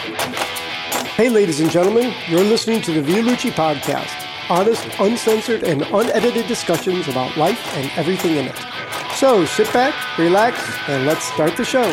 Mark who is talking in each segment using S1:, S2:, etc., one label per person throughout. S1: Hey, ladies and gentlemen, you're listening to the Violucci Podcast honest, uncensored, and unedited discussions about life and everything in it. So sit back, relax, and let's start the show.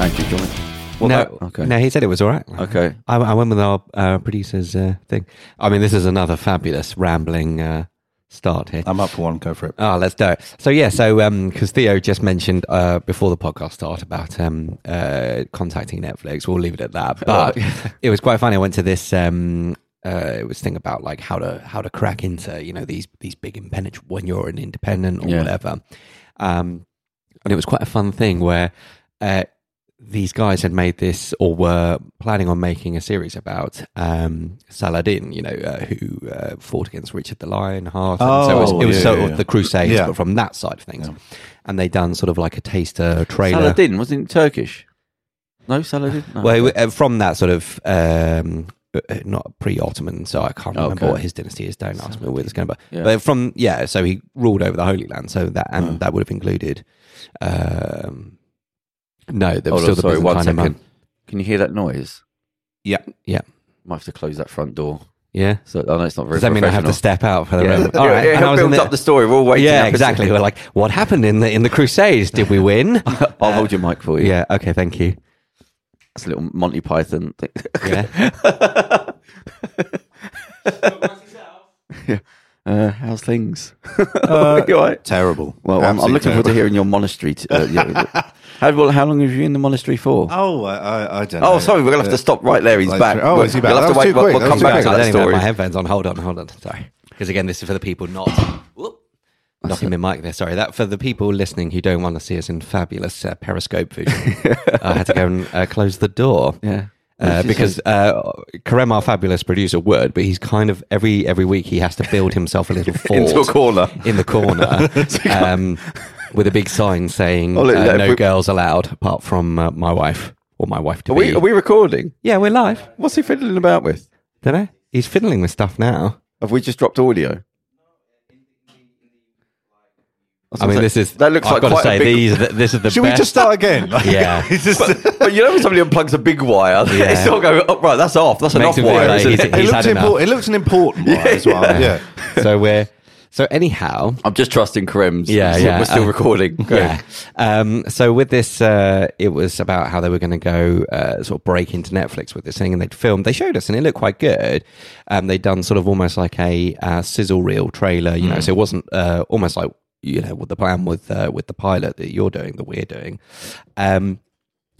S2: Thank you, Johnny. Well,
S3: no,
S2: that- okay.
S3: no, he said it was all right.
S2: Okay.
S3: I, I went with our uh, producer's uh, thing. I mean, this is another fabulous rambling uh, start here.
S2: I'm up for one. Go for it.
S3: Oh, let's do it. So yeah, so because Theo just mentioned uh, before the podcast started about um, uh, contacting Netflix, we'll leave it at
S2: Oh.
S3: that. But it was quite funny. I went to this. Um, uh, it was thing about like how to how to crack into you know these these big impenetrable when you're an independent or
S2: Yeah.
S3: whatever. Um, and it was quite a fun thing where uh, these guys had made this or were planning on making a series about um, Saladin, you know, uh, who uh, fought against Richard the Lionheart. and so it was,
S2: Oh,
S3: it was
S2: yeah,
S3: sort
S2: yeah,
S3: of
S2: yeah.
S3: the Crusades,
S2: Yeah.
S3: but from that side of things. And they done sort of like a taster trailer.
S2: Saladin wasn't it Turkish. No, Saladin. No.
S3: Well, uh, from that sort of um, uh, uh, not pre-Ottoman, so I can't remember
S2: Okay.
S3: what his dynasty is. Don't ask me where it's going, but
S2: Yeah.
S3: but from yeah, so he ruled over the Holy Land, so that and that would have included. Um, no, there was
S2: Hold
S3: still
S2: on,
S3: the
S2: sorry, one
S3: Byzantine
S2: second.
S3: Empire.
S2: Can you hear that noise?
S3: Yeah, yeah,
S2: Might have to close that front door.
S3: yeah.
S2: So I know it's not very.
S3: Does that mean I have to
S2: professional.
S3: step out for the
S2: Yeah.
S3: room? All right,
S2: Yeah,
S3: and I
S2: it
S3: was in
S2: builds
S3: the-
S2: up the story. We're all waiting.
S3: Yeah,
S2: up.
S3: exactly. We're like, what happened in the in the Crusades? Did we win?
S2: I'll hold your mic for you.
S3: yeah. Okay. Thank you.
S2: That's a little Monty Python thing.
S3: Yeah.
S2: Yeah. Uh, how's things?
S4: Uh,
S2: You all right?
S4: Terrible.
S2: Well, I'm, I'm
S4: Absolutely
S2: looking forward to
S4: terrible.
S2: hearing your monastery. T- uh, yeah. how, well, how long have you been in the monastery for?
S4: Oh, I, I, I don't.
S2: Oh,
S4: know.
S2: sorry, we're gonna have to stop right there. He's
S4: Like,
S2: back.
S4: Oh, is he back?
S2: You'll have
S4: That was
S2: to
S4: too
S2: wait.
S4: quick.
S2: We'll, we'll
S4: That
S2: come
S4: was
S2: back
S4: too
S2: to
S3: I don't
S2: that
S3: even have
S2: story.
S3: my headphones on. Hold on. Hold on. Sorry, because again, this is for the people not Whoop. knocking the mic there. Sorry, that for the people listening who don't want to see us in fabulous uh, periscope vision. I had to go and uh, close the door.
S2: Yeah.
S3: Uh, because uh, Karem, our fabulous producer, would, but he's kind of every every week he has to build himself a little fort
S2: Into a corner.
S3: in the corner um, with a big sign saying
S2: Oh, look,
S3: uh,
S2: look,
S3: "No
S2: we-
S3: girls allowed apart from uh, my wife or my wife to
S2: Are
S3: be."
S2: we, are we recording?
S3: yeah, we're live.
S2: What's he fiddling about with?
S3: Don't know. He's fiddling with stuff now.
S2: Have we just dropped audio?
S3: I mean, this is.
S2: that looks
S3: I've
S2: like
S3: got
S2: quite
S3: to say
S2: a big.
S3: these. are the- This is the
S4: Should
S3: best.
S4: we just start again? Like,
S3: Yeah.
S4: it's just-
S2: but you know, when somebody unplugs a big wire,
S3: Yeah.
S2: it's all going. Oh, right, that's off. That's an
S3: Makes
S2: off
S3: him feel
S2: wire.
S3: like
S2: isn't
S3: he's-
S2: it?
S4: it,
S3: had
S4: looked
S3: enough.
S4: important, it looked an important one as well. Yeah.
S3: so we're. So anyhow.
S2: I'm just trusting Krems.
S3: Yeah,
S2: We're still-
S3: yeah.
S2: We're still
S3: Uh,
S2: recording. Go.
S3: Yeah. Um, so with this, uh, it was about how they were going to go uh, sort of break into Netflix with this thing, and they'd filmed. They showed us, and it looked quite good. Um, they'd done sort of almost like a uh, sizzle reel trailer, you know. So it wasn't uh, almost like you know what the plan with uh, with the pilot that you're doing that we're doing. Um,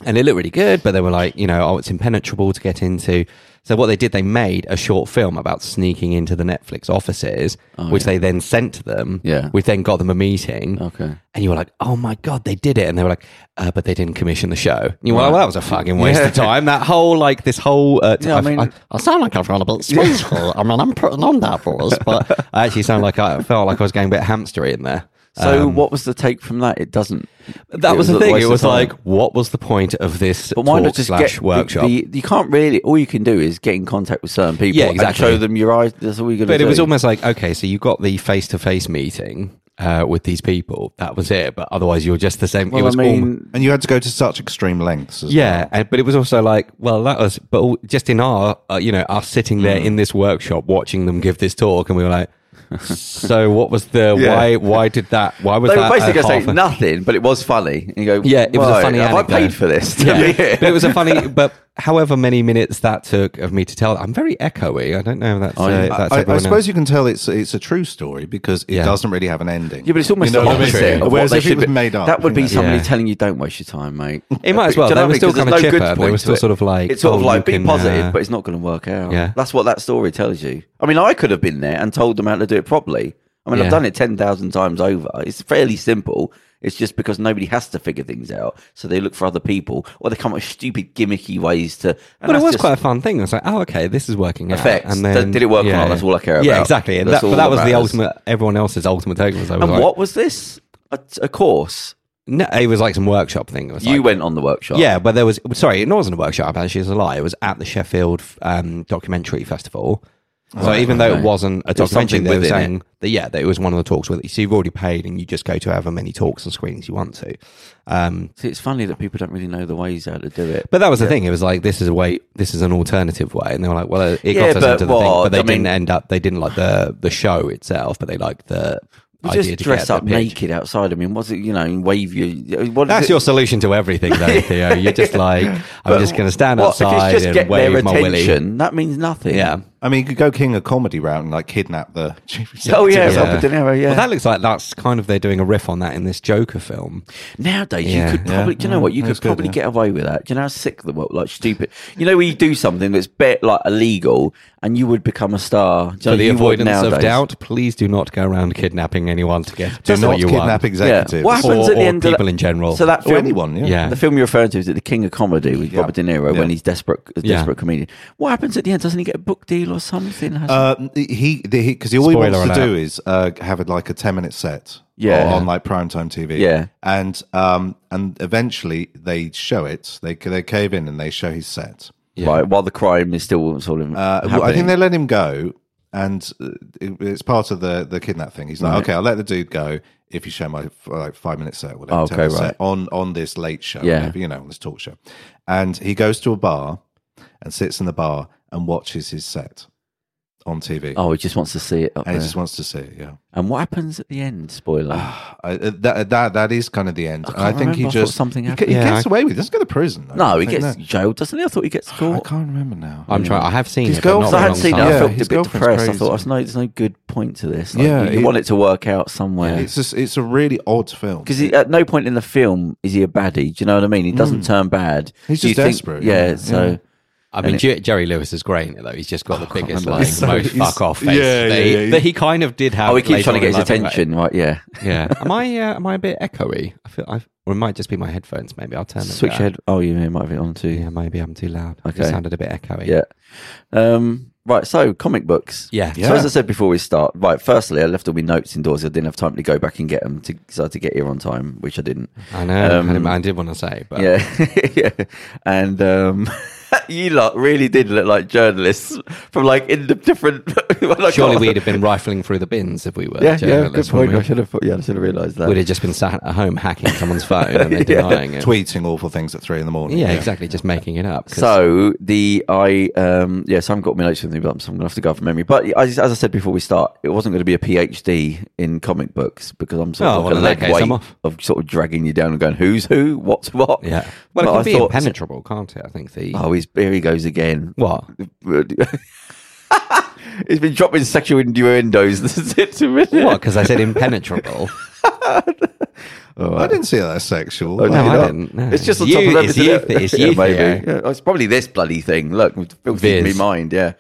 S3: and it looked really good, but they were like, you know, oh, it's impenetrable to get into. So what they did, they made a short film about sneaking into the Netflix offices, which they then sent to them.
S2: Yeah.
S3: which then got them a meeting.
S2: Okay.
S3: And you were like, oh my God, they did it. And they were like, uh, but they didn't commission the show. And you were like, well, that was a fucking waste of time. That whole, like, this whole. Uh, t-
S2: Yeah, I
S3: I,
S2: mean-
S3: I, I sound like I've gone a bit spaceful. I mean, I'm putting on that for us, but I actually sound like I felt like I was going a bit hamstery in there.
S2: So,
S3: Um,
S2: what was the take from that? It doesn't.
S3: that
S2: it
S3: was
S2: a
S3: the thing.
S2: waste
S3: It
S2: of
S3: was
S2: time.
S3: like, what was the point of this
S2: But why
S3: talk
S2: not just
S3: slash
S2: get the-
S3: workshop?
S2: The, you can't really. All you can do is get in contact with certain people.
S3: Yeah,
S2: and
S3: exactly.
S2: show them your eyes. That's all you're going to
S3: but
S2: do.
S3: it was almost like, okay, so you got the face to face meeting uh, with these people. That was it. But otherwise, you're just the same. it
S2: Well,
S3: was
S2: I
S3: almo-
S2: mean,
S4: And you had to go to such extreme lengths. As
S3: Yeah, and, but it was also like, well, that was, but all, just in our, uh, you know, us sitting there
S2: Mm.
S3: in this workshop watching them give this talk, and we were like, so what was the
S2: Yeah.
S3: why? Why did that? Why was
S2: they were
S3: that?
S2: basically
S3: a
S2: going to
S3: uh, half
S2: say
S3: a-
S2: nothing, but it was funny. And you go,
S3: Yeah, it was a
S2: "Right,
S3: funny.
S2: Have
S3: anecdote.
S2: I paid for this?
S3: Yeah,
S2: Yeah.
S3: but it was a funny. But however many minutes that took of me to tell, I'm very echoey. I don't know if that's. Uh, if that's
S4: I, I
S3: everyone
S4: suppose you can tell it's it's a true story because it
S3: Yeah.
S4: doesn't really have an ending.
S2: Yeah, but it's almost
S4: You know
S2: the
S4: what I mean?
S2: opposite. of what
S4: Whereas
S2: they
S4: if it
S2: should
S4: was
S2: be.
S4: made up,
S2: that would
S4: I
S2: be
S4: think that's-
S2: somebody
S3: Yeah.
S2: telling you, "Don't waste your time, mate."
S3: It might as
S2: Do
S3: well.
S2: you
S3: They
S2: know what I
S3: were
S2: mean?
S3: still
S2: 'Cause there's
S3: kinda
S2: no good
S3: chipper. They
S2: point
S3: were
S2: to
S3: still
S2: it.
S3: sort of like,
S2: it's sort
S3: oh,
S2: of
S3: you
S2: like be
S3: can,
S2: positive,
S3: uh,
S2: but it's not going to work out.
S3: Yeah.
S2: that's what that story tells you. I mean, I could have been there and told them how to do it properly. I mean,
S3: Yeah.
S2: I've done it ten thousand times over. It's fairly simple. It's just because nobody has to figure things out, so they look for other people, or they come up with stupid gimmicky ways to. And
S3: But it
S2: that's
S3: was
S2: just-
S3: quite a fun thing. I was like, oh, okay, this is working out.
S2: Effects. Did- did it work or not? That's all I care
S3: Yeah,
S2: about.
S3: exactly. And
S2: That's
S3: that, but
S2: all
S3: that
S2: that
S3: was the
S2: matters.
S3: ultimate. Everyone else's ultimate take was. I was
S2: And
S3: like,
S2: what was this? A, a course
S3: No, it was like some workshop thing. It was
S2: you
S3: like,
S2: went on the workshop.
S3: Yeah, but there was sorry, it wasn't a workshop. Actually, it's a lie. It was at the Sheffield um, Documentary Festival. So even though it wasn't a
S2: Oh, There was
S3: documentary,
S2: something
S3: they were
S2: within
S3: saying that yeah, that it was one of the talks with it. So you've already paid, and you just go to however many talks and screenings you want to. Um,
S2: See, it's funny that people don't really know the ways how to do it.
S3: but that was the thing. It was like this is a way, this is an alternative way, and they were like, well, it
S2: Yeah,
S3: got us
S2: but
S3: into the thing,
S2: what?
S3: but they
S2: I
S3: didn't
S2: mean-
S3: end up. They didn't like the the show itself, but they liked the.
S2: You
S3: idea
S2: just
S3: to get
S2: dress
S3: the
S2: up
S3: pitch.
S2: naked outside. I mean, what's it? You know, and wave your. What is
S3: That's
S2: it?
S3: your solution to everything, though, Theo. You're just like, I'm just going to stand
S2: What,
S3: outside and wave my willy.
S2: that means nothing.
S3: Yeah.
S4: I mean, you could go king of comedy route and like kidnap the chief executive.
S2: Oh yeah,
S3: Yeah.
S2: Robert De Niro. Yeah.
S3: Well, that looks like that's kind of they're doing a riff on that in this Joker film.
S2: Nowadays,
S3: Yeah. Mm,
S2: you could probably, do you know what? You
S4: That's
S2: could
S4: good,
S2: probably
S4: yeah.
S2: get away with that. Do you know how sick the world, like stupid? You know, when you do something that's bit like illegal, and you would become a star. Do you
S3: For
S2: know,
S3: the
S2: you would
S3: avoidance of
S2: nowadays.
S3: doubt, please do not go around kidnapping anyone to get
S4: Do
S3: just
S4: not
S3: what you
S4: kidnap
S3: want.
S2: Yeah.
S4: executives.
S2: What happens
S3: Or-
S2: at the
S3: or
S2: end? of that-
S3: people in general.
S2: So that
S4: Or
S2: film,
S4: anyone, yeah.
S3: Yeah.
S2: The film you're referring to is the King of Comedy with Robert De Niro
S4: Yeah.
S2: when he's desperate, a
S3: Yeah.
S2: desperate comedian. What happens at the end? Doesn't he get a book deal or something? Has-
S4: Uh, he because he, all he
S3: Spoiler
S4: wants to
S3: alert.
S4: do is uh, have a, like a ten minute set,
S2: Yeah.
S4: on, on like primetime TV,
S2: Yeah.
S4: and um, and eventually they show it. They they cave in and they show his set.
S2: Right, while the crime is still sort of.
S4: Uh,
S2: happening.
S4: well, I think they let him go, and uh, it- it's part of the the kidnap thing. He's like, okay, I'll let the dude go if you show my f- like five minute set, or whatever,
S2: Oh,
S4: 10
S2: okay,
S4: minute
S2: right.
S4: set on on this late show,
S2: Yeah.
S4: whatever, you know, on this talk show, and he goes to a bar and sits in the bar and watches his set on TV.
S2: Oh, he just wants to see it up
S4: And
S2: there.
S4: he just Ah, wants to see it, yeah.
S2: And what happens at the end? Spoiler.
S4: I, uh, that, that that is kind of the end.
S2: I can't
S4: I, think he
S2: remember. I thought
S4: just
S2: something
S4: he,
S2: happened.
S4: he
S3: Yeah,
S4: gets
S3: I-
S4: away with. it. He doesn't go to prison. I
S2: no,
S4: don't
S2: he
S4: think,
S2: gets
S4: no.
S2: jailed, doesn't he? I thought he gets
S4: I
S2: caught.
S4: can't remember now.
S3: I'm trying. I have seen
S4: His
S3: it. but
S4: girlfriend-
S3: not for
S2: So
S3: a
S2: I
S3: long
S2: hadn't seen it.
S3: time.
S2: I
S4: Yeah,
S2: felt a
S4: his
S2: bit
S4: girlfriend's
S2: depressed. I
S4: crazy.
S2: thought, there's no, there's no good point to this. Like,
S4: Yeah,
S2: you, you
S4: it-
S2: want it to work out somewhere.
S4: It's just it's a really odd film.
S2: Because at no point in the film is he a baddie. Do you know what I mean? He doesn't turn bad.
S4: He's
S2: Do you
S4: just desperate,
S2: Yeah,
S4: yeah,
S2: so.
S3: I mean, Jer- Jerry Lewis is great in it, though. He's just got the biggest,
S2: Oh, remember
S3: like,
S2: that.
S3: most
S4: He's-
S3: fuck off
S4: yeah,
S3: face.
S4: yeah,
S3: that, he,
S4: yeah, he-
S3: that he kind of did have.
S2: Oh, he keeps
S3: later
S2: trying
S3: on
S2: to
S3: in
S2: get his
S3: life, anyway.
S2: attention, right? Yeah.
S3: Yeah. Am I? Uh, am I a bit echoey? I feel. I've, or it might just be my headphones. Maybe I'll turn them
S2: Switch
S3: down.
S2: your head. Oh, you yeah, might have it on too.
S3: Yeah, maybe I'm too loud. It
S2: Okay.
S3: sounded a bit echoey.
S2: Yeah. Um, right. So, comic books.
S3: Yeah.
S2: So, as I said before we start, right, firstly, I left all my notes indoors. I didn't have time to go back and get them to, so I had to get here on time, which I didn't.
S3: I know.
S2: Um,
S3: I, did, I did want to say, but
S2: Yeah. yeah. And um, you lot really did look like journalists from like in the different. when I
S3: surely
S2: got-
S3: we'd have been rifling through the bins if we were.
S2: Oh, Yeah, yeah, good
S3: journalists,
S2: point. I
S3: wouldn't
S2: should have, thought- yeah, I should have realised
S3: we?
S2: that.
S3: We'd have just been sat at home hacking someone's phone and they're denying it.
S4: Tweeting awful things at three in the morning.
S3: Yeah, exactly. Just making it up. 'cause-
S2: So the I um yes I haven't got my notes with me, but I'm going to have to go from memory. But as, as I said before we start, it wasn't going to be a PhD in comic books because I'm sort
S3: Oh,
S2: of
S3: well,
S2: like a
S3: in that
S2: lead
S3: case,
S2: weight
S3: I'm off.
S2: of sort of dragging you down and going who's who, what's what.
S3: yeah. Well,
S2: But
S3: it can
S2: I
S3: be
S2: thought-
S3: impenetrable, can't it? I think the
S2: Oh, he's, here he goes again.
S3: what
S2: he's been dropping sexual innuendos. This is it to me.
S3: What? Because I said impenetrable.
S4: I didn't see that as sexual.
S2: Oh,
S3: no,
S4: Like,
S3: I
S4: that-
S3: didn't. No.
S2: It's just on
S3: You-
S2: top of
S3: it's
S2: everything.
S3: you- it's
S2: else.
S3: you,
S2: yeah, maybe.
S3: Theo.
S2: Yeah, it's probably this bloody thing. Look, it's filthy in
S3: Viz.
S2: my mind. Yeah.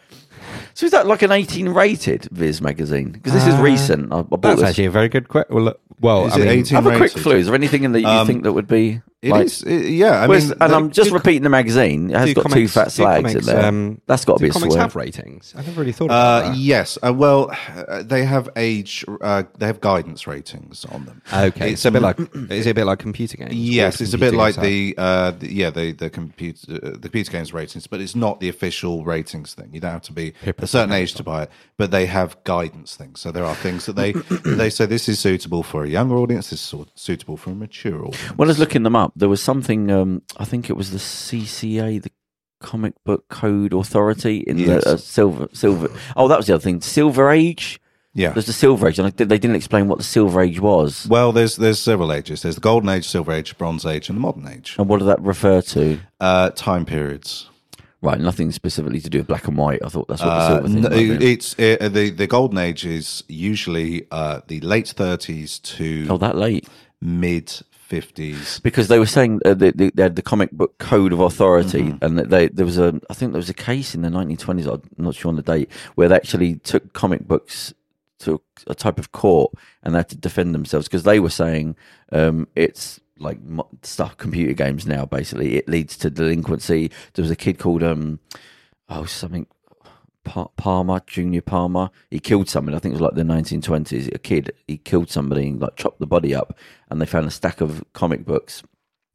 S2: So is that like an 18 rated Viz magazine? Because this is
S3: Uh,
S2: recent. I, I bought
S3: That's
S2: this.
S3: actually a very good question. Well, look- well
S4: Is
S3: I
S4: it
S3: mean,
S4: 18?
S2: Have a quick
S4: rated.
S2: clue. Is there anything in there you
S3: Um,
S2: think that would be
S4: It
S2: like?
S4: is- it- yeah, I
S2: Whereas-
S4: mean,
S2: and
S4: the-
S2: I'm just
S4: you-
S2: repeating the magazine. It has
S3: do
S2: got two
S3: comics-
S2: fat
S3: do
S2: slags
S3: comics,
S2: in there.
S3: um,
S2: That's got to
S3: do
S2: be a
S3: comics
S2: swear.
S3: have ratings. I never really thought about
S4: Uh,
S3: that.
S4: yes. Uh, well, uh, they have age. Uh, they have guidance ratings on them.
S3: Okay,
S4: It's
S3: so a bit like is it a bit like computer games?
S4: Yes,
S3: Or
S4: it's a bit
S3: computer
S4: like the,
S3: games
S4: uh, the yeah the the computer uh, the computer games ratings, but it's not the official ratings thing. You don't have to be a certain age to buy it, but they have guidance things. So there are things that they they say this is suitable for a younger audience, this is sort- suitable for a mature audience.
S2: When I was looking them up, there was something. Um, I think it was the CCA, the Comic Book Code Authority, in
S4: Yes.
S2: the uh, silver silver. Oh, that was the other thing. Silver Age.
S4: Yeah.
S2: There's the Silver Age, and I, did- they didn't explain what the Silver Age was
S4: Well, there's there's several ages. There's the Golden Age, Silver Age, Bronze Age, and the Modern Age.
S2: and what did that refer to.
S4: Uh, time periods.
S2: Right, nothing specifically to do with black and white. I thought that's what the
S4: Uh,
S2: silver thing.
S4: n-
S2: might be.
S4: it's uh the the Golden Age is usually uh, the late 30s to
S2: oh, that late
S4: mid 50s.
S2: because they were saying uh, the, the, they had the comic book code of authority, and that they there was a I think there was a case in the 1920s. I'm not sure on the date where they actually took comic books to a type of court and they had to defend themselves because they were saying um, it's like mo- stuff computer games now. Basically, it leads to delinquency. There was a kid called um oh something Pa- Palmer, Junior Palmer. He killed somebody. I think it was like the 1920s. A kid. He killed somebody and like chopped the body up, and they found a stack of comic books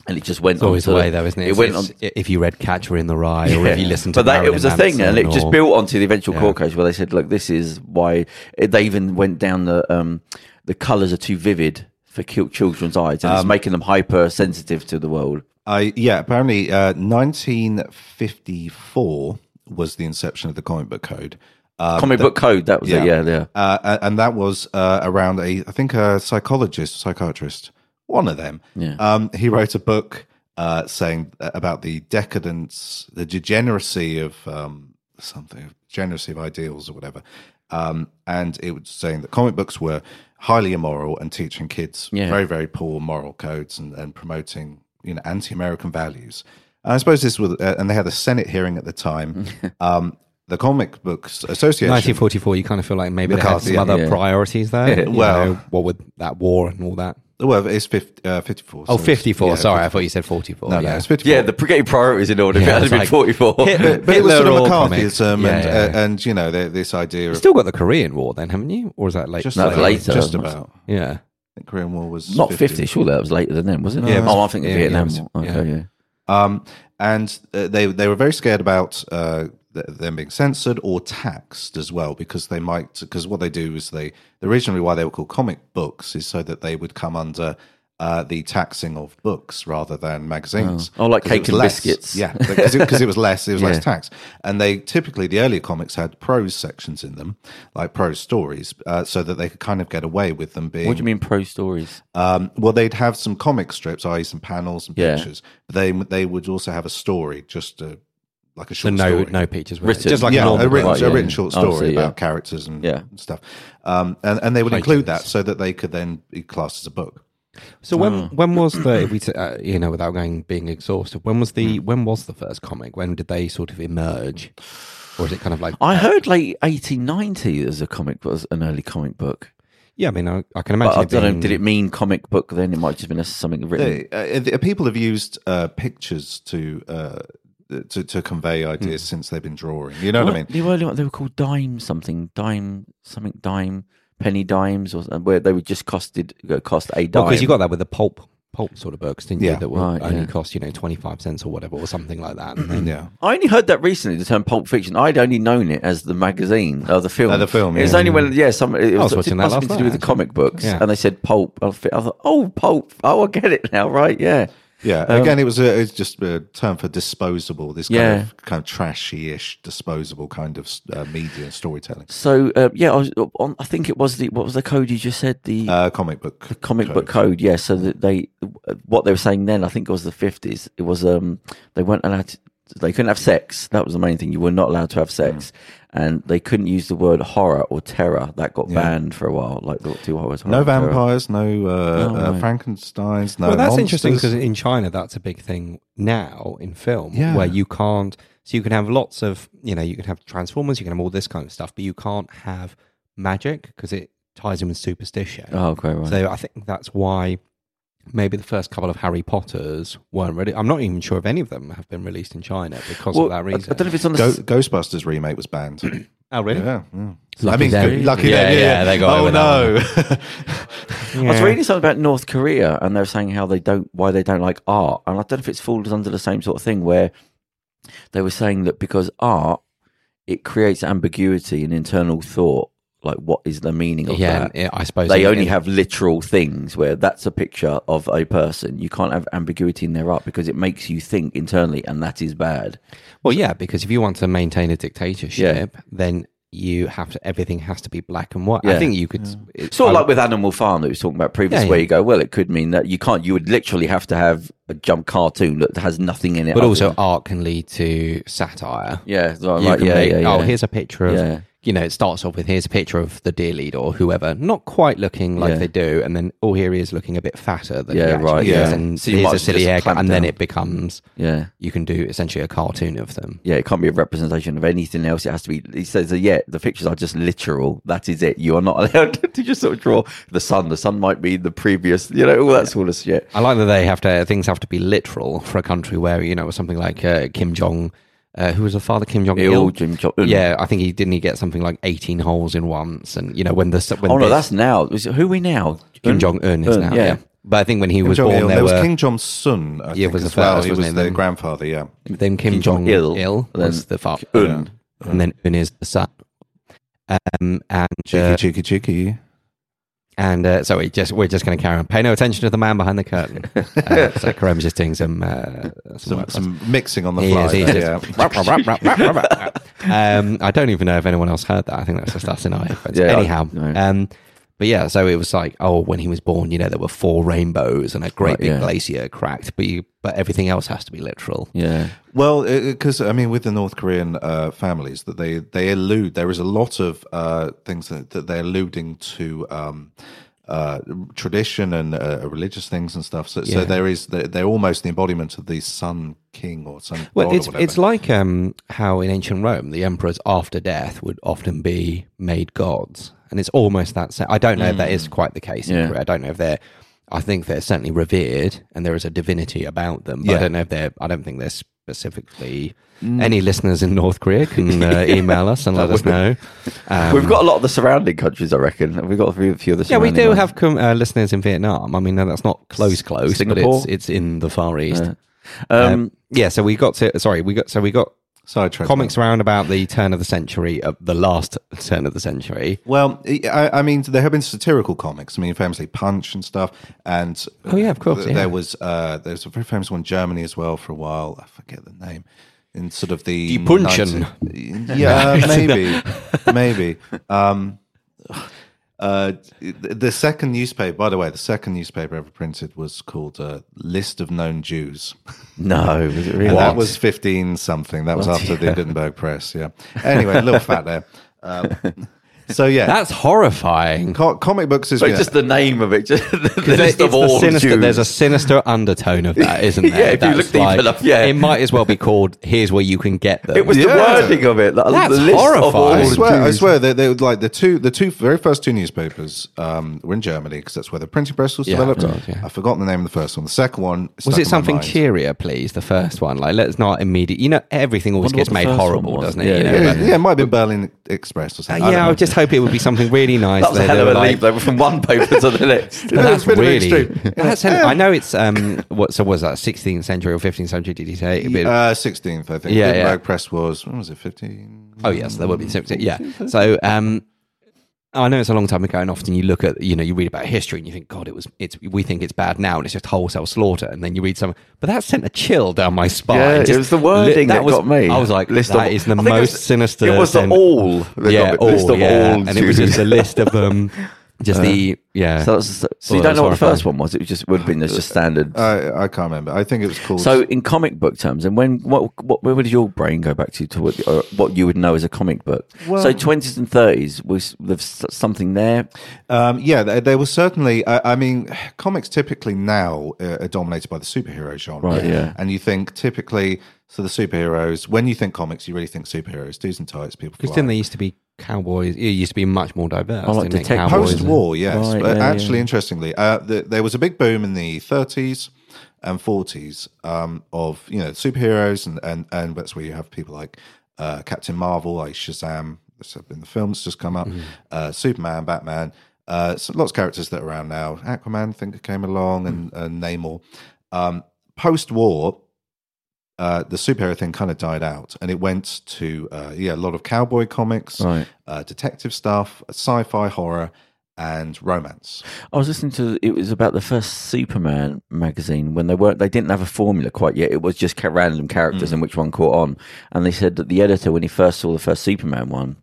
S2: and it just went.
S3: It's always
S2: onto
S3: the way, though, isn't it?
S2: It
S3: It's-
S2: went on.
S3: it's- If you read Catcher in the Rye, or if you listen to
S2: but that, it
S3: Marilyn
S2: was a thing, and it
S3: Manson
S2: just
S3: or-
S2: built onto the eventual
S3: Yeah.
S2: court case where they said, "Look, this is why." They even went down the um, the colours are too vivid for ki- children's eyes, and
S3: Um,
S2: it's making them hypersensitive to the world.
S4: I yeah, apparently uh, 1954 was the inception of the comic book code.
S3: um,
S4: Uh,
S2: Comic book code. That was it. Yeah, yeah.
S4: Uh, a- and that was uh, around a, I think a psychologist, psychiatrist, one of them.
S2: Yeah.
S4: Um, he wrote a book uh, saying about the decadence, the degeneracy of um, something, degeneracy of ideals or whatever. Um, and it was saying that comic books were highly immoral and teaching kids
S2: Yeah.
S4: very, very poor moral codes and, and promoting you know anti-American values. And I suppose this was, uh, and they had a Senate hearing at the time. um, the Comic Books Association.
S3: 1944, you kind of feel like maybe they had
S4: McCarthy,
S3: some
S4: yeah.
S3: other
S2: Yeah.
S3: priorities there. You
S4: Well-
S3: know, what with that war and all that?
S4: Well, it's 50, uh, 54.
S3: Oh,
S4: so it's-
S3: 54.
S4: yeah,
S3: sorry, I thought you said 44.
S4: No,
S3: yeah.
S4: no, it's 54.
S2: Yeah, the getting priorities in order.
S3: Yeah,
S2: if it had
S3: it's
S2: been
S3: like-
S2: forty-four,
S3: Hitler-
S4: but it was sort of
S3: Hitler or
S4: McCarthyism
S3: comic.
S4: and,
S3: Yeah, yeah, yeah.
S4: uh, and, you know, the, this idea of
S3: Still got the Korean War then, haven't you? Or is that like
S2: No,
S4: about-
S2: later.
S4: Just about. I
S3: Yeah.
S4: think Korean War was
S2: not fifty. Surely that was later than then, wasn't it?
S4: Yeah, it was-
S2: oh, I think
S3: yeah,
S2: Vietnam.
S3: yeah, it
S2: War.
S3: was-
S2: okay,
S3: yeah.
S2: yeah.
S4: Um, and uh, they they were very scared about uh, th- them being censored or taxed as well because they might because what they do is they originally why they were called comic books is so that they would come under. Uh, the taxing of books rather than magazines.
S2: Oh. Oh, like
S4: 'Cause it
S2: cake
S4: was
S2: and
S4: less-
S2: biscuits.
S4: Yeah, because it, 'cause it was less. It was
S2: Yeah.
S4: less tax. And they typically the earlier comics had prose sections in them, like prose stories, uh, so that they could kind of get away with them being
S2: What do you mean pro stories?
S4: um, well, they'd have some comic strips, i.e., some panels and
S2: Yeah.
S4: pictures. But they they would also have a story, just a, like a
S3: So
S4: short
S3: no,
S4: story,
S3: no pictures. were
S2: Written.
S3: there?
S4: just like
S2: Yeah,
S4: a, a written,
S2: right,
S4: a
S2: yeah.
S4: written short
S2: Oh, I
S4: story
S2: see, yeah.
S4: about characters and
S2: Yeah.
S4: stuff. Um, and and they would include
S3: Titles.
S4: that so that they could then be classed as a book.
S3: So when
S2: Hmm.
S3: when was the if we t- uh, you know without going being exhaustive when was
S2: Hmm.
S3: the when was the first comic when did they sort of emerge or is it kind of like
S2: I heard late eighteen ninety as a comic was an early comic book.
S3: yeah I mean I, I can imagine
S2: But I
S3: it
S2: don't know.
S3: being-
S2: Did it mean comic book then? It might have just been something written.
S4: Uh, uh, the- people have used uh, pictures to. Uh, to, to convey ideas since they've been drawing, you know Hmm. what, I mean.
S2: The early one, they were called dime something, dime something, dime penny dimes, or something, where they were just costed uh, cost a dime.
S3: because you got that with the pulp pulp sort of books didn't you
S4: Yeah.
S3: that were
S2: Right,
S3: only
S2: yeah.
S3: cost you know twenty five cents or whatever or something like that and then,
S4: Yeah,
S2: I only heard that recently. The term Pulp Fiction. I'd only known it as the magazine or the film.
S4: Uh, the film,
S2: It was
S4: yeah.
S2: only when yeah, some it
S3: was
S2: was, it
S3: watching that
S2: must
S3: last
S2: have been to
S3: night,
S2: do with the
S3: actually.
S2: comic books,
S3: Yeah.
S2: and they said pulp. I thi- I thought, oh, pulp. Oh, I get it now. Right? Yeah.
S4: yeah. Again, it was a, it's just a term for disposable. This kind
S2: Yeah.
S4: of kind of trashy-ish, disposable kind of uh, media and storytelling.
S2: So uh, yeah, I was on. I think it was the what was the code you just said? The
S4: Uh, comic book.
S2: comic book code yeah so that they what they were saying then i think it was the 50s it was um they weren't allowed to, they couldn't have sex that was the main thing you were not allowed to have sex and they couldn't use the word horror or terror that got banned for a while like the two horrors horror
S4: No
S2: and terror.
S4: vampires, no, uh,
S2: No,
S4: uh,
S2: no.
S4: Frankenstein's, no.
S3: well that's interesting
S4: monsters.
S3: because in China that's a big thing now in film
S4: Yeah.
S3: where you can't so you can have lots of you know you can have transformers you can have all this kind of stuff but you can't have magic because it ties in with superstition
S2: oh okay right
S3: So I think that's why maybe the first couple of Harry Potters weren't really. I'm not even sure if any of them have been released in China because
S2: Well,
S3: of that
S2: I-
S3: reason.
S2: I, don't know if it's on the
S4: Go-
S2: s-
S4: Ghostbusters remake was banned. yeah,
S3: oh, really?
S4: yeah.
S3: Lucky
S4: I mean,
S3: them.
S4: good- lucky
S3: Yeah,
S4: them, yeah,
S3: yeah, they got
S4: Oh
S3: away
S4: no!
S2: I was reading something about North Korea, and they're saying how they don't, why they don't like art, and I don't know if it's falls under the same sort of thing where they were saying that because art it creates ambiguity and internal thought, like what is the meaning of
S3: Yeah,
S2: that?
S3: and, yeah, I suppose
S2: they
S3: in-
S2: only
S3: in-
S2: have literal things where that's a picture of a person. You can't have ambiguity in their art because it makes you think internally, and that is bad.
S3: Well, yeah, because if you want to maintain a dictatorship, then you have to. Everything has to be black and white.
S2: Yeah.
S3: I think you could. it-
S2: Sort of
S3: I-
S2: like with Animal Farm that we were talking about previously,
S3: Yeah,
S2: where
S3: yeah.
S2: you go, well, it could mean that you can't. You would literally have to have a jump cartoon that has nothing in it.
S3: but
S2: other
S3: also
S2: than-
S3: art can lead to satire.
S2: yeah, right,
S3: You
S2: right,
S3: can
S2: yeah,
S3: make,
S2: yeah, yeah.
S3: oh, here's a picture of,
S2: Yeah.
S3: you know, it starts off with here's a picture of the deer leader or whoever, not quite looking like
S2: Yeah.
S3: they do, and then oh, here he is looking a bit fatter than
S2: Yeah,
S3: he actually
S2: right,
S3: is,
S2: yeah.
S3: and
S2: So you might
S3: here's a
S2: as well
S3: silly
S2: just
S3: haircut,
S2: clamp
S3: and then
S2: down.
S3: it becomes
S2: yeah.
S3: you can do essentially a cartoon of them.
S2: Yeah, it can't be a representation of anything else. It has to be. He says, that, yeah, the pictures are just literal. That is it. You are not allowed to just sort of draw the sun. The sun might be the previous, you know, all that sort of shit.
S3: I like that they have to things have to be literal for a country where you know something like uh, Kim Jong, uh, who was the father Kim Jong Il.
S2: Ill Jim Jong. Un.
S3: Yeah, I think he didn't he get something like eighteen holes in once, and Hmm? you know when the when
S2: Oh no,
S3: this-
S2: that's now. Is it- Who are we now?
S3: Kim
S2: Un?
S3: Jong Un is
S2: Un,
S3: now.
S2: yeah.
S3: Yeah. But I think when he was
S4: Jong-il.
S3: born, there,
S4: there was
S3: were
S4: King Jong Sun. I
S3: Yeah,
S4: think
S3: was the
S4: as well.
S3: first,
S4: He
S3: wasn't
S4: was
S3: he,
S4: the
S3: then?
S4: grandfather. Yeah,
S3: then Kim, Jong Il,
S2: Jong-il,
S3: Il
S2: then
S3: was the father,
S2: Un.
S3: and then Un is the son. Um, and
S4: cheeky,
S3: uh,
S4: cheeky, cheeky.
S3: and uh, so we just we're just going to carry on. Pay no attention to the man behind the curtain. uh, so Karem's just doing some uh, some,
S4: Some,
S3: work.
S4: some mixing on the
S3: He
S4: fly.
S3: is, he's
S4: there,
S3: just-
S4: yeah.
S3: um, I don't even know if anyone else heard that. I think that's just us in our headphones.
S2: Yeah.
S3: Anyhow,
S2: No.
S3: um, but yeah, so it was like, oh, when he was born, you know, there were four rainbows and a great
S2: Right,
S3: big
S2: yeah.
S3: glacier cracked, but you, but everything else has to be literal.
S2: Yeah.
S4: Well, because I mean, with the North Korean uh, families, that they they allude. There is a lot of uh, things that, that they're alluding to. Um, uh, tradition and uh, religious things and stuff. So, so
S3: Yeah.
S4: there is they're, they're almost the embodiment of the sun king or sun
S3: Well,
S4: god
S3: it's
S4: or whatever.
S3: it's like um, how in ancient Rome the emperors after death would often be made gods, and it's almost that same. I don't know if that is quite the case. in
S2: Yeah.
S3: Korea. I don't know if they're. I think they're certainly revered, and there is a divinity about them. But I
S4: Yeah.
S3: don't know if they're. I don't think they're specifically. Any listeners in North Korea can uh, email us and let us know. Um,
S2: We've got a lot of the surrounding countries, I reckon. We've got a few, a few of the
S3: yeah, we
S2: surrounding
S3: do
S2: ones.
S3: have com- uh, listeners in Vietnam. I mean, no, that's not close, close,
S2: Singapore?
S3: but it's it's in the Far East.
S2: Yeah.
S3: Um,
S2: Um,
S3: yeah, so we got to. Sorry, we got so we got
S4: Sidetrack.
S2: uh,
S3: comics around about the turn of the century, of the last turn of the century.
S4: Well, I, I mean, there have been satirical comics. I mean, famously Punch and stuff. And
S3: Oh, yeah, of course,
S4: th-
S3: yeah.
S4: There was uh, there was a very famous one in Germany as well for a while. I forget the name. In sort of the
S3: Die Punchen.
S4: 19 yeah, maybe, maybe. Um, uh, the the second newspaper, by the way, the second newspaper ever printed was called uh, "List of Known Jews."
S2: No, was it really?
S4: And that was 15 something. That was after the Gutenberg Press. Yeah. Anyway, a little fat there. Um, so, yeah.
S3: That's horrifying.
S4: Mm. Co- comic books is
S2: So
S4: yeah.
S2: just the name of it, just the list
S3: It's
S2: of
S3: the
S2: all
S3: sinister-
S2: Jews.
S3: there's a sinister undertone of that, isn't there?
S2: Yeah, if you
S3: That's
S2: look deep enough, yeah.
S3: It might as well be called "Here's where you can get them."
S2: it was the
S4: Yeah.
S2: wording of it. Like,
S3: That's
S2: the list Of all
S3: horrifying.
S4: I
S2: the
S4: swear, I
S2: Jews.
S4: swear, they, they would like the two, the two very first two newspapers um, were in Germany because that's where the printing press was
S3: Yeah,
S4: developed.
S3: of course, yeah.
S4: I've forgotten the name of the first one. The second one
S3: Was
S4: stuck in
S3: it
S4: my
S3: something
S4: mind.
S3: cheerier, please? The first one, like let's not immediate. You know, everything always
S2: Wonder what
S3: gets
S2: the
S3: made
S2: first one
S3: horrible,
S2: was.
S3: doesn't it?
S2: Yeah,
S3: you know,
S2: yeah,
S4: Yeah,
S3: but-
S4: yeah, it might be Berlin Express or something.
S3: Uh,
S4: I
S3: yeah,
S4: don't
S3: I
S4: know.
S3: would just hope it would be something really nice.
S2: That was a
S3: They- they
S2: hell of
S3: were
S2: a
S3: like,
S2: leap. They were from one paper to the next.
S3: But that's
S4: a bit of
S3: really
S4: extreme.
S3: that's an- I know it's um what so was that 16th century or 15th century did he say A bit-
S4: Uh, 16th, I think.
S3: Yeah,
S4: Gutenberg
S3: yeah.
S4: Press was, when was it, 15?
S3: oh yes there would be 16th yeah so um I know it's a long time ago and often you look at you know you read about history and you think god it was it's we think it's bad now and it's just wholesale slaughter and then you read some but that sent a chill down my spine
S2: Yeah,
S3: Just
S2: it was the wording
S3: li-
S2: that,
S3: was,
S2: got me.
S3: I was like
S2: List
S3: that
S2: of-
S3: is the
S2: I
S3: most
S2: think it was-
S3: sinister
S2: It was the
S3: sen-
S2: all. that
S3: yeah
S2: got me. list
S3: all,
S2: of
S3: yeah.
S2: all
S3: and it was
S2: Jews.
S3: just a list of them just the yeah
S2: So, that's, so
S3: Well,
S2: you
S3: that's
S2: don't know what the
S3: horrifying.
S2: first one was. It was just would have been this just standard.
S4: I, I can't remember. I think it was called.
S2: so in comic book terms, and when what, what where would your brain go back to to what, or what you would know as a comic book? so twenties and thirties was there's something there.
S4: Um, yeah, there, there was certainly. I, I mean, comics typically now uh, are dominated by the superhero genre,
S2: Right, yeah.
S4: And you think typically, so the superheroes. When you think comics, you really think superheroes, dudes in tights, people.
S3: Because
S4: flying.
S3: then they used to be cowboys. It used to be much more diverse.
S2: Oh, like
S3: didn't it?
S2: detect-
S3: Cowboys and-
S4: Post-war, yes.
S2: Right,
S4: but
S2: yeah,
S4: actually,
S2: yeah.
S4: interestingly, uh, the, there was a big boom in the 30s and 40s um, of you know superheroes, and and and that's where you have people like uh, Captain Marvel, like Shazam. That's up in the films just come up. Uh, Superman, Batman. Uh, so lots of characters that are around now. Aquaman, I think, came along, and, and Namor. Um, post-war, uh, the superhero thing kind of died out, and it went to uh, yeah a lot of cowboy comics,
S2: Right.
S4: uh, detective stuff, sci-fi horror, and romance.
S2: I was listening to it was about the first Superman magazine when they weren't they didn't have a formula quite yet. It was just ca- random characters
S3: Hmm.
S2: and which one caught on. And they said that the editor when he first saw the first Superman one,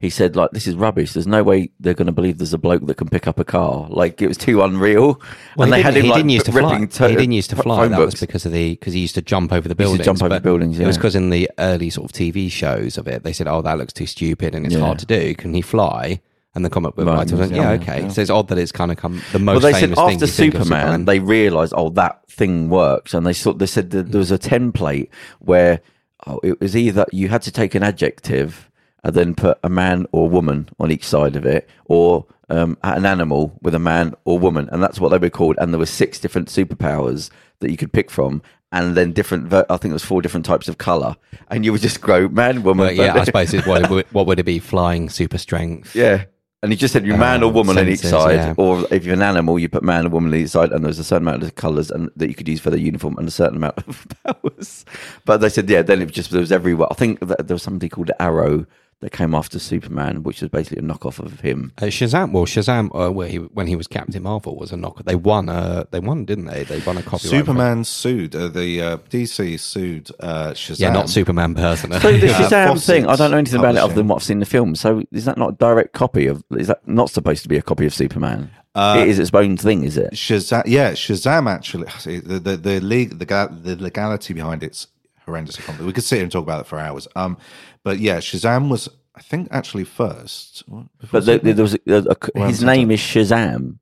S2: he said like this is rubbish. There's no way they're going to believe there's a bloke that can pick up a car. Like it was too unreal.
S3: Well,
S2: and
S3: he
S2: they
S3: didn't-
S2: had him
S3: he
S2: like
S3: didn't used to fly.
S2: ripping to-
S3: he didn't used to fly.
S2: phone
S3: That was
S2: books.
S3: because of the because he used to jump over the
S2: He
S3: buildings.
S2: used to jump over
S3: but
S2: buildings,
S3: It was
S2: yeah.
S3: because in the early sort of TV shows of it, they said, "Oh, that looks too stupid and it's
S2: Yeah.
S3: hard to do. Can he fly?" And the comic book
S2: Right,
S3: writers went,
S2: yeah,
S3: "Yeah,
S2: yeah,
S3: okay."
S2: yeah.
S3: So it's odd that it's kind of come the most.
S2: Well, they said
S3: famous thing
S2: after
S3: you think of
S2: Superman, they realised, oh, that thing works, and they sort they said that there was a template where oh, it was either you had to take an adjective and then put a man or woman on each side of it, or um, an animal with a man or woman, and that's what they were called. And there were six different superpowers that you could pick from. And then different, ver- I think it was four different types of color, and you would just go man, woman.
S3: But yeah, I
S2: but-
S3: suppose it's what, it would- what would it be? Flying, super strength.
S2: yeah. And he just said you're man or woman on each
S3: senses,
S2: side,
S3: yeah.
S2: or if you're an animal, you put man or woman on each side, and there's a certain amount of colours and that you could use for their uniform and a certain amount of powers. But they said, yeah, then it was just there was everywhere. I think that there was somebody called Arrow that came after Superman, which was basically a knockoff of him.
S3: Uh, Shazam, well, Shazam, uh, where he when he was Captain Marvel was a knock. They won, uh, they won, didn't they? They won a copyright.
S4: Superman sued. Uh, the uh, DC sued uh, Shazam.
S3: yeah, not Superman personally.
S2: So the
S4: Yeah.
S2: Shazam
S4: Fawcett's
S2: thing, I don't know anything about it other
S4: publishing.
S2: than what I've seen in the film. So is that not a direct copy of? Is that not supposed to be a copy of Superman? it is its own thing, is it?
S4: Shazam. Yeah, Shazam. Actually, the the the, leg, the, ga- the legality behind it's horrendously complicated. We could sit here and talk about it for hours. Um, but yeah, Shazam was, I think, actually first. What?
S2: But there, there was a, a- a- his name is Shazam.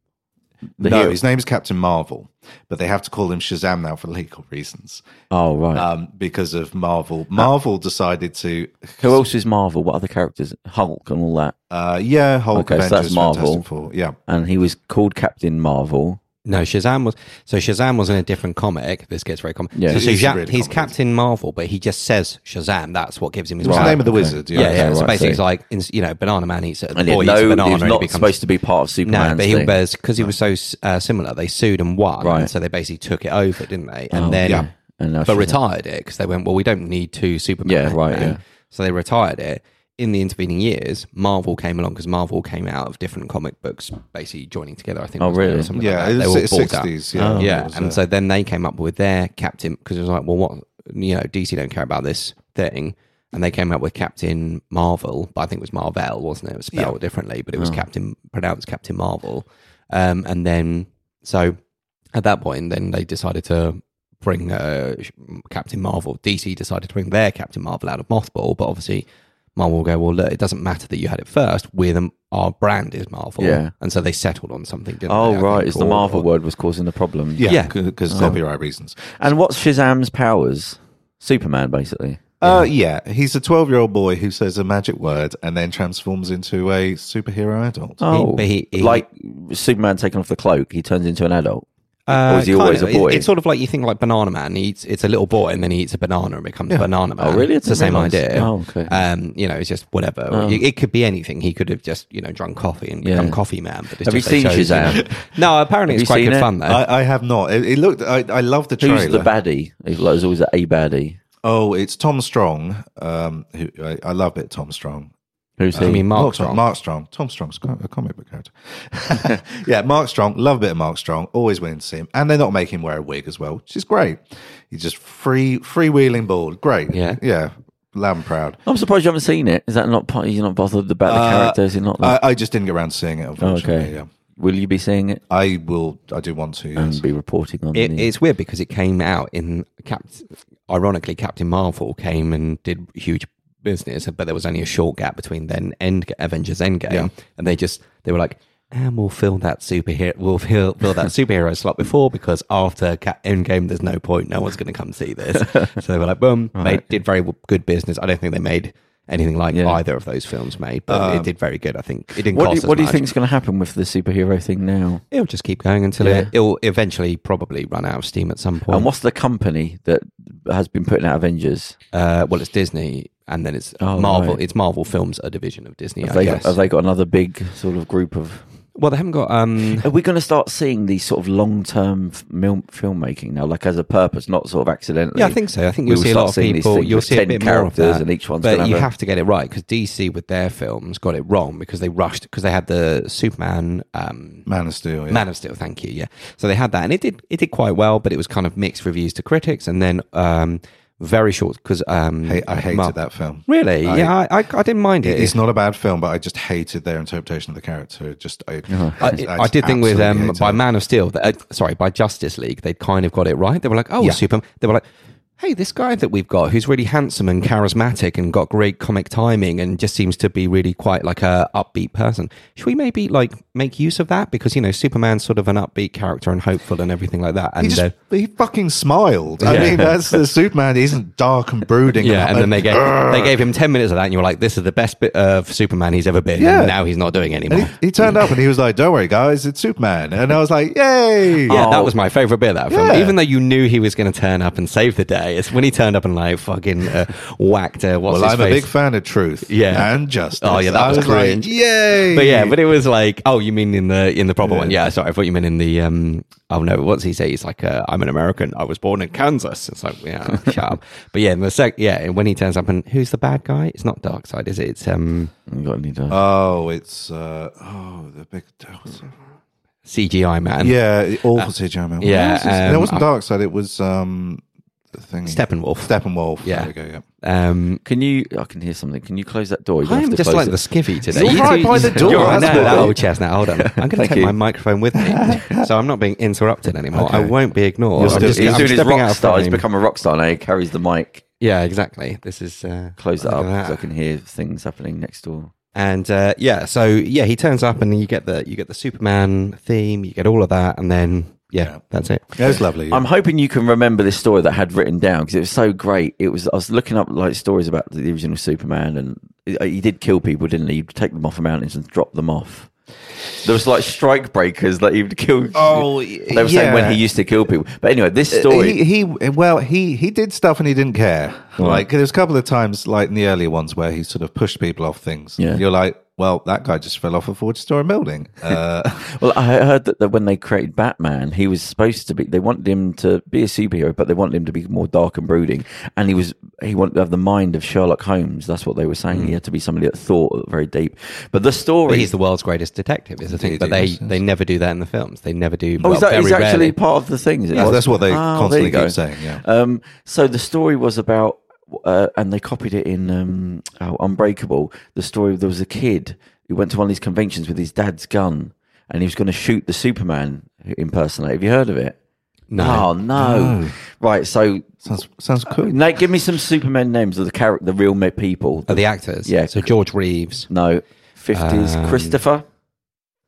S2: The
S4: no,
S2: hero.
S4: his name is Captain Marvel, but they have to call him Shazam now for legal reasons
S2: Oh right.
S4: um, because of Marvel. Marvel decided to,
S2: Who else is Marvel? What other characters? Hulk and all that.
S4: uh, yeah, Hulk
S2: Okay, so
S4: Avengers,
S2: that's Marvel.
S4: Fantastic Four, yeah.
S2: And he was called Captain Marvel.
S3: No, Shazam was so Shazam was in a different comic. This gets very common.
S2: Yeah.
S3: so
S4: It is
S3: Shazam,
S4: really
S3: he's
S4: complicated.
S3: Captain Marvel, but he just says Shazam. That's what gives him his
S4: It's
S3: power.
S4: the name of the wizard. Yeah,
S3: Yeah, yeah.
S2: Okay,
S3: so
S2: right,
S3: basically, it's
S2: so-
S3: like in- you know, Banana Man eats a
S2: And
S3: boy
S2: he,
S3: eats a
S2: no,
S3: banana
S2: he was
S3: and
S2: not
S3: he becomes
S2: supposed to be part of
S3: no,
S2: Superman's
S3: but he
S2: thing.
S3: was because he was so uh, similar. They sued and won,
S2: Right. Oh,
S3: and so they basically took it over, didn't they? And then
S4: yeah.
S2: And now
S3: but
S2: Shazam.
S3: retired it because they went, well, we don't need two Superman.
S2: Yeah, right,
S3: Batman.
S2: yeah.
S3: So they retired it. In the intervening years, Marvel came along because Marvel came out of different comic books, basically joining together. I think.
S2: Oh,
S3: wasn't it, or
S2: really? Oh.
S3: something like
S4: Yeah,
S3: that. They
S4: it
S3: were
S4: was
S3: all bought out.
S4: 60s. Yeah,
S3: Yeah,
S4: It was,
S3: and
S4: uh,
S3: Um, so then they came up with their Captain because it was like, well, what you know, DC don't care about this thing, and they came up with Captain Marvel, but I think it was Marvel, wasn't it? It was spelled differently, but it was Captain pronounced Captain Marvel, um, and then so at that point, then they decided to bring uh, sh- Captain Marvel. DC decided to bring their Captain Marvel out of mothball, but obviously. Marvel will go, well, look, it doesn't matter that you had it first. We're the, our brand is Marvel.
S2: Yeah.
S3: And so they settled on something, didn't
S2: Oh
S3: they? I
S2: right,
S3: think,
S2: it's the
S3: or-
S2: Marvel
S3: or-
S2: word was causing the problem.
S4: yeah,
S3: yeah.
S4: because copyright reasons.
S2: And what's Shazam's powers? Superman, basically.
S4: Uh, yeah, he's a 12 year old boy who says a magic word and then transforms into a superhero adult.
S2: Oh,
S3: but he- he-
S2: like Superman taking off the cloak, he turns into an adult.
S3: Uh,
S2: or is he
S3: kind
S2: always
S3: of.
S2: a
S3: It-
S2: boy?
S3: It's sort of like you think like Banana Man. He eats, it's a little boy and then he eats a banana and becomes Banana Man.
S2: Oh, really? I
S3: It's the
S2: didn't
S3: same
S2: realise.
S3: idea.
S2: Oh, okay. Oh.
S3: Um, you know, it's just whatever. It, it could be anything. He could have just you know drunk coffee and become
S2: Yeah.
S3: Coffee Man. But it's
S2: Have
S3: just they
S2: you seen
S3: chose,
S2: Shazam?
S3: know. No, apparently
S2: Have
S3: it's
S2: you
S3: quite
S2: seen
S3: good
S2: it? Uh,
S3: fun though.
S4: I, I have not. It, it looked. I, I love the trailer.
S2: Who's the baddie? There's always a baddie.
S4: oh, it's Tom Strong. Um, who I, I love it. Tom Strong.
S2: Who's he?
S3: I mean,
S4: Mark
S3: Mark
S4: Strong.
S3: Strong.
S4: Mark Strong. Tom Strong's co- a comic book character. yeah, Mark Strong. Love a bit of Mark Strong. Always willing to see him. And they're not making him wear a wig as well, which is great. He's just free, freewheeling bald. Great.
S3: Yeah.
S4: Yeah. Loud and proud.
S2: I'm surprised you haven't seen it. Is that not part? You're not bothered about the
S4: Uh,
S2: characters. You're not.
S4: I,
S2: Like,
S4: I just didn't get around to seeing it,
S3: uh,
S4: unfortunately.
S2: okay.
S4: Yeah.
S2: Will you be seeing it
S4: I will. I do want to. Yes.
S2: and be reporting on
S3: It,
S2: the-
S3: it's weird because it came out in Cap- ironically Captain Marvel came and did huge business, but there was only a short gap between then End Avengers Endgame,
S4: Yeah.
S3: and they just they were like. And we'll fill that superhero. We'll fill, fill that superhero slot before because after Cap- Endgame, there's no point. No one's going to come see this. so they were like, boom. They did very w- good business. I don't think they made anything like
S2: Yeah. Um,
S3: either of those films made, but it did very good. I think it didn't
S2: What do
S3: cost.
S2: you,
S3: as
S2: what do you
S3: much.
S2: think is going to happen with the superhero thing now?
S3: It'll just keep going until
S2: Yeah.
S3: it, it'll eventually probably run out of steam at some point.
S2: And what's the company that has been putting out Avengers?
S3: Uh, well, it's Disney, and then it's
S2: Oh,
S3: Marvel.
S2: right.
S3: It's Marvel Films, a division of Disney.
S2: Have
S3: I
S2: they,
S3: guess.
S2: have they got another big sort of group of?
S3: well, they haven't got. Um,
S2: Are we going to start seeing these sort of long-term f- mil- filmmaking now, like as a purpose, not sort of accidentally?
S3: yeah, I think so. I think
S2: We
S3: you'll
S2: will
S3: see a
S2: start
S3: lot of
S2: seeing these
S3: people.
S2: things
S3: You'll
S2: with
S3: see a
S2: 10
S3: bit more of
S2: characters
S3: that,
S2: and each one's
S3: But
S2: gonna
S3: you
S2: have a-
S3: have to get it right because DC with their films got it wrong because they rushed because they had the Superman. Um,
S4: Man of Steel. Yeah.
S3: Man of Steel, thank you. Yeah, so they had that, and it did it did quite well, but it was kind of mixed reviews to critics, and then um, very short because um,
S4: Hey, I hated
S3: Mar-
S4: that film.
S3: Really?
S4: I-
S3: yeah, I, I, I didn't mind it.
S4: It's not a bad film, but I just hated their interpretation of the character. It Just I,
S3: Uh-huh. I,
S4: just
S3: I did think with
S4: absolutely
S3: um,
S4: hated
S3: by
S4: it.
S3: Man of Steel, that, uh, sorry, by Justice League, they kind of got it right. They were like, oh,
S4: Yeah.
S3: Superman. They were like, hey, this guy that we've got who's really handsome and charismatic and got great comic timing and just seems to be really quite like a upbeat person. Should we maybe like make use of that because you know Superman's sort of an upbeat character and hopeful and everything like that. And
S4: He
S3: uh,
S4: just he fucking smiled. I
S3: Yeah.
S4: mean, that's the Superman. He isn't dark and brooding.
S3: yeah, and then they gave
S4: get
S3: they gave him ten minutes of that, and you were like, this is the best bit of Superman he's ever been.
S4: Yeah.
S3: and now he's not doing it anymore.
S4: He, he turned up and he was like, "Don't worry, guys, it's Superman." And I was like, "Yay!"
S3: Yeah,
S2: Oh.
S3: that was my favorite bit of that film.
S4: Yeah.
S3: Even though you knew he was going to turn up and save the day, It's when he turned up and like fucking uh, whacked her. What's
S4: Well,
S3: his
S4: I'm a
S3: face?
S4: big fan of truth.
S3: Yeah.
S4: And justice.
S3: Oh, yeah, that
S4: I
S3: was
S4: like,
S3: brilliant.
S4: yay.
S3: But yeah, but it was like, oh, you mean in the in the proper one? Yeah, sorry, I thought you meant in the um. Oh no, what's he say? He's like, uh, I'm an American. I was born in Kansas. It's like, yeah, shut up. But yeah, in the sec, yeah, and when he turns up and who's the bad guy? It's not Dark Side, is it? It's um
S2: You got any dice?
S4: Oh, it's uh, oh the big
S3: CGI man.
S4: yeah, awful CGI man. What
S3: uh, yeah,
S4: was this?
S3: um,
S4: it wasn't Dark Side. It was um the thing
S3: Steppenwolf.
S4: Steppenwolf. there
S3: Yeah.
S4: we go. Yeah.
S3: Um,
S2: Can you? I can hear something. Can you close that door? You don't
S3: I am
S2: have to
S3: just
S2: close
S3: like
S2: it.
S3: the skivvy today.
S4: You're right by the door,
S3: You're right,
S4: that's
S3: no,
S4: what-
S3: that old chestnut. Hold on, I'm going to
S2: Thank
S3: take
S2: you.
S3: my microphone with me, so I'm not being interrupted anymore. I
S4: Okay.
S3: won't be ignored.
S4: You're
S3: I'm
S4: still-
S3: just,
S2: He's
S3: I'm
S2: doing his
S3: stepping out
S2: rock
S3: of
S2: star. He's
S3: frame.
S2: become a rock star now. He carries the mic.
S3: Yeah, exactly. This is uh,
S2: Close that
S3: look
S2: up
S3: at
S2: so I can hear things happening next door.
S3: And uh, yeah, so yeah, he turns up and you get the you get the Superman theme, you get all of that, and then yeah,
S4: Yeah.
S3: that's it.
S4: That was lovely. yeah.
S2: I'm hoping you can remember this story that I had written down because it was so great. It was I was looking up like stories about the original Superman and uh, he- he did kill people, didn't he? He'd take them off the mountains and drop them off. There was like strike breakers that he'd kill.
S4: Oh,
S2: they were saying when
S4: yeah. Uh,
S2: he used to kill people. But anyway, this story.
S4: He, he well, he he did stuff and he didn't care. Like there's a couple of times, like in the earlier ones, where he sort of pushed people off things.
S2: Yeah.
S4: You're like, well, that guy just fell off a 40 story building. Uh,
S2: Well, I heard that, that when they created Batman, he was supposed to be. They wanted him to be a superhero, but they wanted him to be more dark and brooding. And he was he wanted to have the mind of Sherlock Holmes. That's what they were saying.
S4: Hmm.
S2: He had to be somebody that thought very deep. But the
S3: But
S2: story.
S3: he's the world's greatest detective, is the thing.
S4: Indeed,
S3: But they
S4: yes, yes.
S3: they never do that in the films. They never do.
S2: Oh,
S3: well,
S2: is that,
S3: very
S2: he's actually
S3: rarely.
S2: part of the thing. is it?
S4: Yeah, that's what they
S2: Ah,
S4: constantly
S2: there you
S4: keep
S2: go.
S4: saying, yeah.
S2: Um, so the story was about, uh, and they copied it in um, oh, Unbreakable. The story there was a kid who went to one of these conventions with his dad's gun, and he was going to shoot the Superman impersonator. Have you heard of it?
S3: No.
S2: Oh no! Right. So,
S4: sounds sounds cool.
S2: Nate, give me some Superman names of the character, the real me- people.
S3: Are the actors?
S2: Yeah.
S3: So George Reeves.
S2: no, fifties
S3: Um,
S2: Christopher,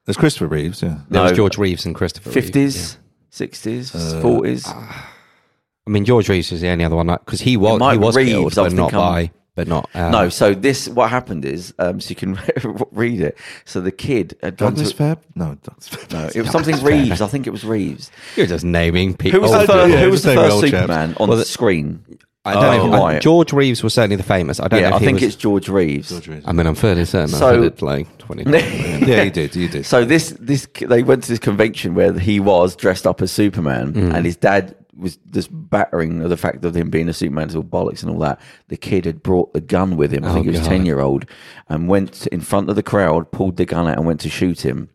S4: There's Christopher Reeves. Yeah.
S3: There was
S2: No.
S3: George Reeves and Christopher. Reeve.
S2: fifties, sixties,
S4: Uh,
S2: forties.
S3: I mean, George Reeves was the only other one because he was
S2: might
S3: he was
S2: Reeves,
S3: killed,
S2: I
S3: but
S2: was
S3: not
S2: thinking-
S3: by, but not uh,
S2: No, so this what happened is, um, so you can read it. So the kid had gone
S4: Douglas
S2: to
S4: Fair? No, Douglas Fair.
S2: no, it was something Reeves. I think it was Reeves.
S3: You're just naming people.
S2: Who was the first,
S4: yeah,
S2: who was
S4: just
S2: the
S4: name
S2: first
S4: old chaps.
S2: Superman on
S3: Well,
S2: the
S3: the-
S2: screen?
S3: I don't know.
S2: Oh,
S3: if-
S2: right.
S3: George Reeves was certainly the famous. I don't know.
S2: Yeah,
S3: If
S2: I
S3: he
S2: think
S3: was,
S2: it's George Reeves.
S3: I mean, I'm fairly certain.
S2: So-
S3: I said it like 20.
S4: yeah, you did. You did.
S2: So this this they went to this convention where he was dressed up as Superman, and his dad was just battering the fact of him being a Superman is all bollocks and all that. The kid had brought the gun with him. I think he was
S3: God.
S2: ten year old, and went in front of the crowd, pulled the gun out, and went to shoot him.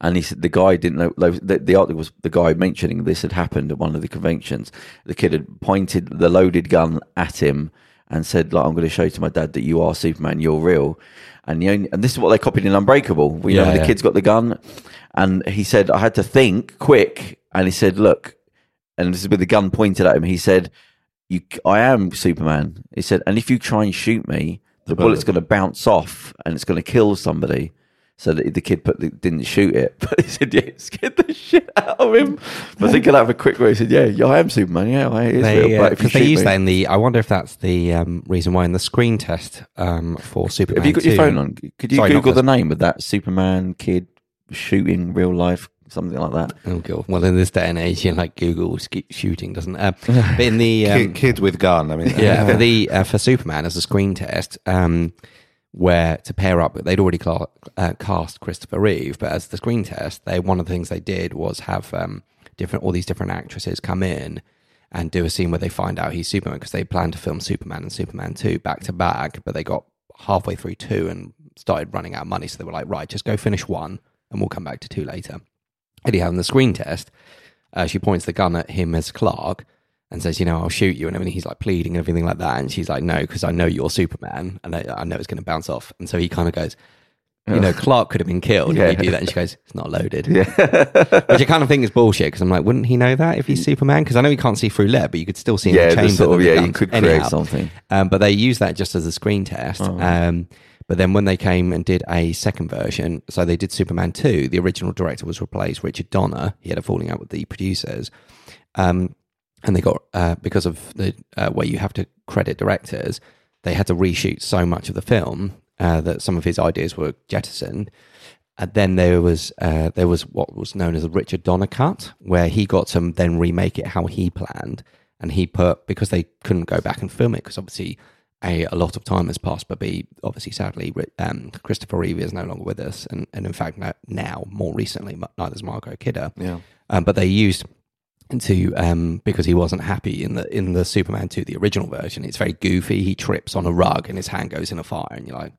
S2: And he said the guy didn't know. like, The, the article was the guy mentioning this had happened at one of the conventions. The kid had pointed the loaded gun at him and said, "Like I'm going to show to my dad that you are Superman. You're real." And the only, and this is what they copied in Unbreakable. We know
S3: Yeah,
S2: when
S3: yeah.
S2: the kid's got the gun, and he said, "I had to think quick." And he said, "Look," and this is with the gun pointed at him. He said, "You, I am Superman." He said, "And if you try and shoot me, the
S3: uh,
S2: bullet's going to bounce off and it's going to kill somebody." So the, the kid put the, didn't shoot it, but he said, "Yeah, it scared the shit out of him." But thinking out of a quick way, he said, "Yeah, yeah, I am Superman. Yeah, I it is
S3: They,
S2: real."
S3: uh,
S2: But if you
S3: 'cause they
S2: shoot
S3: use
S2: me,
S3: that in the. I wonder if that's the um, reason why in the screen test um, for Superman.
S2: have you got
S3: 2.
S2: your phone on? Could you
S3: Sorry, not
S2: Google the
S3: first.
S2: name of that Superman kid shooting real life, something like that?
S3: Oh, God. Well, in this day and age, you know, like Google keep shooting, doesn't it? Um, but in the um,
S4: kid, kid with gun. I mean,
S3: yeah, for the uh, for Superman as a screen test, um, where to pair up, they'd already cla uh, cast Christopher Reeve, but as the screen test, they one of the things they did was have um, different all these different actresses come in and do a scene where they find out he's Superman because they planned to film Superman and Superman two back to back, but they got halfway through two and started running out of money, so they were like, right, just go finish one, and we'll come back to two later. Anyhow, in the screen test, uh, she points the gun at him as Clark and says, "You know, I'll shoot you," and everything. He's like pleading and everything like that, and she's like, "No, because I know you're Superman, and I, I know it's going to bounce off." And so he kind of goes, "You know, Clark could have been killed if you do that." And she goes, "It's not loaded," which I kind of think is bullshit because I'm like, wouldn't he know that if he's Superman? Because I know he can't see through lead, but you could still see in
S2: Mm. Yeah,
S3: the
S2: the
S3: chamber.
S2: sort
S3: that
S2: of-
S3: the
S2: yeah, you
S3: gun's-
S2: could create something.
S3: um, but they used that just as a screen test. Um, but then when they came and did a second version, so they did Superman 2, the original director was replaced, Richard Donner. He had a falling out with the producers. Um, and they got, uh, because of the uh, where you have to credit directors, they had to reshoot so much of the film uh, that some of his ideas were jettisoned. And then there was uh, there was what was known as the Richard Donner cut, where he got to then remake it how he planned, And he put because they couldn't go back and film it because obviously a, a lot of time has passed, but B, obviously, sadly, Ri- um, Christopher Reeve is no longer with us. And, and in fact, no- now, more recently, mu- neither is Margot Kidder.
S4: Yeah.
S3: Um, but they used to um, because he wasn't happy in the in the Superman 2, the original version. It's very goofy. He trips on a rug and his hand goes in a fire, and you're like,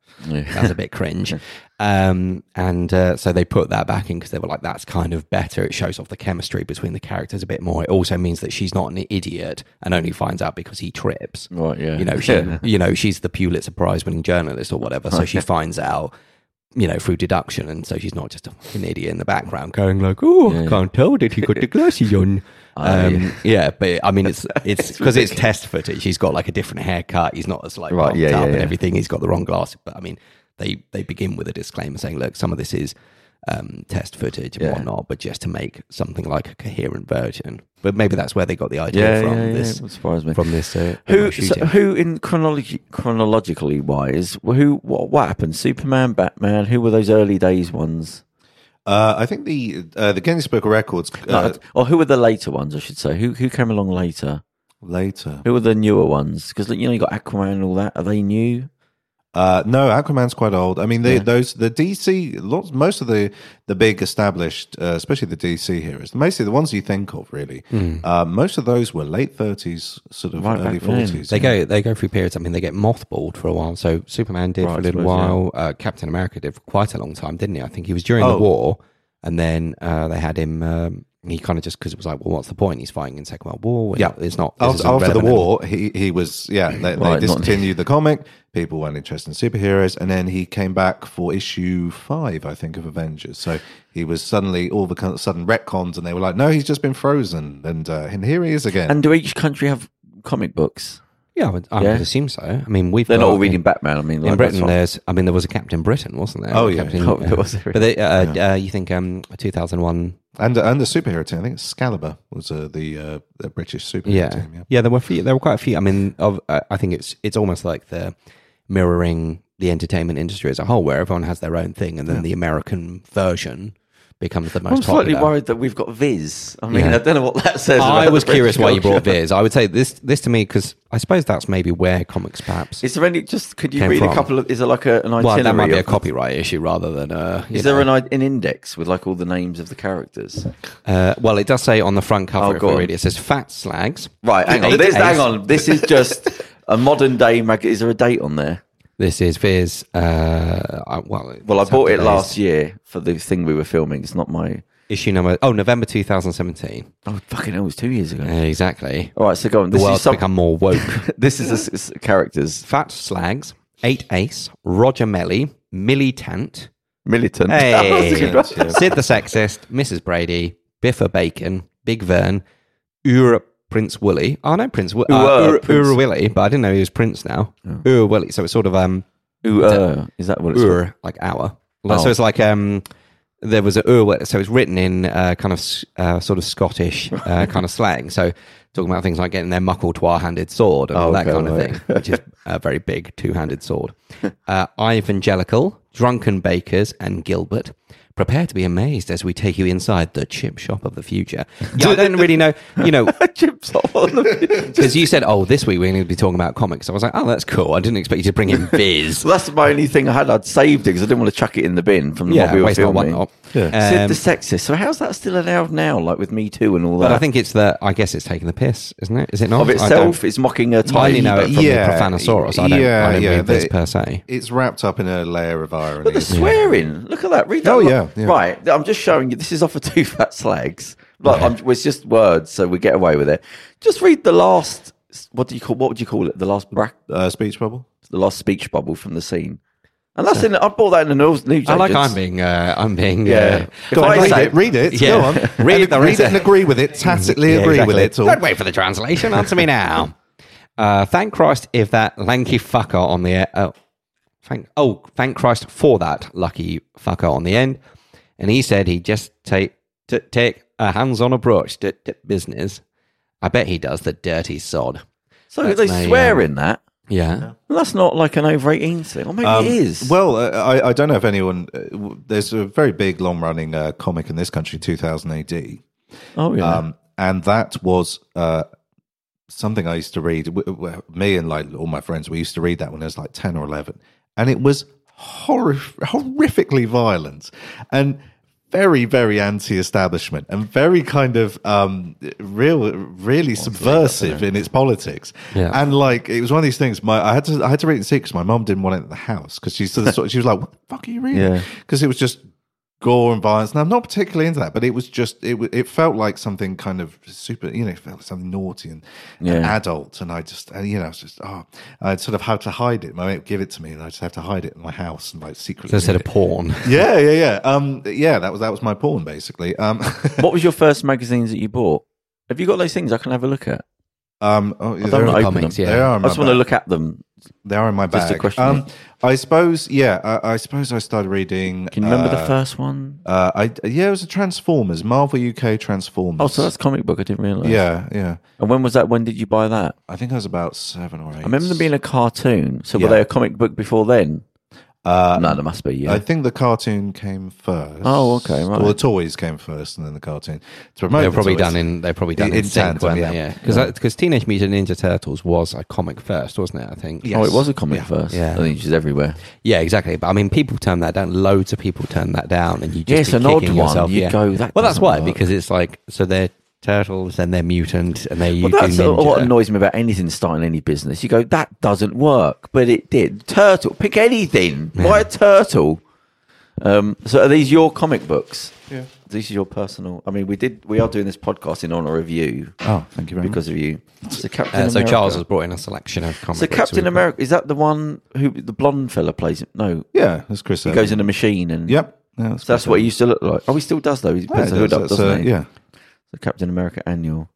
S3: that's a bit cringe. Um, and uh, so they put that back in because they were like, that's kind of better. It shows off the chemistry between the characters a bit more. It also means that she's not an idiot and only finds out because he trips.
S2: Right, yeah.
S3: You know, she, you know, she's the Pulitzer Prize winning journalist or whatever. So she finds out, you know, through deduction. And so she's not just a fucking idiot in the background going like, oh, I can't tell that he got the glasses on. Um, yeah, but I mean, it's it's because it's test footage. He's got like a different haircut. He's not as like
S2: Right,
S3: popped
S2: yeah,
S3: up
S2: yeah,
S3: and
S2: yeah.
S3: everything. He's got the wrong glasses. But I mean, they they begin with a disclaimer saying, look, some of this is um, test footage and
S2: Yeah.
S3: whatnot, but just to make something like a coherent version. But maybe that's where they got the idea
S2: yeah,
S3: from
S2: yeah, yeah,
S3: this.
S2: it would surprise me.
S3: From this, uh,
S2: who, so
S3: shooting.
S2: who in chronology, chronologically wise, who what, what happened? Superman, Batman. Who were those early days ones?
S4: Uh, I think the uh, the Guinness Book of Records
S2: No,
S4: uh,
S2: or who were the later ones? I should say. Who who came along later?
S4: later.
S2: Who were the newer ones? Because you know you got Aquaman and all that. Are they new?
S4: Uh, no, Aquaman's quite old. I mean, they, those the DC lots, most of the the big established, uh, especially the DC heroes, mostly the ones you think of, really. Uh, most of those were late thirties, sort of
S2: Hmm. Right
S4: early
S2: back then.
S4: forties.
S3: They go they go through periods. I mean, they get mothballed for a while. So Superman did
S2: Right,
S3: for
S2: I
S3: a little
S2: suppose, yeah.
S3: while. Uh, Captain America did for quite a long time, didn't he? I think he was during
S4: Oh.
S3: the war, and then uh, they had him. Um, he kind of just because it was like, well, what's the point? He's fighting in Second World War. We're
S4: Yeah.
S3: not- it's not this
S4: After,
S3: isn't
S4: after the
S3: relevant
S4: war, he, he was yeah. They,
S2: Right, not-
S4: they discontinued the comic. People weren't interested in superheroes, and then he came back for issue five, I think, of Avengers. So he was suddenly all the kind of sudden retcons, and they were like, "No, he's just been frozen," and uh, and here he is again.
S2: And do each country have comic books?
S3: Yeah, I would, I
S2: Yeah.
S3: would assume so. I mean, we've
S2: They're not
S3: got-
S2: all reading Batman. I mean,
S3: In
S2: like, that's
S3: Britain,
S2: what-
S3: there's, I mean, there was a Captain Britain, wasn't there?
S4: Oh, yeah.
S3: Captain,
S2: Oh, there was,
S3: But they, uh, uh, you think um, 2001?
S4: And and the superhero team, I think Excalibur was uh, the uh, the British superhero
S3: Yeah.
S4: team.
S3: yeah,
S4: Yeah.
S3: There were few, there were quite a few. I mean, of, uh, I think it's it's almost like the mirroring the entertainment industry as a whole, where everyone has their own thing, and then the American version becomes the most
S2: I'm slightly
S3: popular.
S2: worried that we've got Viz. I mean,
S3: Yeah.
S2: I don't know what that says.
S3: I
S2: about
S3: was
S2: the
S3: curious
S2: British
S3: why you brought
S2: culture.
S3: Viz. I would say this this to me because I suppose that's maybe where comics perhaps.
S2: Is there any? Just could you
S3: Came
S2: read
S3: from.
S2: a couple of? Is there like a, an itinerary?
S3: well, that might be a
S2: of-
S3: copyright issue rather than a. you
S2: Is there
S3: know.
S2: an, i- an index with like all the names of the characters?
S3: Uh, well, it does say on the front cover.
S2: Oh,
S3: if
S2: go
S3: we
S2: on.
S3: read it, it says "Fat Slags."
S2: Right, hang on.
S3: Eight
S2: This,
S3: days.
S2: hang on. This is just a modern day mag. Is there a date on there?
S3: This is Viz. Uh, I- well,
S2: Well, I bought it
S3: Saturday's
S2: last year for the thing we were filming. It's not my.
S3: issue number. Oh, November 2017.
S2: Oh fucking! Hell, it was two years ago.
S3: Uh, exactly.
S2: All right, so go on.
S3: The
S2: Oh, This
S3: world's
S2: is some,
S3: become more woke.
S2: This is a s- s- characters.
S3: Fat Slags, Eight Ace, Roger Melly, Millie Tant,
S2: Militant.
S3: Hey,
S4: That was a good one.
S3: Sid the Sexist, Mrs. Brady, Biffa Bacon, Big Vern, Ura Prince Wooly. Oh, no, Prince Wooly.
S2: Ura
S3: Uh, Ura,
S2: Prince. Oh.
S3: Ura Willy, but I didn't know he was Prince now. Ura Willy. So it's sort of um,
S2: Ooh, uh, is that what it's called?
S3: Ur, like hour.
S2: Oh.
S3: So it's like um, there was a Ur, so it's written in uh, kind of s- uh, sort of Scottish uh, kind of slang. So talking about things like getting their muckle twa-handed sword and all that
S2: Oh, okay,
S3: kind of
S2: right.
S3: thing, which is a very big two-handed sword. Uh, Evangelical, drunken bakers, and Gilbert. Prepare to be amazed as we take you inside the chip shop of the future. Yeah, I don't really know, you know,
S2: Chips off on the.
S3: because you said, "Oh, this week we're going to be talking about comics." I was like, "Oh, that's cool." I didn't expect you to bring in Viz.
S2: So that's my only thing I had. I'd saved it because I didn't want to chuck it in the bin from what we were
S3: waste my
S2: filming.
S3: whatnot.
S2: Sid
S3: Um,
S2: the sexist. So how's that still allowed now? Like with Me Too and all that.
S3: But I think it's the. I guess it's taking the piss, isn't it? Is it not?
S2: of
S3: I don't-
S2: itself, it's mocking a
S3: I only
S2: time.
S3: know it from
S4: Yeah,
S3: the Profanosaurus. I don't,
S4: yeah,
S3: I don't
S4: yeah,
S3: read this
S4: they-
S3: per se.
S4: It's wrapped up in a layer of irony.
S2: But the
S4: isn't it?
S2: swearing, look at that. Read that.
S4: Oh,
S2: lot.
S4: yeah, yeah.
S2: Right. I'm just showing you. This is off of two fat slags. Like, I'm, it's just words, so we get away with it. Just read the last. What do you call? What would you call it? The last brack,
S4: uh, speech bubble.
S2: the last speech bubble from the scene. And that's in. I bought that in the news. news
S3: I like.
S2: agents.
S3: I'm being. Uh, I'm being.
S2: Yeah.
S3: Yeah.
S2: Go on,
S4: Read
S2: say
S4: it. Read it.
S3: Yeah.
S4: Go on.
S3: Read
S4: and,
S3: the
S4: read it and
S3: reason.
S4: agree with it. Tacitly
S3: Yeah,
S4: agree
S3: exactly.
S4: with it. Or,
S3: Don't wait for the translation. Answer me now. Uh, thank Christ if that lanky fucker on the air. Oh, thank, oh, thank Christ for that lucky fucker on the end. And he said he just take t- take a hands-on approach to, to business. I bet he does the dirty sod.
S2: So
S3: That's
S2: they
S3: my,
S2: swear
S3: um,
S2: in that.
S3: Yeah.
S2: Well, that's not like an over 18 thing. Or maybe it is.
S4: Well, uh, I, I don't know if anyone. Uh, w- there's a very big, long-running uh, comic in this country, 2000 AD,
S2: oh yeah.
S4: um, and that was uh, something I used to read. w- w- Me and like all my friends, we used to read that when I was like ten or eleven, and it was horri horrifically violent and very, very anti-establishment and very kind of um, real, really subversive in its politics.
S3: Yeah.
S4: And like it was one of these things. My I had to I had to read it in secret 'cause my mom didn't want it at the house because she sort of, sort of- she was like, "What the fuck are you
S2: Yeah.
S4: reading?" Because it was just gore and violence. And I'm not particularly into that, but it was just it wa- it felt like something kind of super, you know, it felt like something naughty and, and
S2: Yeah.
S4: adult. And I just, and, you know, I was just oh, I sort of had to hide it. My mate would give it to me, and I just have to hide it in my house and like secretly.
S3: instead
S4: read
S3: of porn.
S4: it. yeah, yeah, yeah. Um, yeah, that was that was my porn basically. Um,
S2: What was your first magazines that you bought? Have you got those things I can have a look at?
S4: um, oh, yeah,
S2: I don't
S4: they're-
S2: open
S3: comics,
S2: them.
S3: yeah.
S4: they are
S2: I
S4: in my
S2: just want to
S4: bag.
S2: look at them.
S4: They are in my bag.
S2: Just a question.
S4: Um, I suppose. Yeah, I, I suppose I started reading.
S2: Can you remember the
S4: uh,
S2: first one? Oh,
S4: Uh, I yeah, it was a Transformers, Marvel UK Transformers.
S2: Oh, so that's comic book. I didn't realize.
S4: uh, yeah, yeah.
S2: And when was that? When did you buy that?
S4: I think I was about seven or eight.
S2: I remember them being a cartoon. So
S4: Yeah.
S2: were they a comic book before then?
S4: Uh,
S2: no, there must be. Yeah.
S4: I think the cartoon came first.
S2: Oh, okay, right.
S4: Well, the toys came first, and then the cartoon. To promote,
S3: They're
S4: the
S3: probably
S4: toys.
S3: done in. They're probably done
S4: In
S3: in, sync,
S4: tandem,
S3: weren't
S4: yeah.
S3: they? Yeah, because because Teenage Mutant Ninja Turtles was a comic first, wasn't it? I think.
S4: Yeah.
S2: Oh,
S4: yes.
S2: it was a comic
S4: Yeah.
S2: first.
S3: Yeah.
S2: I think she's everywhere.
S3: Yeah, exactly. But I mean, people turn that down. Loads of people turn that down, and you just
S2: Yes,
S3: be
S2: an odd
S3: kicking
S2: one.
S3: yourself.
S2: You
S3: yeah.
S2: go, that
S3: well, that's
S2: doesn't
S3: why
S2: work.
S3: because it's like so they're turtles and they're mutant and they're you
S2: Well,
S3: do
S2: that's
S3: ninja.
S2: what annoys me about anything starting any business. You go, that doesn't work, but it did. Turtle, pick anything. Buy a turtle. Um, so are these your comic books?
S4: Yeah.
S2: These are your personal. I mean, we did. We are doing this podcast in honor of you
S4: Oh, thank you very
S2: because of you. So Captain.
S3: Uh, so
S2: America-
S3: Charles has brought in a selection of comic
S2: So
S3: books
S2: Captain
S3: we've-
S2: America is that the one who the blonde fella plays? It? No,
S4: much. Yeah, that's Chris.
S2: he goes in a machine and
S4: Yep. Yeah,
S2: So that's what he used to look like. Oh, he still does though. He
S4: Yeah,
S2: puts the hood up,
S4: that's, uh,
S2: doesn't he?
S4: yeah.
S2: The Captain America annual,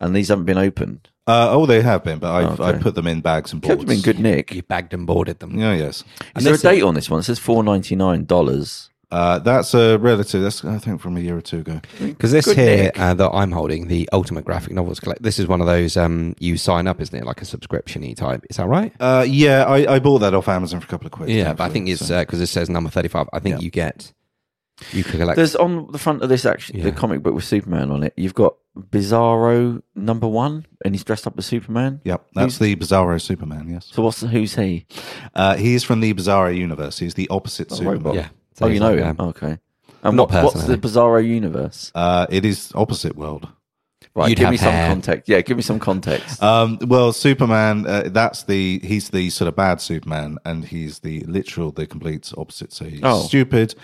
S2: and these haven't been opened.
S4: Uh, oh, they have been, but I've,
S2: Oh,
S4: I
S2: okay.
S4: put them in bags and boards.
S2: Captain been good, Nick.
S3: You bagged and boarded them.
S4: Yeah, yes.
S2: Is there a
S3: this is-
S2: date on this one? It says four ninety nine dollars.
S4: Uh, that's a relative. That's I think from a year or two ago.
S3: Because this
S2: Good
S3: here
S2: Nick.
S3: uh, that I'm holding, the Ultimate Graphic Novels Collect, this is one of those um, you sign up, isn't it? Like a subscription e type. Is that right?
S4: Uh, yeah, I, I bought that off Amazon for a couple of quid.
S3: yeah, but I
S4: actually,
S3: think it's
S4: so-
S3: because it says number 35. I think
S4: Yeah.
S3: you get, you can collect.
S2: There's on the front of this actually the
S3: Yeah.
S2: comic book with Superman on it. You've got Bizarro number one, and he's dressed up as Superman.
S4: Yep, that's the Bizarro Superman. Yes,
S2: So what's who's he?
S4: uh, he's from the Bizarro universe. He's the opposite Superman.
S2: robot.
S3: yeah.
S2: oh, you know
S3: yeah.
S2: him. Okay. And
S3: um, Not
S2: what, what's the
S3: personally.
S2: Bizarro universe?
S4: Uh, it is opposite world.
S2: Right.
S3: You'd
S2: give
S3: have
S2: me
S3: hair.
S2: some context. Yeah, give me some context.
S4: Um, well, Superman. Uh, that's the he's the sort of bad Superman, and he's the literal the complete opposite. So he's
S2: Oh.
S4: stupid.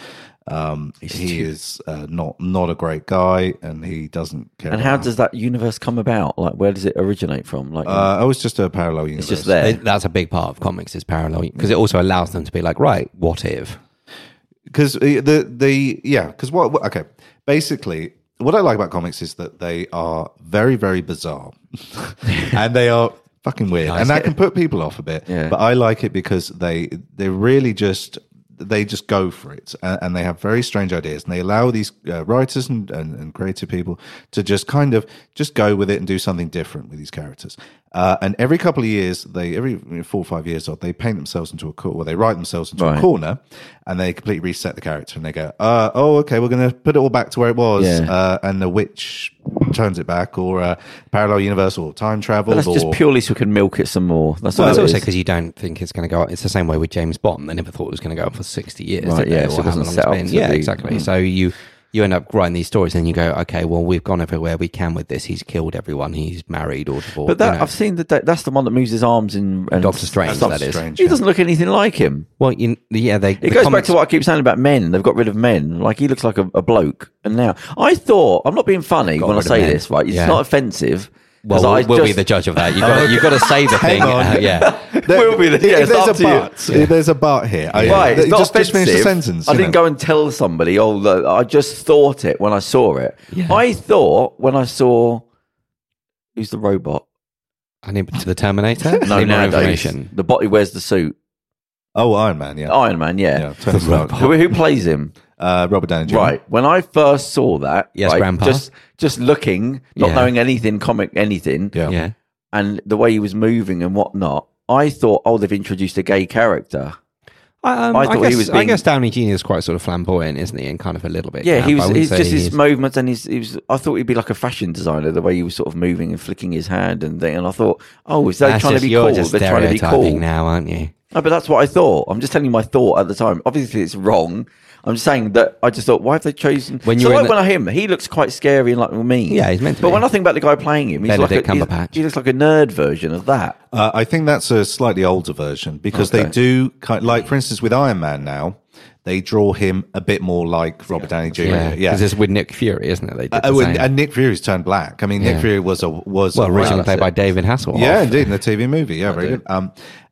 S4: Um, he is uh, not not a great guy, and he doesn't care.
S2: and
S4: about
S2: how does that universe come about? Like, where does it originate from? Like,
S4: uh, oh, it's just a parallel universe.
S2: it's just there.
S3: They- that's a big part of comics is parallel because it also allows them to be like, right, what
S2: Oh,
S3: if?
S4: because uh, the the yeah because what what- okay basically what I like about comics is that they are very very bizarre and they are fucking weird and that can put people off a bit
S2: Yeah.
S4: but I like it because they they really just they just go for it and, and they have very strange ideas and they allow these uh, writers and, and, and creative people to just kind of just go with it and do something different with these characters uh, and every couple of years they every four or five years old they paint themselves into a corner or they write themselves into a
S2: Right.
S4: corner corner and they completely reset the character and they go, uh, oh, okay, we're going to put it all back to where it was.
S2: Yeah.
S4: Uh, and the witch turns it back or uh, parallel universe or time travel.
S2: But that's
S4: or,
S2: just purely so we can milk it some more. That's
S3: Well,
S2: all
S3: it's
S2: it
S3: also
S2: is.
S3: because you don't think it's going to go up. It's the same way with James Bond. They never thought it was going to go up for 60 years.
S2: Right,
S3: did they?
S2: yeah,
S3: Or
S2: so it
S3: how
S2: wasn't
S3: long it's
S2: set up
S3: been.
S2: to
S3: Yeah,
S2: be- Mm.
S3: exactly. So you you end up writing these stories and you go, okay, well, we've gone everywhere we can with this. He's killed everyone. He's married or divorced.
S2: But that
S3: you know.
S2: I've seen that that- that's the one that moves his arms in and
S3: Doctor Strange,
S2: stuff.
S3: that is.
S4: Strange,
S2: He
S4: yeah.
S2: doesn't look anything like him.
S3: Well, you, yeah, they.
S2: It goes back to what I keep saying about men. They've got rid of men. Like he looks like a, a bloke. And now I thought I'm not being funny
S3: Got
S2: when I
S3: rid of
S2: say
S3: men.
S2: this, right? It's
S3: Yeah.
S2: not offensive. 'cause
S3: Well,
S2: I
S3: we'll, we'll be
S2: just-
S3: the judge of that. You've got, you've got to say the thing. uh, yeah.
S2: We'll be the-
S4: if
S2: yeah, it's
S4: there's a
S2: up to you.
S4: but. If there's a but here. I-
S2: Right, it's not
S4: just, just finish the
S2: offensive.
S4: sentence.
S2: I
S4: you
S2: didn't
S4: know.
S2: go and tell somebody. Oh, look, I just thought it when I saw it.
S3: Yeah.
S2: I thought when I saw who's the robot?
S3: I need to the Terminator. I need more
S2: nowadays,
S3: information.
S2: The bot who wears the suit,
S4: Oh, Iron Man, yeah.
S2: Iron Man. Yeah,
S4: yeah, Tony Stark.
S2: Who, who plays him?
S4: Uh, Robert Downey Jr.
S2: Right. When I first saw that,
S3: Yes,
S2: right,
S3: Grandpa.
S2: Just just looking, not
S3: Yeah.
S2: knowing anything, comic anything,
S4: Yeah.
S3: Yeah.
S2: and the way he was moving and whatnot, I thought, oh, they've introduced a gay character.
S3: I, um,
S2: I
S3: I,
S2: thought he
S3: guess,
S2: was
S3: I
S2: being-
S3: guess Downey Jr. is quite sort of flamboyant, isn't he? And kind of a little bit.
S2: Yeah,
S3: camp.
S2: he
S3: I
S2: was.
S3: wouldn't
S2: It's
S3: say
S2: just his
S3: he's-
S2: movements and his. He was. I thought he'd be like a fashion designer, the way he was sort of moving and flicking his hand and thing. And I thought, oh, is they
S3: That's
S2: trying to
S3: just-
S2: be
S3: you're
S2: cool?
S3: just
S2: They're trying to be
S3: stereotyping
S2: cool.
S3: now, aren't you?
S2: No, but that's what I thought. I'm just telling you my thought at the time. Obviously, it's wrong. I'm just saying that I just thought, why have they chosen?
S3: When you
S2: so
S3: were in
S2: like
S3: the-
S2: when I hear him, he looks quite scary and like mean.
S3: Yeah, he's meant to
S2: But
S3: be.
S2: when I think about the guy playing him, he's
S3: Benedict
S2: like a, he's-
S3: Cumberbatch.
S2: he looks like a nerd version of that.
S4: Uh, I think that's a slightly older version because they do kind like, for instance, with Iron Man now, they draw him a bit more like Robert Downey Jr. Yeah,
S3: because it's with Nick Fury, isn't it? They did the
S4: Oh, and,
S3: same.
S4: and Nick Fury's turned black. I mean, Nick Fury was a was
S3: well,
S4: a
S3: originally
S4: white-
S3: played by David Hasselhoff.
S4: yeah, indeed, in the TV movie. Yeah, very good. Um,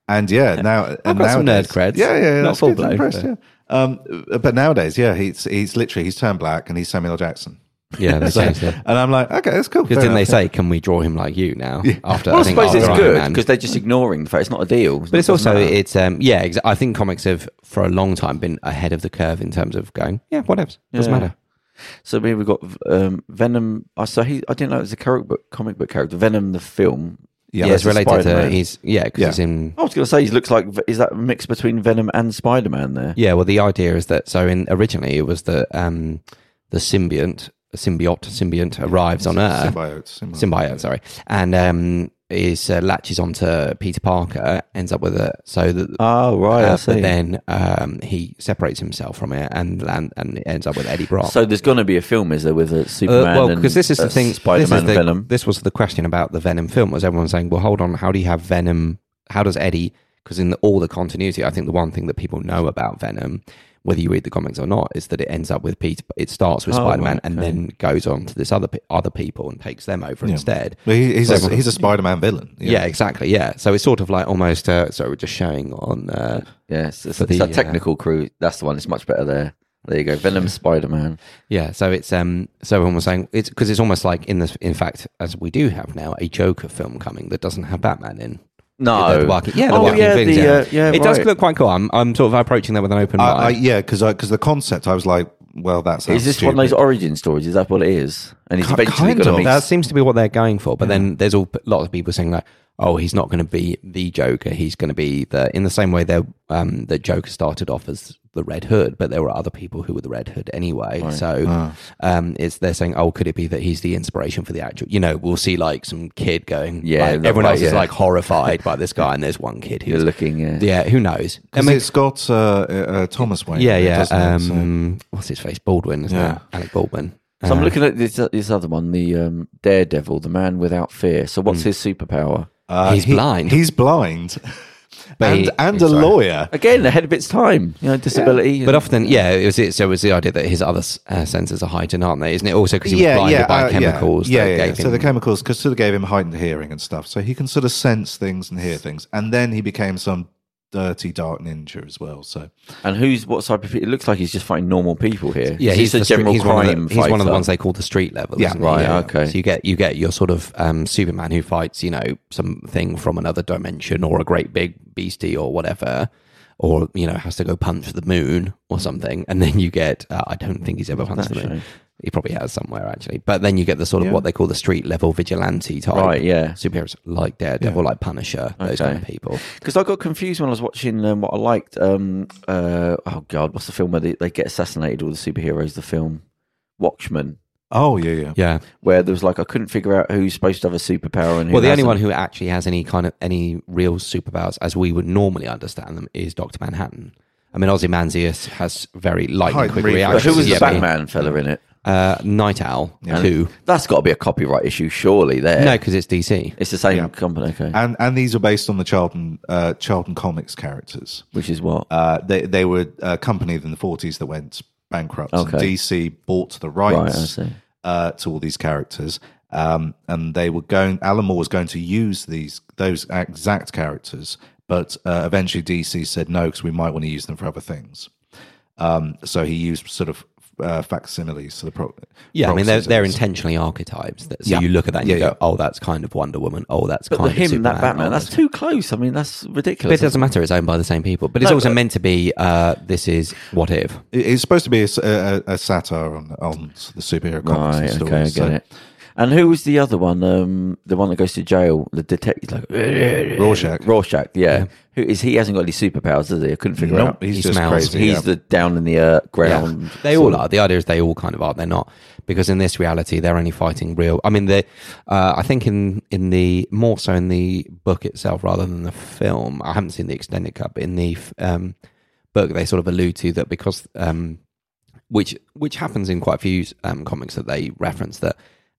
S4: and yeah, now and
S3: got some
S4: nowadays-
S3: nerd creds.
S4: Yeah, yeah, yeah
S3: Not
S4: that's good.
S3: full-blown,
S4: Impressed, yeah. Um, but nowadays, yeah, he's he's literally he's turned black and he's Samuel L. Jackson.
S3: yeah, they changed it.
S4: And I'm like, okay, that's cool.
S3: Because
S4: fair
S3: then they
S4: enough.
S3: say, "Can we draw him like you now?" After
S2: Well, I,
S3: think
S2: suppose it's
S3: after Iron
S2: good
S3: Man.
S2: because they're just ignoring the fact it's not a deal.
S3: But it's also it's um yeah exa- I think comics have for a long time been ahead of the curve in terms of going yeah whatever doesn't
S2: Yeah.
S3: matter
S2: So we- we've got um, Venom. I saw he. I didn't know it was a comic book comic book character. Venom the film.
S4: Yeah,
S3: yeah it's
S2: that's
S3: related to
S2: Spider-Man.
S3: he's yeah because
S4: Yeah.
S3: he's in
S2: I was going to say he looks like. Is that a mix between Venom and Spider Man there?
S3: yeah well the idea is that so in originally it was the um the symbiont symbiote symbiont arrives on Earth
S4: symbiote, symbiote.
S3: uh, symbiote, sorry, and um, is uh, latches onto Peter Parker, ends up with it, so that.
S2: Oh right, I
S3: uh,
S2: see.
S3: but then um, he separates himself from it and land, and ends up with Eddie Brock.
S2: so there's going to be a film, is there, with uh,
S3: Uh,
S2: Superman?
S3: well,
S2: and,
S3: because this is
S2: uh,
S3: the thing. this,
S2: Spider-Man
S3: is
S2: and
S3: the-
S2: Venom.
S3: this was the question about the Venom film. Was everyone saying, "Well, hold on, how do you have Venom? How does Eddie?" Because in the, all the continuity, I think the one thing that people know about Venom, whether you read the comics or not, is that it ends up with Peter. It starts with
S2: Oh,
S3: Spider-Man and
S2: okay.
S3: then goes on to this other pe- other people and takes them over instead.
S4: But he, he's
S3: So
S4: a,
S3: everyone-
S4: he's a Spider-Man villain.
S3: yeah. exactly. Yeah, so it's sort of like almost. Uh, so we're just showing on. Uh,
S2: yeah, it's, it's,
S3: for
S2: it's
S3: the, uh,
S2: a technical crew. That's the one. It's much better there. There you go. Venom, Spider Man.
S3: yeah, so it's um. So everyone was saying it's because it's almost like in this. In fact, as we do have now, a Joker film coming that doesn't have Batman in.
S2: No,
S3: Yeah, the Walking, yeah, the
S2: oh,
S3: Walking
S2: yeah,
S3: Phoenix,
S2: the,
S3: yeah.
S2: uh, yeah,
S3: it does
S2: right.
S3: look quite cool. I'm, I'm sort of approaching that with an open
S4: I,
S3: mind.
S4: I, yeah, because because the concept, I was like, well, that's
S2: Is this one of those origin stories? Is that what it is? And he's
S4: Ki-
S2: eventually
S4: kind
S2: going to
S4: of.
S2: meet.
S3: that seems to be what they're going for. But then there's a lot of people saying like, oh, he's not going to be the Joker. He's going to be the in the same way that um, the Joker started off as the Red Hood, but there were other people who were the Red Hood anyway. So um, it's they're saying, oh, could it be that he's the inspiration for the actual? You know, we'll see like some kid going,
S2: Yeah,
S3: like,
S2: that
S3: everyone
S2: way,
S3: else is
S2: yeah.
S3: like horrified by this guy, and there's one kid
S2: You're
S3: who's
S2: looking. Yeah.
S3: yeah, who knows? I
S4: Because
S3: mean,
S4: it's got uh, uh, Thomas Wayne.
S3: Yeah,
S4: in it,
S3: yeah.
S4: doesn't it? So-
S3: um, What's his face? Baldwin, isn't
S4: Yeah.
S3: it? Alec Baldwin.
S2: So I'm
S3: Uh,
S2: looking at this this other one, the um, Daredevil, the man without fear. So
S3: Mm.
S2: what's his superpower?
S4: Uh,
S3: He's blind.
S4: He's blind,
S3: But
S4: and
S3: he-
S4: and
S3: I'm
S4: a
S3: sorry.
S4: lawyer.
S2: Again, ahead of its time. You know, disability.
S3: But often, yeah, it was it. So it was the idea that his other uh, senses are heightened, aren't they? Isn't it also because he was blinded by
S4: uh,
S3: chemicals?
S4: Yeah,
S3: that
S4: yeah. yeah,
S3: gave
S4: So the
S3: him-
S4: chemicals, because sort of gave him heightened hearing and stuff. So he can sort of sense things and hear things. And then he became some dirty dark ninja as well. So
S2: and who's what type of? It looks like he's just fighting normal people here.
S3: yeah, he's,
S2: a
S3: the general
S2: general
S3: he's
S2: crime
S3: One of the, he's one of the
S2: fighter.
S3: ones they call the street level.
S4: Yeah.
S3: isn't he?
S2: Right, okay.
S3: So you get you get your sort of um, Superman who fights, you know, something from another dimension or a great big beastie or whatever, or you know has to go punch the moon or something, and then you get uh, I don't think he's ever punched the moon.
S2: Actually.
S3: He probably has somewhere actually, but then you get the sort of
S4: Yeah.
S3: what they call the street level vigilante type,
S2: Right, yeah.
S3: superheroes like Daredevil, like Punisher, those
S2: Okay.
S3: kind of people.
S2: Because I got confused when I was watching um, what I liked. Um, uh, oh God, what's the film where they, they get assassinated? All the superheroes. The film Watchmen,
S4: oh yeah, yeah.
S3: Yeah.
S2: where there was like I couldn't figure out who's supposed to have a superpower and who
S3: Well, the only
S2: hasn't.
S3: one who actually has any kind of any real superpowers, as we would normally understand them, is Doctor Manhattan. I mean, Ozymandias has very light and
S4: Heightened
S3: quick
S4: reflex.
S2: But
S3: reactions.
S2: who was the
S3: Yeah, but-
S2: Batman fella in it?
S3: Uh, Night Owl
S2: And
S3: two.
S2: That's got to be a copyright issue, surely. There,
S3: No, because it's DC.
S2: it's the same company. Okay,
S4: And and these are based on the Charlton uh, Charlton comics characters.
S2: which is what?
S4: Uh, they they were a company in the forties that went bankrupt. And
S2: Okay.
S4: DC bought the
S2: Right, I
S4: rights
S2: see.
S4: uh, to all these characters, um, and they were going. Alan Moore was going to use these those exact characters, but uh, eventually DC said no because we might want to use them for other things. Um, so he used sort of uh, facsimiles to the pro-
S3: Yeah, I mean they're,
S4: proxies of
S3: they're
S4: this.
S3: intentionally archetypes. That, so
S4: Yeah.
S3: you look at that and
S4: Yeah,
S3: you go,
S4: yeah.
S3: "Oh, that's kind of Wonder Woman. Oh, that's
S2: But
S3: kind
S2: the
S3: of
S2: him,
S3: Superman.
S2: that
S3: Oh,
S2: Batman, that's
S3: that's-
S2: too close. I mean, that's
S3: But it
S2: ridiculous.
S3: doesn't matter. It's owned by the same people. But it's
S2: No,
S3: also
S2: but-
S3: meant to be. Uh, this is what if.
S4: It- It's supposed to be a, s- a- a- a satire on on the superhero comics and
S2: Right,
S4: stories.
S2: okay, I get
S4: so-
S2: it. And who was the other one? Um, the one that goes to jail, the detective, like
S4: Rorschach.
S2: Rorschach. Yeah, who is he? Hasn't got any superpowers, does he? I couldn't figure
S4: Nope,
S2: out.
S4: he's
S3: He
S4: just
S3: smells.
S4: crazy.
S2: He's
S4: yeah.
S2: the down in the earth ground.
S3: They all are. The idea is they all kind of are. They're not because in this reality they're only fighting real. I mean, they. Uh, I think in in the more so in the book itself rather than the film. I haven't seen the extended cut, but in the um, book they sort of allude to that because um, which which happens in quite a few um, comics that they reference that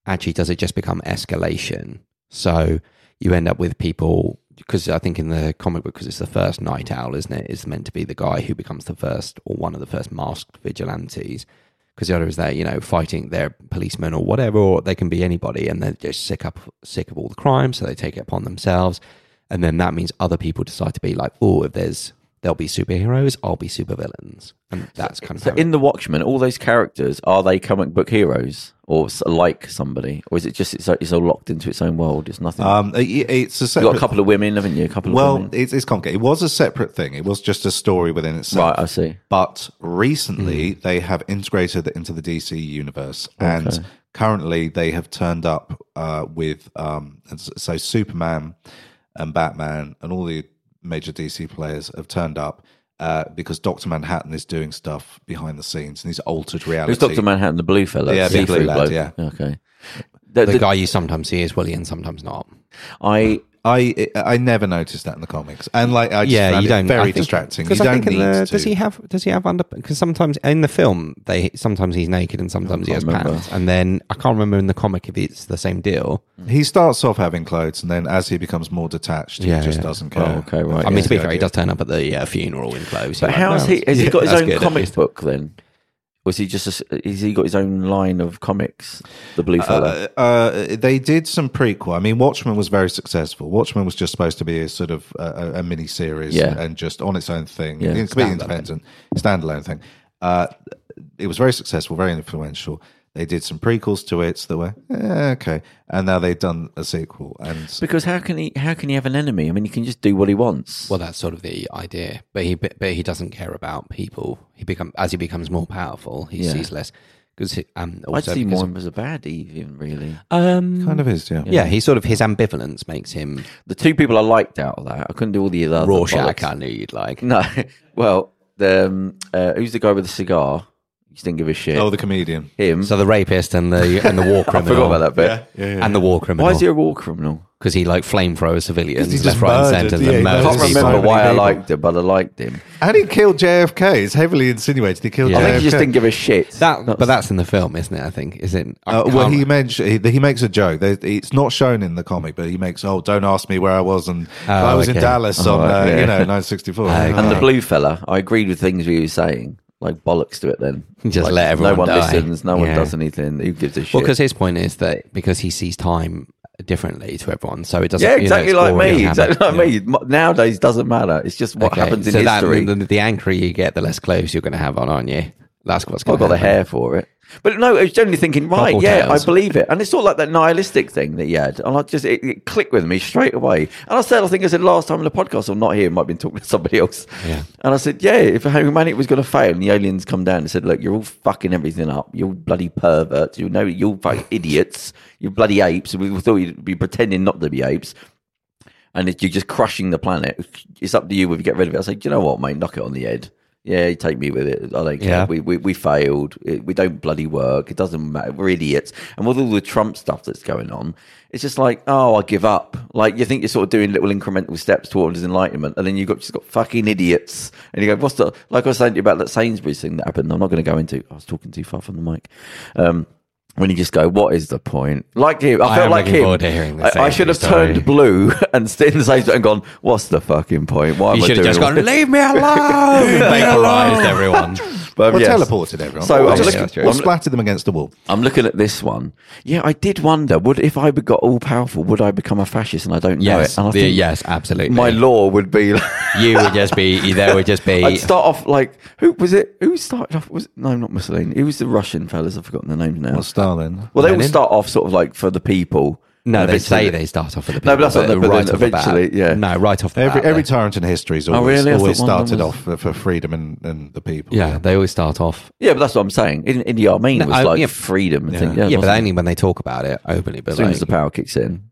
S3: actually does it just become escalation? So you end up with people because I think in the comic book because it's the first Night Owl, isn't it? Is meant to be the guy who becomes the first or one of the first masked vigilantes. Because the other is they're you know fighting their policemen or whatever, or they can be anybody, and they're just sick up sick of all the crime, so they take it upon themselves, and then that means other people decide to be like, oh, if there's there'll be superheroes, I'll be supervillains, and that's kind of
S2: So
S3: how it
S2: in the Watchmen, all those characters are they comic book heroes or s- like somebody, or is it just it's, it's all locked into its own world? It's nothing.
S4: Um, it- it's a
S2: You've got
S4: separate.
S2: a couple of women, haven't you? A couple of
S4: well,
S2: women.
S4: it's, it's complicated. It was a separate thing. It was just a story within itself.
S2: Right, I see.
S4: But
S3: Hmm.
S4: recently, they have integrated it into the DC universe, and currently they have turned up uh, with um, and s- so Superman and Batman and all the major DC players have turned up. Uh, because Doctor Manhattan is doing stuff behind the scenes and he's altered reality.
S2: Who's Doctor Manhattan, the blue fella?
S4: Yeah, big blue
S2: Seafood
S4: lad,
S2: bloke.
S4: yeah.
S2: Okay. The-
S3: the
S2: the-
S3: guy you sometimes see is Willie and sometimes not.
S2: I
S4: I I never noticed that in the comics, and like I just
S3: Yeah,
S4: found
S3: you
S4: it
S3: don't.
S4: very distracting. You
S3: Because
S4: don't
S3: I think in
S4: need
S3: the,
S4: to.
S3: does he have does he have under? Because sometimes in the film they sometimes he's naked and sometimes he has
S2: remember.
S3: pants, and then I can't remember in the comic if it's the same deal.
S4: He starts off having clothes, and then as he becomes more detached,
S3: Yeah,
S4: he just
S3: yeah.
S4: doesn't care.
S2: Oh, okay, right,
S3: I mean,
S2: yeah.
S3: to be fair, he does turn up at the uh, funeral in clothes.
S2: But
S3: You're
S2: how
S3: like,
S2: is
S3: "Well,
S2: he? Has he
S3: yeah,
S2: got his
S3: that's
S2: own
S3: good, at
S2: comic
S3: least."
S2: book then? Was he just? A, s- has he got his own line of comics? The blue fella.
S4: Uh, uh, they did some prequel. I mean, Watchmen was very successful. Watchmen was just supposed to be a sort of a, a- a mini series
S2: Yeah.
S4: and just on its own thing,
S2: Yeah.
S4: completely independent, standalone thing. Uh, it was very successful, very influential. They did some prequels to it that were eh, okay, and now they've done a sequel. And
S2: because how can he? How can he have an enemy? I mean, he can just do what he wants.
S3: Well, that's sort of the idea, but he but he doesn't care about people. He become as he becomes more powerful, he
S2: Yeah.
S3: sees less. Because um,
S2: I'd
S3: also
S2: see
S3: because-
S2: more him as a baddie, even really.
S3: Um,
S4: kind of is, yeah.
S3: yeah, he sort of his ambivalence makes him
S2: The two people I liked out of that, I couldn't do all the other
S3: Rorschach.
S2: bollocks.
S3: I knew you'd like.
S2: No, well, the um, uh, who's the guy with the cigar? He just didn't give a shit.
S4: Oh, the comedian.
S2: him.
S3: So the rapist and the and the war
S2: I
S3: criminal.
S2: forgot about that bit.
S3: And the war criminal.
S2: Why is he a war criminal?
S3: Because he like flamethrower
S4: he
S3: civilians
S4: just
S3: left, right, and
S4: murdered,
S3: centre.
S4: yeah, he
S3: and
S2: I
S4: murdered
S3: murders
S2: can't
S4: There's so
S2: remember
S4: many
S3: people.
S2: why I
S4: people.
S2: liked him, but I liked him.
S4: And he killed JFK. It's heavily insinuated he killed
S3: Yeah.
S2: I
S4: JFK.
S2: think he just didn't give a shit.
S3: That, but that's in the film, isn't it? I think is it. I
S4: Uh, well,
S3: can't-
S4: he mentioned he, he makes a joke. There, it's not shown in the comic, but he makes, "Oh, don't ask me where I was," and I was in
S3: Oh, okay.
S4: Dallas on,
S2: right,
S4: uh,
S2: yeah.
S4: you know, nine sixty four.
S2: and the blue fella, I agreed with things he was saying. Like bollocks to it then.
S3: Just
S2: Like,
S3: let everyone
S2: No one
S3: die.
S2: listens, no one
S3: Yeah.
S2: does anything. Who gives a shit?
S3: Well, because his point is that because he sees time differently to everyone, so it doesn't.
S2: yeah,
S3: you know,
S2: exactly
S3: it's
S2: like
S3: already
S2: me.
S3: happened.
S2: Exactly like
S3: Yeah.
S2: me. Mo- Nowadays doesn't matter. It's just what
S3: Okay,
S2: happens in
S3: so that-
S2: history.
S3: the, the anchor you get, the less clothes you're going to have on, aren't you? That's what's
S2: I've
S3: going
S2: got
S3: to
S2: the
S3: happen.
S2: hair for it. But no, I was generally thinking, right,
S3: Bubble
S2: yeah,
S3: tails.
S2: I believe it. And it's sort of like that nihilistic thing that you had. And I just, it, it clicked with me straight away. And I said, I think I said last time in the podcast, I'm not here, might have been talking to somebody else.
S3: Yeah.
S2: And I said, yeah, if humanity was going to fail and the aliens come down and said, look, you're all fucking everything up. You're all bloody perverts. You know, you're all fucking idiots. You're bloody apes. We thought you'd be pretending not to be apes. And it, you're just crushing the planet. It's up to you if you get rid of it. I say, do you know what, mate? Knock it on the head. Yeah, you take me with it. I don't care.
S3: Yeah.
S2: We, we, we failed. It, we don't bloody work. It doesn't matter. We're idiots. And with all the Trump stuff that's going on, it's just like, oh, I give up. Like you think you're sort of doing little incremental steps towards enlightenment, and then you've got just got fucking idiots. And you go, what's the? Like I was saying to you about that Sainsbury's thing that happened. I'm not going to go into. I was talking too far from the mic. Um, when you just go, what is the point? Like him, I
S3: I
S2: felt
S3: am
S2: like
S3: looking
S2: him.
S3: forward to hearing this
S2: I, I should have
S3: Sainsbury's
S2: turned blue and stayed in the same and gone, what's the fucking point? Why am
S3: You
S2: I
S3: should
S2: doing
S3: have just gone.
S2: all this?"
S3: Leave me alone. Vaporized everyone.
S2: But,
S4: well,
S2: Um, yes.
S4: teleported everyone.
S2: So
S4: So or,
S2: I'm
S4: just,
S2: looking-
S4: or
S2: I'm-
S4: splatted them against the wall.
S2: I'm looking at this one. Yeah, I did wonder, would if I be- got all powerful, would I become a fascist? And I don't
S3: Yes,
S2: know it. And I
S3: the-
S2: think
S3: yes, absolutely.
S2: My law would be like,
S3: you would just be. There would just be.
S2: I'd start off like who was it? Who started off? Was it, no, not Mussolini. Who was the Russian fellas? I've forgotten the names now.
S4: Stalin.
S2: Well, they all
S3: Lenin?
S2: start off sort of like for the people,
S3: No,
S2: And
S3: they
S2: eventually-
S3: say they start off at the
S2: No, but that's
S3: people,
S2: not-
S3: they're
S2: but
S3: right
S2: then
S3: off the bat.
S2: eventually, yeah.
S3: No, right off the
S4: Every
S3: bat,
S4: every
S3: they-
S4: tyrant in history has
S2: Oh,
S4: always,
S2: really? I
S4: always
S2: thought one of
S4: started
S2: them
S4: off for, for freedom and, and the people.
S3: Yeah, they always start off.
S2: Yeah, but that's what I'm saying. In, in the Armenian,
S3: No,
S2: it was
S3: I-
S2: like
S3: yeah.
S2: freedom. And thing.
S4: Yeah,
S2: Yeah,
S3: Yeah, but
S2: wasn't
S3: only when they talk about it openly.
S2: it?
S3: But
S2: as soon
S3: like,
S2: as the power kicks in,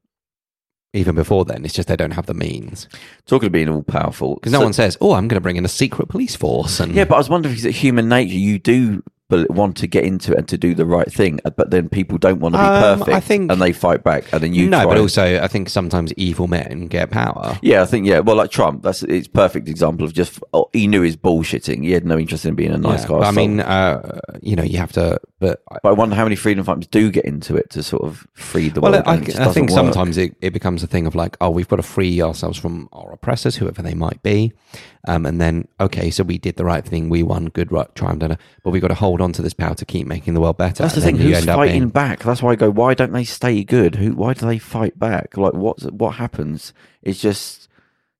S3: even before then, it's just they don't have the means
S2: talking of being all powerful,
S3: because no one says, "Oh, I'm going to bring in a secret police force." And
S2: Yeah, but I was wondering if it's human nature. You do bel- want to get into it and to do the right thing, uh, but then people don't want to be
S3: Um,
S2: perfect.
S3: I think-
S2: and they fight back, and then you
S3: no,
S2: try.
S3: but also I think sometimes evil men get power.
S2: Yeah, I think yeah. Well, like Trump, that's it's perfect example of just oh, he knew his bullshitting. He had no interest in being a nice
S3: Yeah,
S2: guy.
S3: but I
S2: so-
S3: mean, uh, you know, you have to. But I,
S2: but I wonder how many freedom fighters do get into it to sort of free the
S3: well,
S2: world.
S3: I,
S2: and it just
S3: I think
S2: doesn't work.
S3: sometimes it, it becomes a thing of like, oh, we've got to free ourselves from our oppressors, whoever they might be, um, and then okay, so we did the right thing, we won, good right, triumphed, and, uh, but we've got to hold on to this power to keep making the world better.
S2: That's the
S3: and
S2: thing.
S3: then you
S2: Who's
S3: end up
S2: fighting
S3: being-
S2: back? That's why I go. Why don't they stay good? Who? Why do they fight back? Like what? What happens? It's just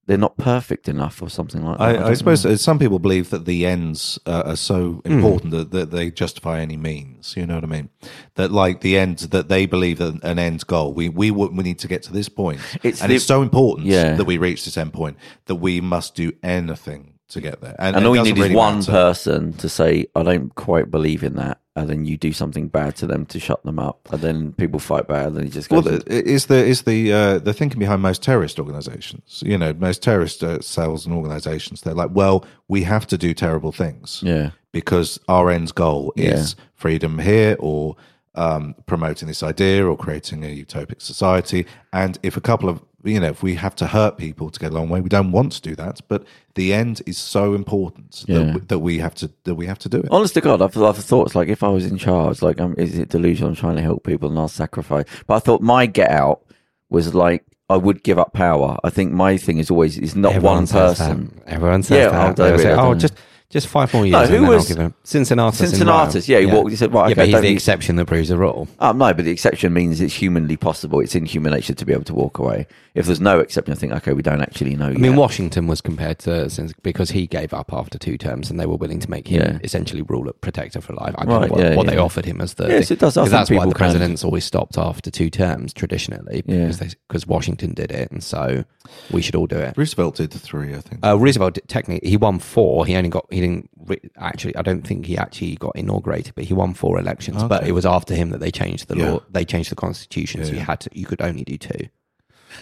S2: they're not perfect enough, or something like that.
S4: I,
S2: don't
S4: I, suppose
S2: know.
S4: uh some people believe that the ends uh, are so
S2: Hmm.
S4: important that, that they justify any means. You know what I mean? That like the ends that they believe that an end goal. We we w- we need to get to this point,
S2: It's
S4: and
S2: the-
S4: it's so important
S2: Yeah.
S4: that we reach this end point that we must do anything to get there.
S2: And
S4: it
S2: all you
S4: doesn't
S2: need is
S4: really
S2: one
S4: matter.
S2: person to say, "I don't quite believe in that," and then you do something bad to them to shut them up, and then people fight back, and then it just
S4: Well,
S2: goes.
S4: the, is the is the uh, the thinking behind most terrorist organizations? You know, most terrorist uh, cells and organizations. They're like, well, we have to do terrible things.
S2: yeah,
S4: because our end's goal is freedom here or um, promoting this idea or creating a utopic society. And if a couple of, you know, if we have to hurt people to get a long way, we don't want to do that. But the end is so important that, w- that we have to that we have to do
S3: Oh.
S4: it.
S2: Honest to God, I've, I've thought like if I was in charge, like, um, is it delusional? I'm trying to help people and I'll sacrifice. But I thought my get out was like I would give up power. I think my thing is always it's not
S3: Everyone
S2: one
S3: says that.
S2: person.
S3: Everyone says
S2: Yeah,
S3: that.
S2: I'll do
S3: They
S2: it,
S3: say,
S2: I
S3: oh,
S2: don't-
S3: just just five more years.
S2: No,
S3: and
S2: who
S3: then I'll
S2: was-
S3: give it- Cincinnatus? in
S2: Cincinnatus,
S3: Rome.
S2: yeah, he walked- he said, right,
S3: yeah,
S2: okay,
S3: but he's
S2: don't
S3: the
S2: need-
S3: exception that proves the rule.
S2: Oh, no, but the exception means it's humanly possible. It's in human nature to be able to walk away. If there's no exception, I think okay, we don't actually know.
S3: I mean, Washington was compared to since because he gave up after two terms, and they were willing to make him
S2: Yeah.
S3: essentially ruler protector for life. I don't
S2: Right,
S3: know what,
S2: yeah,
S3: what they
S2: yeah.
S3: offered him as the
S2: Yes, it does. I
S3: because
S2: think
S3: that's why
S2: people
S3: the
S2: can-
S3: presidents always stopped after two terms traditionally
S2: Yeah.
S3: because they because Washington did it, and so we should all do it.
S4: Roosevelt did three, I think.
S3: Uh, Roosevelt did- technically he won four. He only got he didn't re- actually. I don't think he actually got inaugurated, but he won four elections. But it was after him that they changed the
S4: Yeah.
S3: law. They changed the constitution, so you had to you could only do two.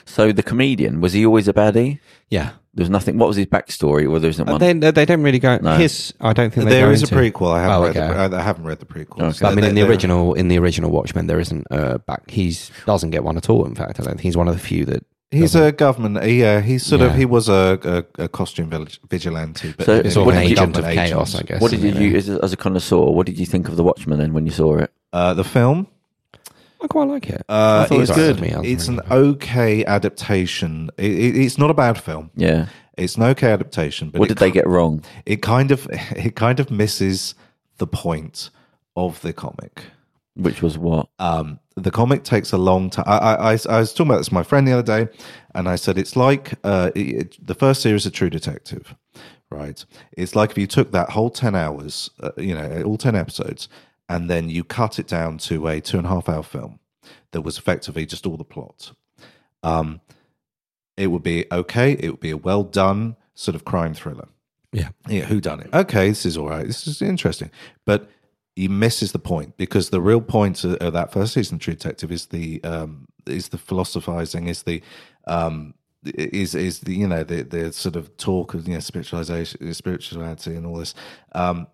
S2: So the comedian was he always a baddie?
S3: Yeah,
S2: There was nothing. What was his backstory? Well, there
S4: Uh,
S2: isn't one.
S3: Uh, they they don't really go.
S2: No.
S3: His I don't think they
S4: there
S3: go
S4: is a
S3: into-
S4: prequel. I haven't,
S3: Oh,
S4: read,
S3: okay.
S4: the, pre- I haven't read the prequel.
S2: Okay.
S3: But I mean, in the original, in the original Watchmen, there isn't a back. He's doesn't get one at all. In fact, I don't think he's one of the few that.
S4: he's a government. Yeah, he's sort of
S3: Yeah.
S4: he was a, a, a costume village, vigilante, but
S2: So
S4: in
S2: it's
S4: the
S2: all an
S4: government
S3: agent of chaos, I guess.
S2: what did you,
S3: isn't it?
S2: as, a- as a connoisseur? What did you think of the Watchmen then when you saw it?
S4: Uh, the film.
S3: I quite like it.
S4: Uh,
S3: I thought it
S4: it's
S3: was alright
S4: good.
S3: for me. I was
S4: It's an
S3: really-
S4: okay adaptation. It, it, it's not a bad film.
S2: Yeah.
S4: It's an okay adaptation, but
S2: What
S4: it,
S2: did they get wrong?
S4: It kind of it kind of misses the point of the comic.
S2: Which was what?
S4: Um, the comic takes a long time. I, I, I, I was talking about this with my friend the other day, and I said it's like uh, it, it- the first series of True Detective, right? It's like if you took that whole ten hours, uh, you know, all ten episodes, and then you cut it down to a two and a half hour film that was effectively just all the plot. Um, it would be okay. It would be a well done sort of crime thriller.
S3: Yeah.
S4: Yeah, who done it? Okay, this is all right. This is interesting, but he misses the point because the real point of, of that first season, of True Detective, is the um, is the philosophizing, is the um, is is the you know the the sort of talk of you know spiritualization, spirituality, and all this, um,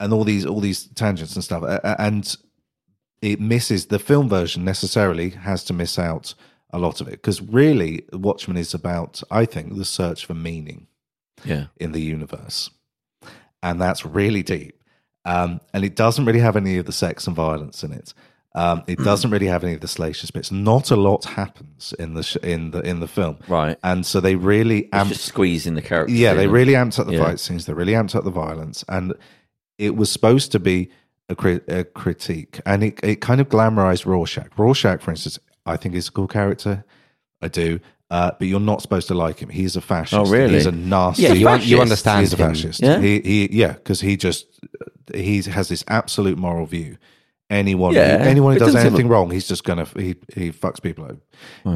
S4: and all these all these tangents and stuff, A- a- and it misses the film version necessarily has to miss out a lot of it because really Watchmen is about I think the search for meaning
S2: Yeah.
S4: in the universe. And that's really deep. Um, and it doesn't really have any of the sex and violence in it. Um, it doesn't really have any of the salacious bits. Not a lot happens in the sh- in the in the film,
S2: Right.
S4: And so they really
S2: It's
S4: amped
S2: just squeezing the character.
S4: yeah, they really amped up the
S2: Yeah.
S4: fight scenes. They really amped up the violence, and it was supposed to be a, cri- a critique, and it it kind of glamorized Rorschach. Rorschach, for instance, I think is a cool character. I do, uh, but you're not supposed to like him. He's a fascist.
S2: Oh, really?
S4: He's a nasty.
S3: Yeah, you, un- you
S2: fascist.
S3: understand
S4: He's a
S3: him.
S4: fascist.
S2: Yeah?
S4: He, he, yeah, because he just he has this absolute moral view, anyone
S2: Yeah.
S4: anyone who
S2: It
S4: does
S2: doesn't seem-
S4: anything wrong, he's just gonna he he fucks people up,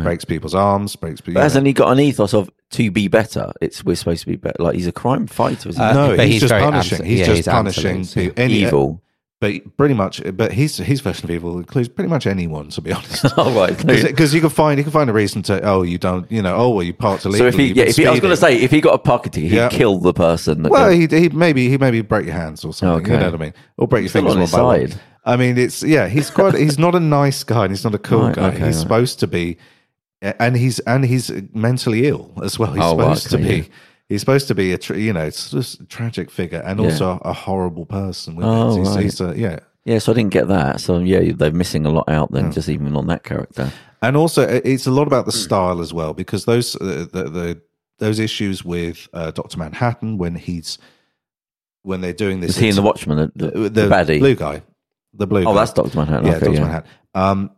S4: breaks people's arms, breaks people.
S2: But hasn't he got an ethos of to be better? It's we're supposed to be better. Like he's a crime fighter, isn't he?
S3: Uh,
S4: no,
S3: but
S4: he's,
S3: he's
S4: just
S3: very
S4: punishing.
S3: abso-
S4: he's
S3: yeah,
S4: just
S3: he's
S4: punishing
S3: absolute, yeah.
S4: people. Any, uh,
S2: Evil.
S4: but pretty much. But his his version of evil includes pretty much anyone, to be honest.
S2: oh right.
S4: Because you can find you can find a reason to oh you don't you know oh well you parked illegally.
S2: So if he,
S4: you've
S2: yeah,
S4: been
S2: if he, I was going to
S4: speeding.
S2: say, if he got a pocket ticket, he'd
S4: Yeah.
S2: kill the person. That
S4: Well,
S2: got-
S4: he, he maybe he maybe break your hands or something. You
S2: Okay.
S4: know what I mean? Or break your
S2: Still
S4: fingers
S2: on
S4: one
S2: his
S4: by one.
S2: side.
S4: I mean, it's yeah. He's quite. he's not a nice guy. and He's not a cool
S2: Right,
S4: guy.
S2: okay,
S4: he's
S2: right.
S4: supposed to be, and he's and he's mentally ill as well. He's
S2: Oh, well,
S4: supposed
S2: okay,
S4: to be.
S2: yeah.
S4: He's supposed to be a tr- you know sort of s- tragic figure and also a horrible person. With
S2: Oh,
S4: it. He's,
S2: right.
S4: he's a, yeah.
S2: yeah, so I didn't get that. So yeah, they're missing a lot out then, just even on that character.
S4: and also i- it's a lot about the style as well because those uh, the, the those issues with uh, Doctor Manhattan when he's when they're doing this
S2: Is he in the Watchman, the, the, baddie?
S4: blue guy the blue
S2: oh,
S4: guy.
S2: that's Doctor Manhattan.
S4: yeah
S2: okay,
S4: Doctor
S2: yeah.
S4: Manhattan um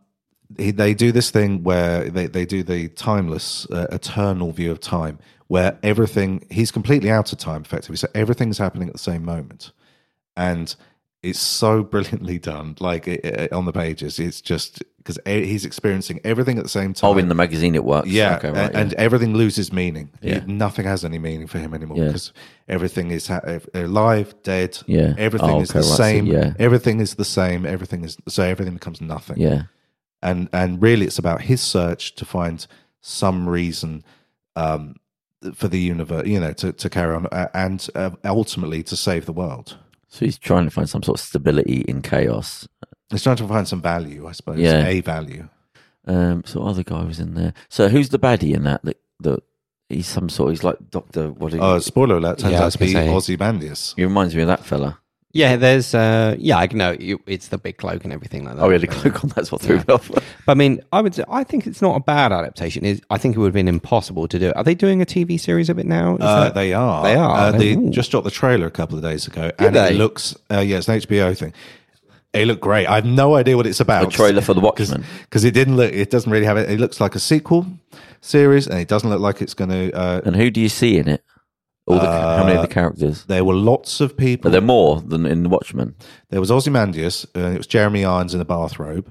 S4: he, they do this thing where they, they do the timeless uh, eternal view of time where everything he's completely out of time effectively so everything's happening at the same moment and it's so brilliantly done like it, it- on the pages it's just because he's experiencing everything at the same time
S2: Oh, in the magazine it works.
S4: yeah,
S2: okay,
S4: a-
S2: right,
S4: and,
S2: yeah.
S4: everything loses meaning.
S2: Yeah.
S4: You- nothing has any meaning for him anymore
S2: Yeah.
S4: because everything is ha- ev- alive, dead.
S2: Yeah.
S4: everything
S2: Oh,
S4: is
S2: okay,
S4: the
S2: right, so,
S4: same.
S2: yeah.
S4: everything is the same. Everything is so everything becomes nothing.
S2: yeah.
S4: and and really, it's about his search to find some reason um, for the universe, you know, to, to carry on uh, and uh, ultimately to save the world.
S2: So he's trying to find some sort of stability in chaos.
S4: He's trying to find some value, I suppose.
S2: Yeah.
S4: a value.
S2: Um, so other guy was in there. So who's the baddie in that? That, that he's some sort. He's like Doctor. What? He,
S4: Oh, spoiler alert! Turns
S3: Yeah, I
S4: out
S3: was
S4: to be
S3: gonna say.
S4: Ozymandias.
S2: he reminds me of that fella.
S3: Yeah, there's uh, yeah, I know you- it's the big cloak and everything like that.
S2: Oh, he had a cloak on. That's what threw me off.
S3: But I mean, I would. I think it's not a bad adaptation. It's, I think it would have been impossible to do it. Are they doing a TV series of it now? Is
S4: Uh,
S3: that-
S4: they are.
S3: They are.
S4: Uh, they
S3: Ooh.
S4: just dropped the trailer a couple of days ago, and
S3: they?
S4: it looks. Uh, yeah, it's an HBO thing. It looked great. I have no idea what it's about.
S2: A trailer for The Watchmen.
S4: because it didn't look. It doesn't really have it. It looks like a sequel series, and it doesn't look like it's going to. Uh,
S2: And who do you see in it? All the ca- how many of the characters?
S4: there were lots of
S2: Are
S4: people.
S2: there more than in Watchmen?
S4: There was Ozymandias, and it was Jeremy Irons in a bathrobe.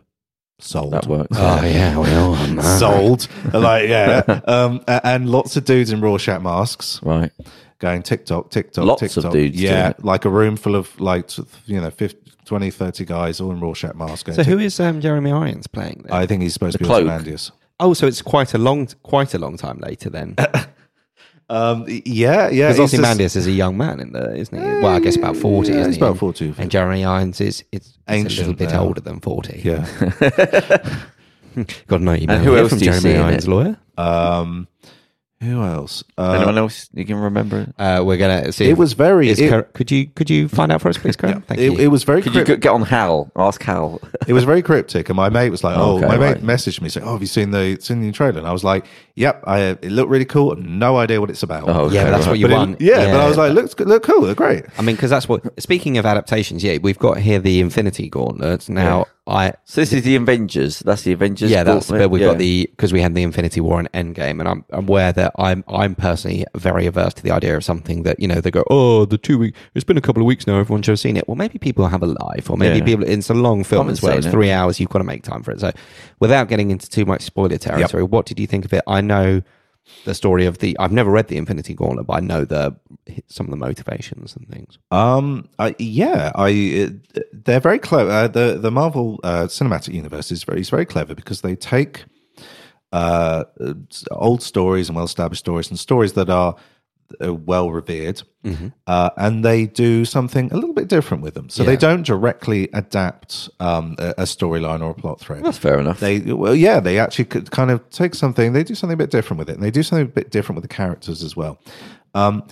S4: Sold.
S2: That works.
S3: oh yeah, well, um, uh,
S4: Sold. like yeah, um, a- and lots of dudes in Rorschach masks.
S2: Right.
S4: going TikTok, TikTok,
S2: Lots of
S4: TikTok.
S2: dudes
S4: Yeah,
S2: doing
S4: like a room full of like t- you know 50, 20, 30 guys all in Rorschach mask. going
S3: so who
S4: tick-
S3: is um, Jeremy Irons playing? Then?
S4: I think he's supposed to be
S2: cloak?
S4: Ozymandias.
S3: oh, so it's quite a long, quite a long time later then, because
S4: Um, y- yeah, yeah. he's just-
S3: Ozymandias is a young man in the, isn't he? Well, I guess about forty.
S4: yeah,
S3: isn't
S4: he's
S3: he?
S4: about 40,
S3: And Jeremy Irons is it's, it's a little
S4: Ancient
S3: bit
S4: now.
S3: older than forty.
S4: Yeah.
S3: got no email.
S2: And who
S3: here
S2: else
S3: from
S2: do you
S3: Jeremy
S2: see in
S3: Irons'
S2: it?
S3: lawyer?
S4: Um, who else? Uh,
S2: Anyone else you can remember?
S3: Uh, we're gonna see.
S4: it
S3: if-
S4: was very.
S3: Is
S4: It,
S3: Karen- could you could you find out for us, please, Karen? Thank
S4: it,
S3: you.
S4: it was very.
S2: Could you
S4: Crypt-
S2: go- get on Hal? Ask Hal.
S4: it was very cryptic, and my mate was like, "Oh,
S2: Okay,
S4: my mate
S2: right.
S4: messaged me saying, oh, have you seen the seen the trailer?'" And I was like, "Yep, I, it looked really cool. I've No idea what it's about."
S2: Oh, okay,
S3: yeah, but that's
S2: right.
S3: what you
S4: But it-
S3: want.
S4: yeah, but I was like, "Looks good- look cool, look great."
S3: I mean, because that's what. Speaking of adaptations, yeah, we've got here the Infinity Gauntlet. Now, I
S2: So this is the Avengers. That's the Avengers.
S3: yeah, that's
S2: gauntlet.
S3: where we've
S2: Yeah.
S3: got the because we had the Infinity War and Endgame, and I'm I'm aware that I'm I'm personally very averse to the idea of something that you know they go, oh, the two week. It's been a couple of weeks now. Everyone should have seen it. Well, maybe people have a life, or maybe
S2: Yeah.
S3: people. It's a long film
S2: haven't
S3: as well.
S2: seen
S3: It's
S2: it.
S3: three hours. You've got to make time for it. So, without getting into too much spoiler territory, what did you think of it? I know the story of the. I've never read the Infinity Gauntlet, but I know the some of the motivations and things.
S4: Um, I, yeah, I it, they're very clever. Uh, the the Marvel uh, Cinematic Universe is very is very clever because they take uh, old stories and well established stories and stories that are uh, well revered,
S2: Mm-hmm.
S4: uh, and they do something a little bit different with them. So they don't directly adapt um, a, a storyline or a plot thread.
S2: That's fair enough.
S4: They well, yeah, they actually could kind of take something. They do something a bit different with it, and they do something a bit different with the characters as well. Um,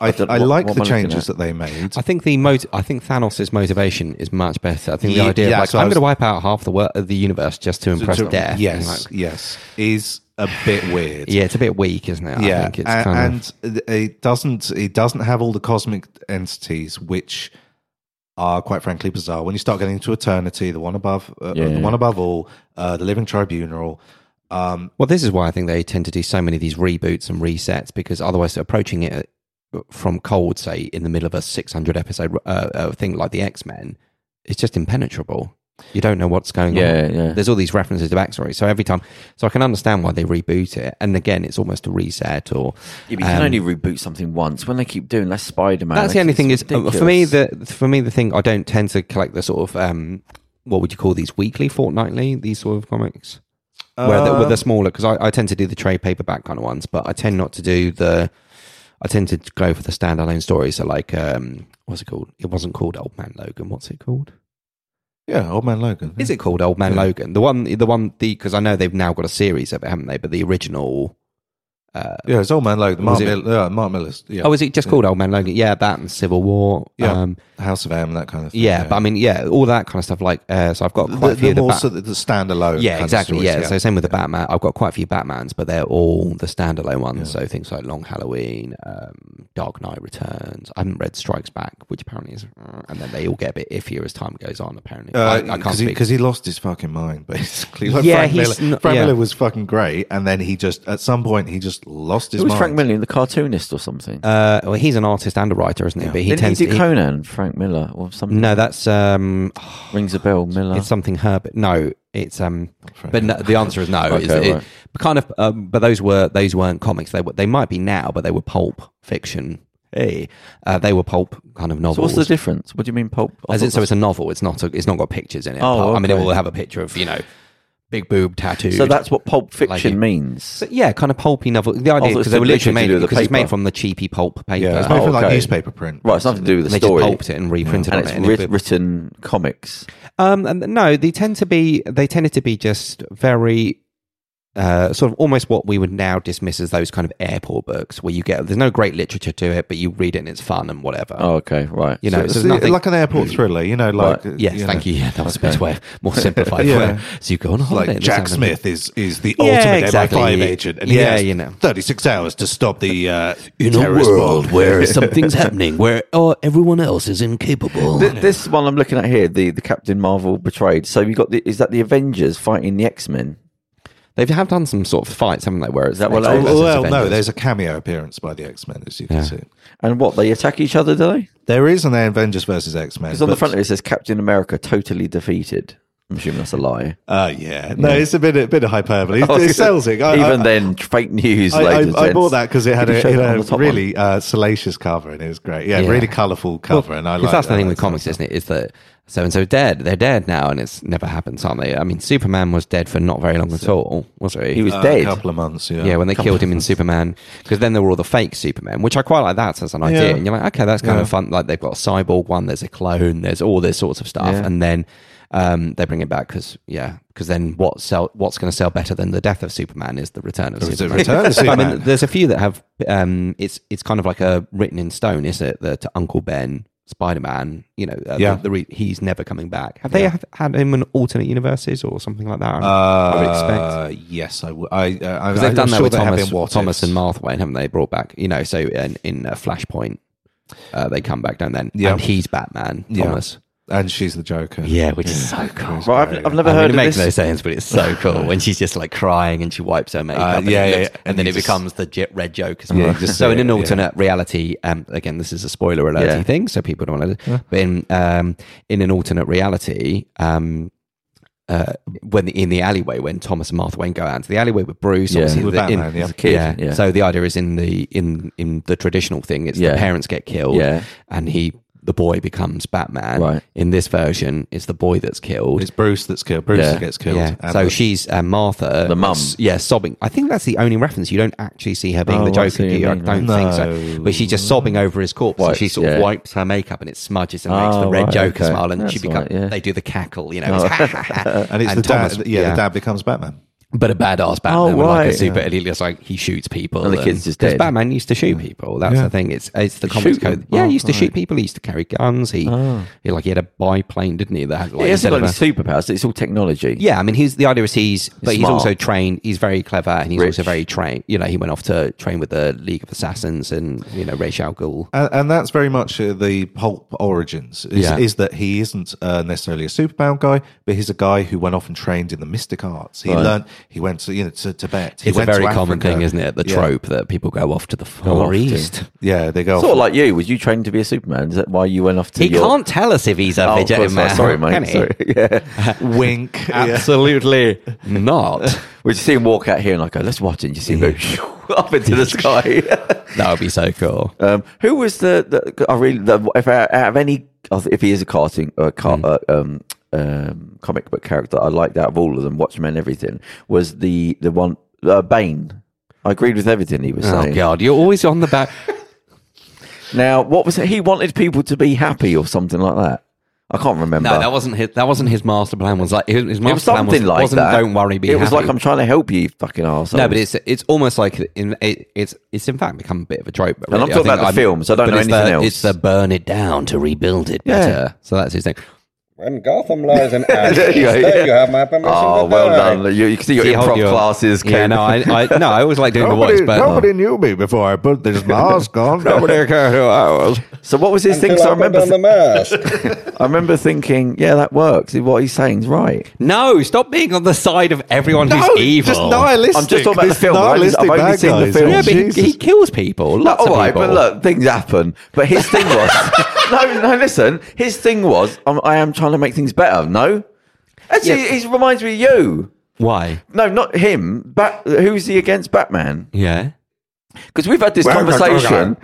S4: I,
S2: don't-
S4: I
S2: what-
S4: like
S2: what
S4: the
S2: am I looking
S4: changes
S2: at?
S4: that they made.
S3: I think the mot- I think Thanos' motivation is much better. I think the
S4: Ye-
S3: idea
S4: yeah,
S3: of like
S4: so I
S3: I'm
S4: was-
S3: going to wipe out half the wor- of the universe just to impress
S4: to-
S3: death.
S4: Yes,
S3: Like,
S4: yes, is a bit weird.
S3: yeah, it's a bit weak, isn't it? I
S4: yeah,
S3: think it's
S4: a-
S3: kind of
S4: and, it doesn't it doesn't have all the cosmic entities which are quite frankly bizarre. When you start getting into eternity, the one above, uh, the one above all, uh, the living tribunal. Um,
S3: well, this is why I think they tend to do so many of these reboots and resets because otherwise, approaching it from cold, uh, say in the middle of a 600 episode uh, uh, thing like the X Men, it's just impenetrable. You don't know what's going
S2: Yeah,
S3: on.
S2: yeah.
S3: There's all these references to backstory. So every time, so I can understand why they reboot it. And again, it's almost a reset or.
S2: Yeah, but you can
S3: um,
S2: only reboot something once. When they keep doing that's Spider Man.
S3: That's the only thing is uh, for me the for me the thing I don't tend to collect the sort of um, what would you call these weekly, fortnightly, these sort of comics where the,
S4: Um,
S3: where the smaller because I, I tend to do the trade paperback kind of ones, but I tend not to do the. I tend to go for the standalone stories. So like, um, what's it called? It wasn't called Old Man Logan. What's it called?
S4: yeah, Old Man Logan.
S3: Is it called Old Man
S4: Yeah.
S3: Logan? The one, the one, the because I know they've now got a series of it, haven't they? But the original. Uh,
S4: Yeah, it's Old Man Logan. Mark,
S3: Was it-
S4: Mill- yeah, Mark Miller's. Yeah.
S3: Oh, is it just called Old Man Logan? Yeah, that and Civil War.
S4: Yeah.
S3: Um,
S4: House of M, that kind of thing.
S3: yeah, but I mean, yeah, all that kind of stuff. Like, uh, so I've got quite a
S4: the,
S3: few. of
S4: the
S3: the
S4: more
S3: Bat-
S4: so the, the standalone. kind
S3: yeah,
S4: of
S3: exactly.
S4: stories,
S3: Yeah. so same with the Batman. I've got quite a few Batmans, but they're all the standalone ones. So things like Long Halloween, um, Dark Knight Returns. I haven't read Strikes Back, which apparently is, and then they all get a bit iffier as time goes on. Apparently, I, I can't
S4: because he,
S3: speak.
S4: Uh, 'cause he lost his fucking mind basically. Like
S3: Yeah,
S4: Frank,
S3: he's
S4: Miller,
S3: not-
S4: Frank
S3: yeah.
S4: Miller was fucking great, and then he just at some point he just lost his
S2: It was
S4: mind.
S2: Frank Miller, the cartoonist or something.
S3: uh, well, he's an artist and a writer, isn't he? But he
S2: Didn't
S3: tends
S2: he do
S3: to. he-
S2: Conan, Frank Miller, or something.
S3: no, that's um,
S2: rings a bell. Miller.
S3: it's something Herbert. No, it's um.
S4: Frank
S3: But no, the answer is no.
S2: Okay,
S3: is it-
S2: right.
S3: but kind of. Um, but those were those weren't comics. They were, they might be now, but they were pulp fiction. Hey, uh, they were pulp kind of novels.
S2: so what's the difference? What do you mean pulp? I
S3: As
S2: thought
S3: in, so
S2: that's-
S3: it's a novel. It's not. A, it's not got pictures in it.
S2: Oh,
S3: I mean, it
S2: okay.
S3: will have a picture of you know, big boob tattoo.
S2: so that's what pulp fiction
S3: you-
S2: means.
S3: yeah, kind of pulpy novel. The idea
S2: it's
S3: because they were
S2: literally
S3: literally
S2: to do
S3: made
S2: with the
S3: because it's made
S2: paper.
S3: from the cheapy pulp paper.
S4: Yeah, it's
S2: Oh,
S4: made from like
S2: okay.
S4: newspaper print.
S2: Right, it's nothing to do with Oh, the
S3: they
S2: story.
S3: just pulped it and reprinted
S2: and
S3: on
S2: it's
S3: it. in a
S2: writ-
S3: book.
S2: written comics.
S3: Um, and no, they tend to be they tended to be just very uh, sort of almost what we would now dismiss as those kind of airport books where you get there's no great literature to it, but you read it and it's fun and whatever.
S2: Oh, okay, right.
S3: You know,
S4: It's
S3: so there's
S4: the-
S3: nothing.
S4: like an airport thriller, you know, like
S2: Right.
S3: yes, thank you. Yeah, that was a better way, more simplified
S4: Yeah.
S3: way. So you go on holiday.
S4: Like
S3: and
S4: Jack
S3: there's something-
S4: Smith is is the
S3: Yeah,
S4: ultimate
S3: exactly.
S4: MI5 agent, and
S3: Yeah,
S4: he has
S3: you know.
S4: 36 hours to stop the uh,
S5: in a
S4: terrorist
S5: world
S4: bomb.
S5: where something's happening, where oh, everyone else is incapable.
S2: Th- this one I'm looking at here, the, the Captain Marvel betrayed. So you got the, is that the Avengers fighting the X Men?
S3: They have done some sort of fights, haven't they? Where it's oh,
S2: that what
S3: X-Men
S2: it is?
S3: versus
S4: Oh, Well, no,
S3: Avengers.
S4: there's a cameo appearance by the X Men, as you can
S3: Yeah.
S4: see.
S2: And what they attack each other, do they?
S4: There is an Avengers versus X Men.
S2: Because on the front of it it says Captain America totally defeated. I'm assuming that's a lie.
S4: Uh, yeah, no, it's a bit a bit of hyperbole. It,
S2: I was
S4: it
S2: gonna-
S4: sells it. I,
S2: Even
S4: I,
S2: then, fake news.
S4: I,
S2: ladies and
S4: I, I
S2: gents.
S4: bought that because it had
S2: Could you
S4: a,
S2: show
S4: it
S2: that on
S4: had
S2: the
S4: a
S2: top
S4: really uh, salacious cover, and it was great. Yeah,
S3: Yeah.
S4: really colourful cover, and I like
S3: Because that's the
S4: I
S3: thing
S4: like
S3: with
S4: that
S3: comics,
S4: stuff.
S3: isn't it? Is that so and so dead? They're dead now, and it's never happened, aren't they? I mean, Superman was dead for not very long at all, was he?
S2: He was
S4: Uh,
S2: dead.
S4: A couple of months, yeah.
S3: yeah, when they killed him in Superman, because then there were all the fake Supermen, which I quite like that as an idea.
S4: Yeah.
S3: And you're like, okay, that's kind
S4: Yeah.
S3: of fun. Like they've got a cyborg one, there's a clone, there's all this sorts of stuff,
S2: Yeah.
S3: and then um, they bring it back because yeah, because then what sell what's going to sell better than the death of Superman is the return of
S4: Is it
S3: Superman.
S4: Return of
S3: I
S4: Superman?
S3: mean, there's a few that have. Um, it's it's kind of like a written in stone, is it? The to Uncle Ben, Spider Man. You know, uh,
S4: Yeah.
S3: The, the re- he's never coming back. Have they have, had him in alternate universes or something like that? I would expect.
S4: Uh, yes, I would. I, uh, I,
S3: Because they've
S4: I'm
S3: done that
S4: sure
S3: with
S4: they have
S3: Thomas,
S4: in What
S3: Thomas
S4: Ifs.
S3: and Marthwain, haven't they? Brought back, you know, so in, in uh, Flashpoint, uh, they come back down then,
S4: Yeah.
S3: and he's Batman,
S4: Yeah.
S3: Thomas. Mm.
S4: and she's the Joker.
S3: Yeah, which is so cool.
S2: Right, I've, I've never
S3: I mean,
S2: heard
S3: it
S2: of
S3: makes
S2: this.
S3: no sense, but it's so cool when she's just like crying and she wipes her makeup. and
S4: Uh, yeah,
S3: it
S4: yeah,
S3: looks-
S4: yeah.
S3: and, then
S4: And you
S3: it
S4: just-
S3: becomes the j- red joke. As
S4: Yeah,
S3: well.
S4: you just
S3: so
S4: see
S3: in an
S4: it, yeah.
S3: alternate reality, um, again, this is a spoiler alert
S2: Yeah.
S3: thing, so people don't want to. But in um, in an alternate reality, um, uh, when the, in the alleyway, when Thomas and Martha Wayne go out into the alleyway with Bruce,
S2: Yeah.
S3: obviously
S4: With
S3: the- in-
S4: Batman, yeah.
S2: As a kid,
S3: yeah.
S2: yeah.
S3: So the idea is in the in in the traditional thing, it's
S2: Yeah.
S3: the parents get killed,
S2: Yeah.
S3: and he the boy becomes Batman.
S2: Right.
S3: In this version, it's the boy that's killed.
S4: It's Bruce that's killed. Bruce
S2: Yeah.
S4: that gets killed.
S3: Yeah.
S4: And
S3: So
S4: the-
S3: she's uh, Martha,
S2: The mum.
S3: s- Yeah, sobbing. I think that's the only reference. You don't actually see her being
S2: Oh,
S3: the
S2: I
S3: Joker.
S2: see
S3: do
S2: what
S3: you?
S2: you
S3: I don't
S2: mean.
S3: think so. But she's just sobbing over his corpse. and she
S2: Wipes,
S3: sort of
S2: yeah.
S3: wipes her makeup and it smudges and makes
S2: Oh,
S3: the red
S2: right,
S3: Joker
S2: okay.
S3: smile. And she
S2: That's all
S3: becomes.
S2: right, yeah. Oh.
S3: They do the cackle. You know. it's
S4: and it's the
S3: Thomas-
S4: dad. Yeah, the dad becomes Batman.
S3: but a badass Batman,
S2: Oh,
S3: with, like
S2: right.
S3: a super elite, just like he shoots people,
S2: And the kid's just
S3: 'cause
S2: dead.
S3: Batman used to shoot people. That's the thing. It's it's the comics
S2: shoot them?
S3: code. Yeah,
S2: Oh,
S3: he used to shoot people. He used to carry guns. He, he like he had a biplane, didn't he? That had like
S2: It hasn't
S3: instead
S2: got
S3: of
S2: any
S3: a-
S2: superpowers. It's all technology.
S3: yeah, I mean, he's the idea is he's, but he's
S2: smart.
S3: also trained. He's very clever, and he's
S2: Rich.
S3: also very trained. You know, he went off to train with the League of Assassins and you know Ra's al Ghul.
S4: And, and that's very much uh, the pulp origins. Is,
S3: Yeah.
S4: is that he isn't uh, necessarily a superpower guy, but he's a guy who went off and trained in the mystic arts. He learnt learned He went to you know to Tibet. He
S3: It's a
S4: went to
S3: very common
S4: Africa.
S3: thing, isn't it? The
S4: Yeah.
S3: trope that people go off to the Far
S2: off to-
S3: East.
S4: Yeah, they go.
S2: Sort
S4: off-
S2: of like you. Was you trained to be a Superman? Is that why you went off to?
S3: He
S2: your...
S3: can't tell us if he's a
S2: Oh, of
S3: vegetarian.
S2: course not. Sorry, mate. Sorry. Yeah.
S4: wink. Yeah.
S3: Absolutely not.
S2: We just see him walk out here and I go, let's watch it. And you see him go up into the sky.
S3: That would be so cool.
S2: um, who was the, the I really, the, if I, out of any, of- if he is a cartoon, uh, car,
S3: Hmm.
S2: uh, um, um, comic book character I liked out of all of them, Watchmen, everything, was the, the one, uh, Bane. I agreed with everything he was
S3: Oh
S2: saying.
S3: God, you're always on the back.
S2: Now, what was it? He wanted people to be happy or something like that. I can't remember.
S3: No, that wasn't his. That wasn't his master plan. Was like his his
S2: it
S3: master
S2: was
S3: plan was,
S2: something like
S3: wasn't
S2: that.
S3: Don't worry, be
S2: It was
S3: happy."
S2: like I'm trying to help you, you fucking arsehole.
S3: No, but it's it's almost like in, it, it's it's in fact become a bit of a trope.
S2: I'm
S3: really.
S2: talking
S3: think
S2: about the films, I don't
S3: but
S2: know
S3: it's
S2: anything
S3: the-
S2: else.
S3: It's the burn it down to rebuild it
S2: Yeah.
S3: better. So that's his thing.
S6: When Gotham lies in ashes, there
S2: There you
S6: you,
S2: go, yeah.
S6: have my permission
S2: Oh,
S6: to
S2: well
S6: die.
S2: done. You, you can see your
S3: See, hold
S2: improv
S3: your-
S2: classes.
S3: Yeah,
S2: Ken.
S3: no, I, I no, I always like doing
S4: Nobody,
S3: the voice, but uh,
S4: nobody knew me before I put this mask on. Nobody cared who I was.
S2: So what was his thing?
S6: Till
S2: 'Cause I
S6: I put
S2: remember,
S6: on the mask.
S2: I remember thinking, yeah, that works. What he's saying's right.
S3: no, stop being on the side of everyone
S4: No,
S3: who's evil.
S4: just nihilistic.
S2: I'm just talking about
S4: This
S2: the film. I've only- I've
S4: nihilistic
S2: only
S4: bad
S2: seen the
S4: guys.
S2: film.
S3: yeah, but he,
S4: Jesus.
S3: he kills people. Lots
S2: all
S3: of
S2: right,
S3: people.
S2: but look, things happen. But his thing was, no, no. Listen, his thing was, I'm, I am trying to make things better. No, actually,
S3: Yeah.
S2: he reminds me of you.
S3: why?
S2: No, not him. Bat, who's he against Batman?
S3: Yeah,
S2: Because we've had this conversation.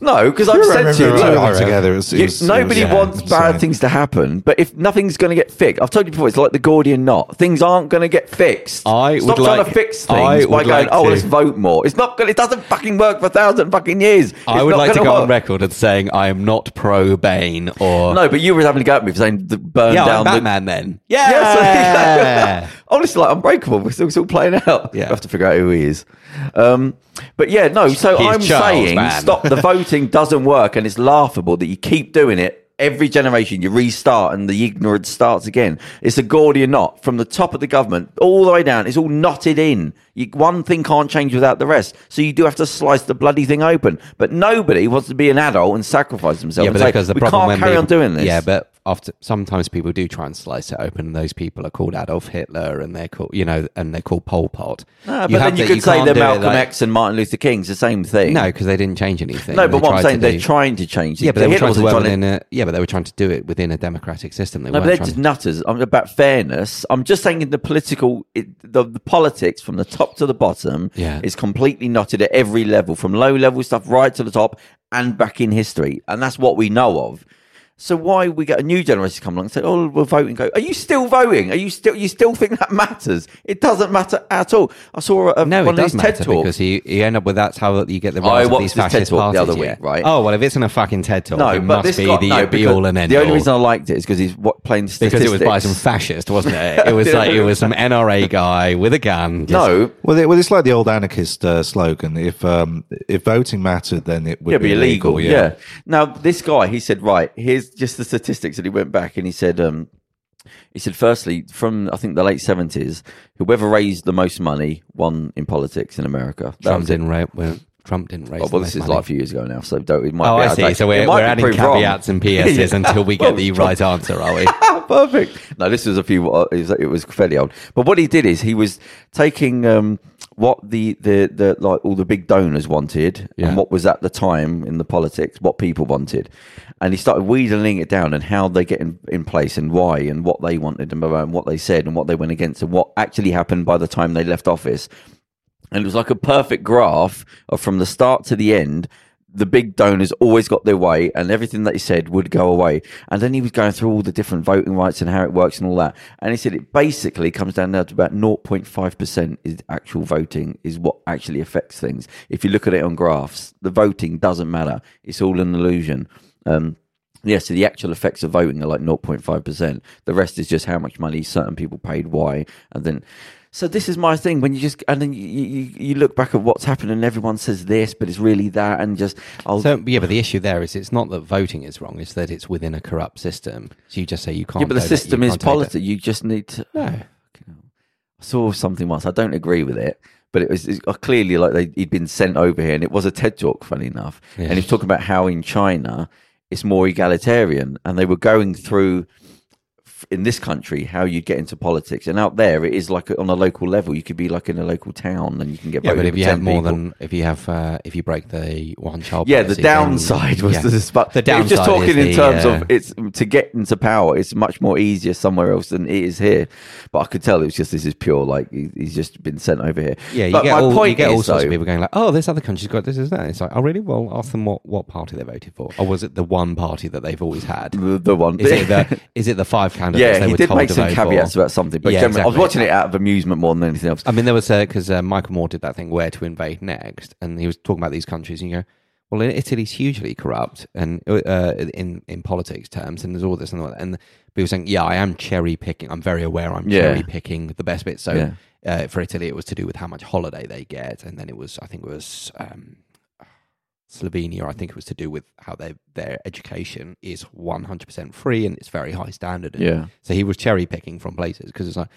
S2: No, because I've said to you,
S4: All
S2: look,
S4: together. It was- it
S2: You-
S4: was- it was
S2: nobody wants bad
S4: insane.
S2: things to happen, but if nothing's going to get fixed, I've told you before, it's like the Gordian knot. Things aren't going to get fixed.
S3: I
S2: Stop
S3: would
S2: trying to
S3: like-
S2: fix
S3: I
S2: things by
S3: would
S2: going,
S3: like
S2: oh,
S3: to-
S2: let's vote more. It's not. Gonna, it doesn't fucking work for a thousand fucking years. It's
S3: I would
S2: not
S3: like to
S2: gonna
S3: go on
S2: work.
S3: record as saying I am not pro Bane or
S2: No, but you were having to go at me for saying the burn
S3: yeah, I'm
S2: down the-
S3: Batman. Then yeah,
S2: Yes. Honestly, like unbreakable. We're still, still playing
S3: Yeah.
S2: out. We have to figure out who he is. Um, but yeah, no. So
S3: He's
S2: I'm
S3: Charles,
S2: saying
S3: man.
S2: stop. The voting doesn't work, and it's laughable that you keep doing it every generation. You restart, and the ignorance starts again. It's a Gordian knot from the top of the government all the way down. It's all knotted in. You, one thing can't change without the rest. So you do have to slice the bloody thing open. But nobody wants to be an adult and sacrifice themselves.
S3: yeah,
S2: and
S3: but
S2: say,
S3: because the
S2: we
S3: problem
S2: can't
S3: when
S2: carry
S3: they-
S2: on doing this.
S3: Yeah, but after sometimes people do try and slice it open, and those people are called Adolf Hitler, and they're called you know, and they're called Pol Pot.
S2: Ah, but then you could say they're Malcolm X and Martin Luther King's the same thing.
S3: No, because they didn't change anything.
S2: No,
S3: and
S2: but
S3: they
S2: what
S3: tried
S2: I'm
S3: to
S2: saying, they're
S3: do-
S2: trying to change.
S3: Yeah,
S2: things.
S3: but they were
S2: Hitler
S3: trying to
S2: wasn't
S3: work
S2: trying
S3: within a. Yeah, but they were trying to do it within a democratic system. They
S2: No, but
S3: weren't
S2: they're
S3: trying
S2: just
S3: to-
S2: nutters. I'm about fairness. I'm just saying in the political, it, the, the politics from the top to the bottom
S3: Yeah.
S2: is completely knotted at every level, from low level stuff right to the top and back in history. And that's what we know of. So why we get a new generation come along and say, "Oh, we're voting." Go, are you still voting? Are you still you still think that matters? It doesn't matter at all. I saw a,
S3: No, it
S2: one of
S3: does
S2: these
S3: matter
S2: TED talks.
S3: because you, you end up with that's how you get the
S2: I
S3: rise of
S2: watched
S3: these
S2: this TED
S3: fascist
S2: Talk
S3: parties.
S2: the other
S3: yeah.
S2: week, right?
S3: Oh well, if it's in a fucking TED talk,
S2: No,
S3: it
S2: but
S3: must
S2: this
S3: be
S2: got,
S3: the
S2: no,
S3: be
S2: because
S3: all and end
S2: The only
S3: all.
S2: reason I liked it is because he's what playing statistics.
S3: because it was by some fascist, wasn't it? It was like it was some NRA guy with a gun. just-
S2: No,
S4: Well, it, well, it's like the old anarchist uh, slogan: "If um, if voting mattered, then it would
S2: yeah,
S4: be,
S2: be illegal.
S4: yeah.
S2: yeah. Now this guy, he said, right, here's just the statistics, and he went back and he said, um, he said, firstly, from I think the late seventies, whoever raised the most money won in politics in America. That
S3: Trump
S2: was it.
S3: didn't rape. Well, Trump didn't rape.
S2: Oh, well, this is like a few years ago now, so don't, it might
S3: Oh,
S2: be out
S3: I
S2: of
S3: see.
S2: date.
S3: So
S2: It
S3: we're,
S2: might
S3: we're
S2: be
S3: adding
S2: proved wrong.
S3: caveats and PSs
S2: Yeah.
S3: until we get the right answer, are we?
S2: perfect. No, this was a few. uh, It was, it was fairly old. But what he did is he was taking um, what the, the the like all the big donors wanted
S3: Yeah.
S2: and what was at the time in the politics, what people wanted, and he started wheedling it down and how they get in, in place and why and what they wanted and, blah, blah, and what they said and what they went against and what actually happened by the time they left office and it was like a perfect graph of from the start to the end the big donors always got their way and everything that he said would go away and then he was going through all the different voting rights and how it works and all that and he said it basically comes down now to about 0.5% is actual voting is what actually affects things if you look at it on graphs the voting doesn't matter it's all an illusion um, yeah, so the actual effects of voting are like 0.5%. The rest is just how much money certain people paid, why, and then. So this is my thing. When you just and then you, you, you look back at what's happened, and everyone says this, but it's really that, and just I'll.
S3: So yeah, but the issue there is it's not that voting is wrong; it's that it's within a corrupt system. So you just say you can't.
S2: yeah, but the
S3: donate, you
S2: system is
S3: can't take it.
S2: politics. You just need to. No. I saw something once. I don't agree with it, but it was it's clearly like they, he'd been sent over here, and it was a TED talk, funny enough. And he was talking about how in China it's more egalitarian, and they were going through f- in this country how you get into politics, and out there it is like on a local level. You could be like in a local town, and you can get
S3: Yeah,
S2: voted
S3: but if
S2: for
S3: you have
S2: 10
S3: more
S2: people.
S3: than if you have uh, if you break the one child,
S2: Yeah, the
S3: policy, then-
S2: downside was
S3: yeah.
S2: the but
S3: The downside
S2: Just talking
S3: is
S2: in
S3: the,
S2: terms
S3: uh,
S2: of it's to get into power, it's much more easier somewhere else than it is here. But I could tell it was just this is pure like he- he's just been sent over here.
S3: Yeah, you
S2: but
S3: get,
S2: my
S3: all,
S2: point
S3: you get all
S2: is,
S3: sorts of
S2: though-
S3: people going like, "Oh, this other country's got this, is that?" It's like, "Oh, really? Well, ask them what, what party they voted for, or was it the one party that they've always had?
S2: The, the one,
S3: Is it the is it the five candidates?
S2: yeah,
S3: they
S2: he
S3: were
S2: did
S3: told
S2: make
S3: to
S2: some
S3: vote for?
S2: caveats about something, but
S3: Yeah,
S2: generally, I was
S3: exactly.
S2: watching it out of amusement more than anything else.
S3: I mean, there was because uh, Michael Moore did that thing where to invade next, and he was talking about these countries, and you go, well, Italy's hugely corrupt, and uh, in in politics terms, and there's all this and all that, and people saying, yeah, I am cherry picking. I'm very aware I'm
S2: Yeah.
S3: cherry picking the best bits. So
S2: Yeah.
S3: uh, for Italy, it was to do with how much holiday they get, and then it was, I think it was. Um, Slovenia, I think it was to do with how they, their education is 100% free and it's very high standard. And
S2: Yeah.
S3: So he was cherry picking from places because it's like,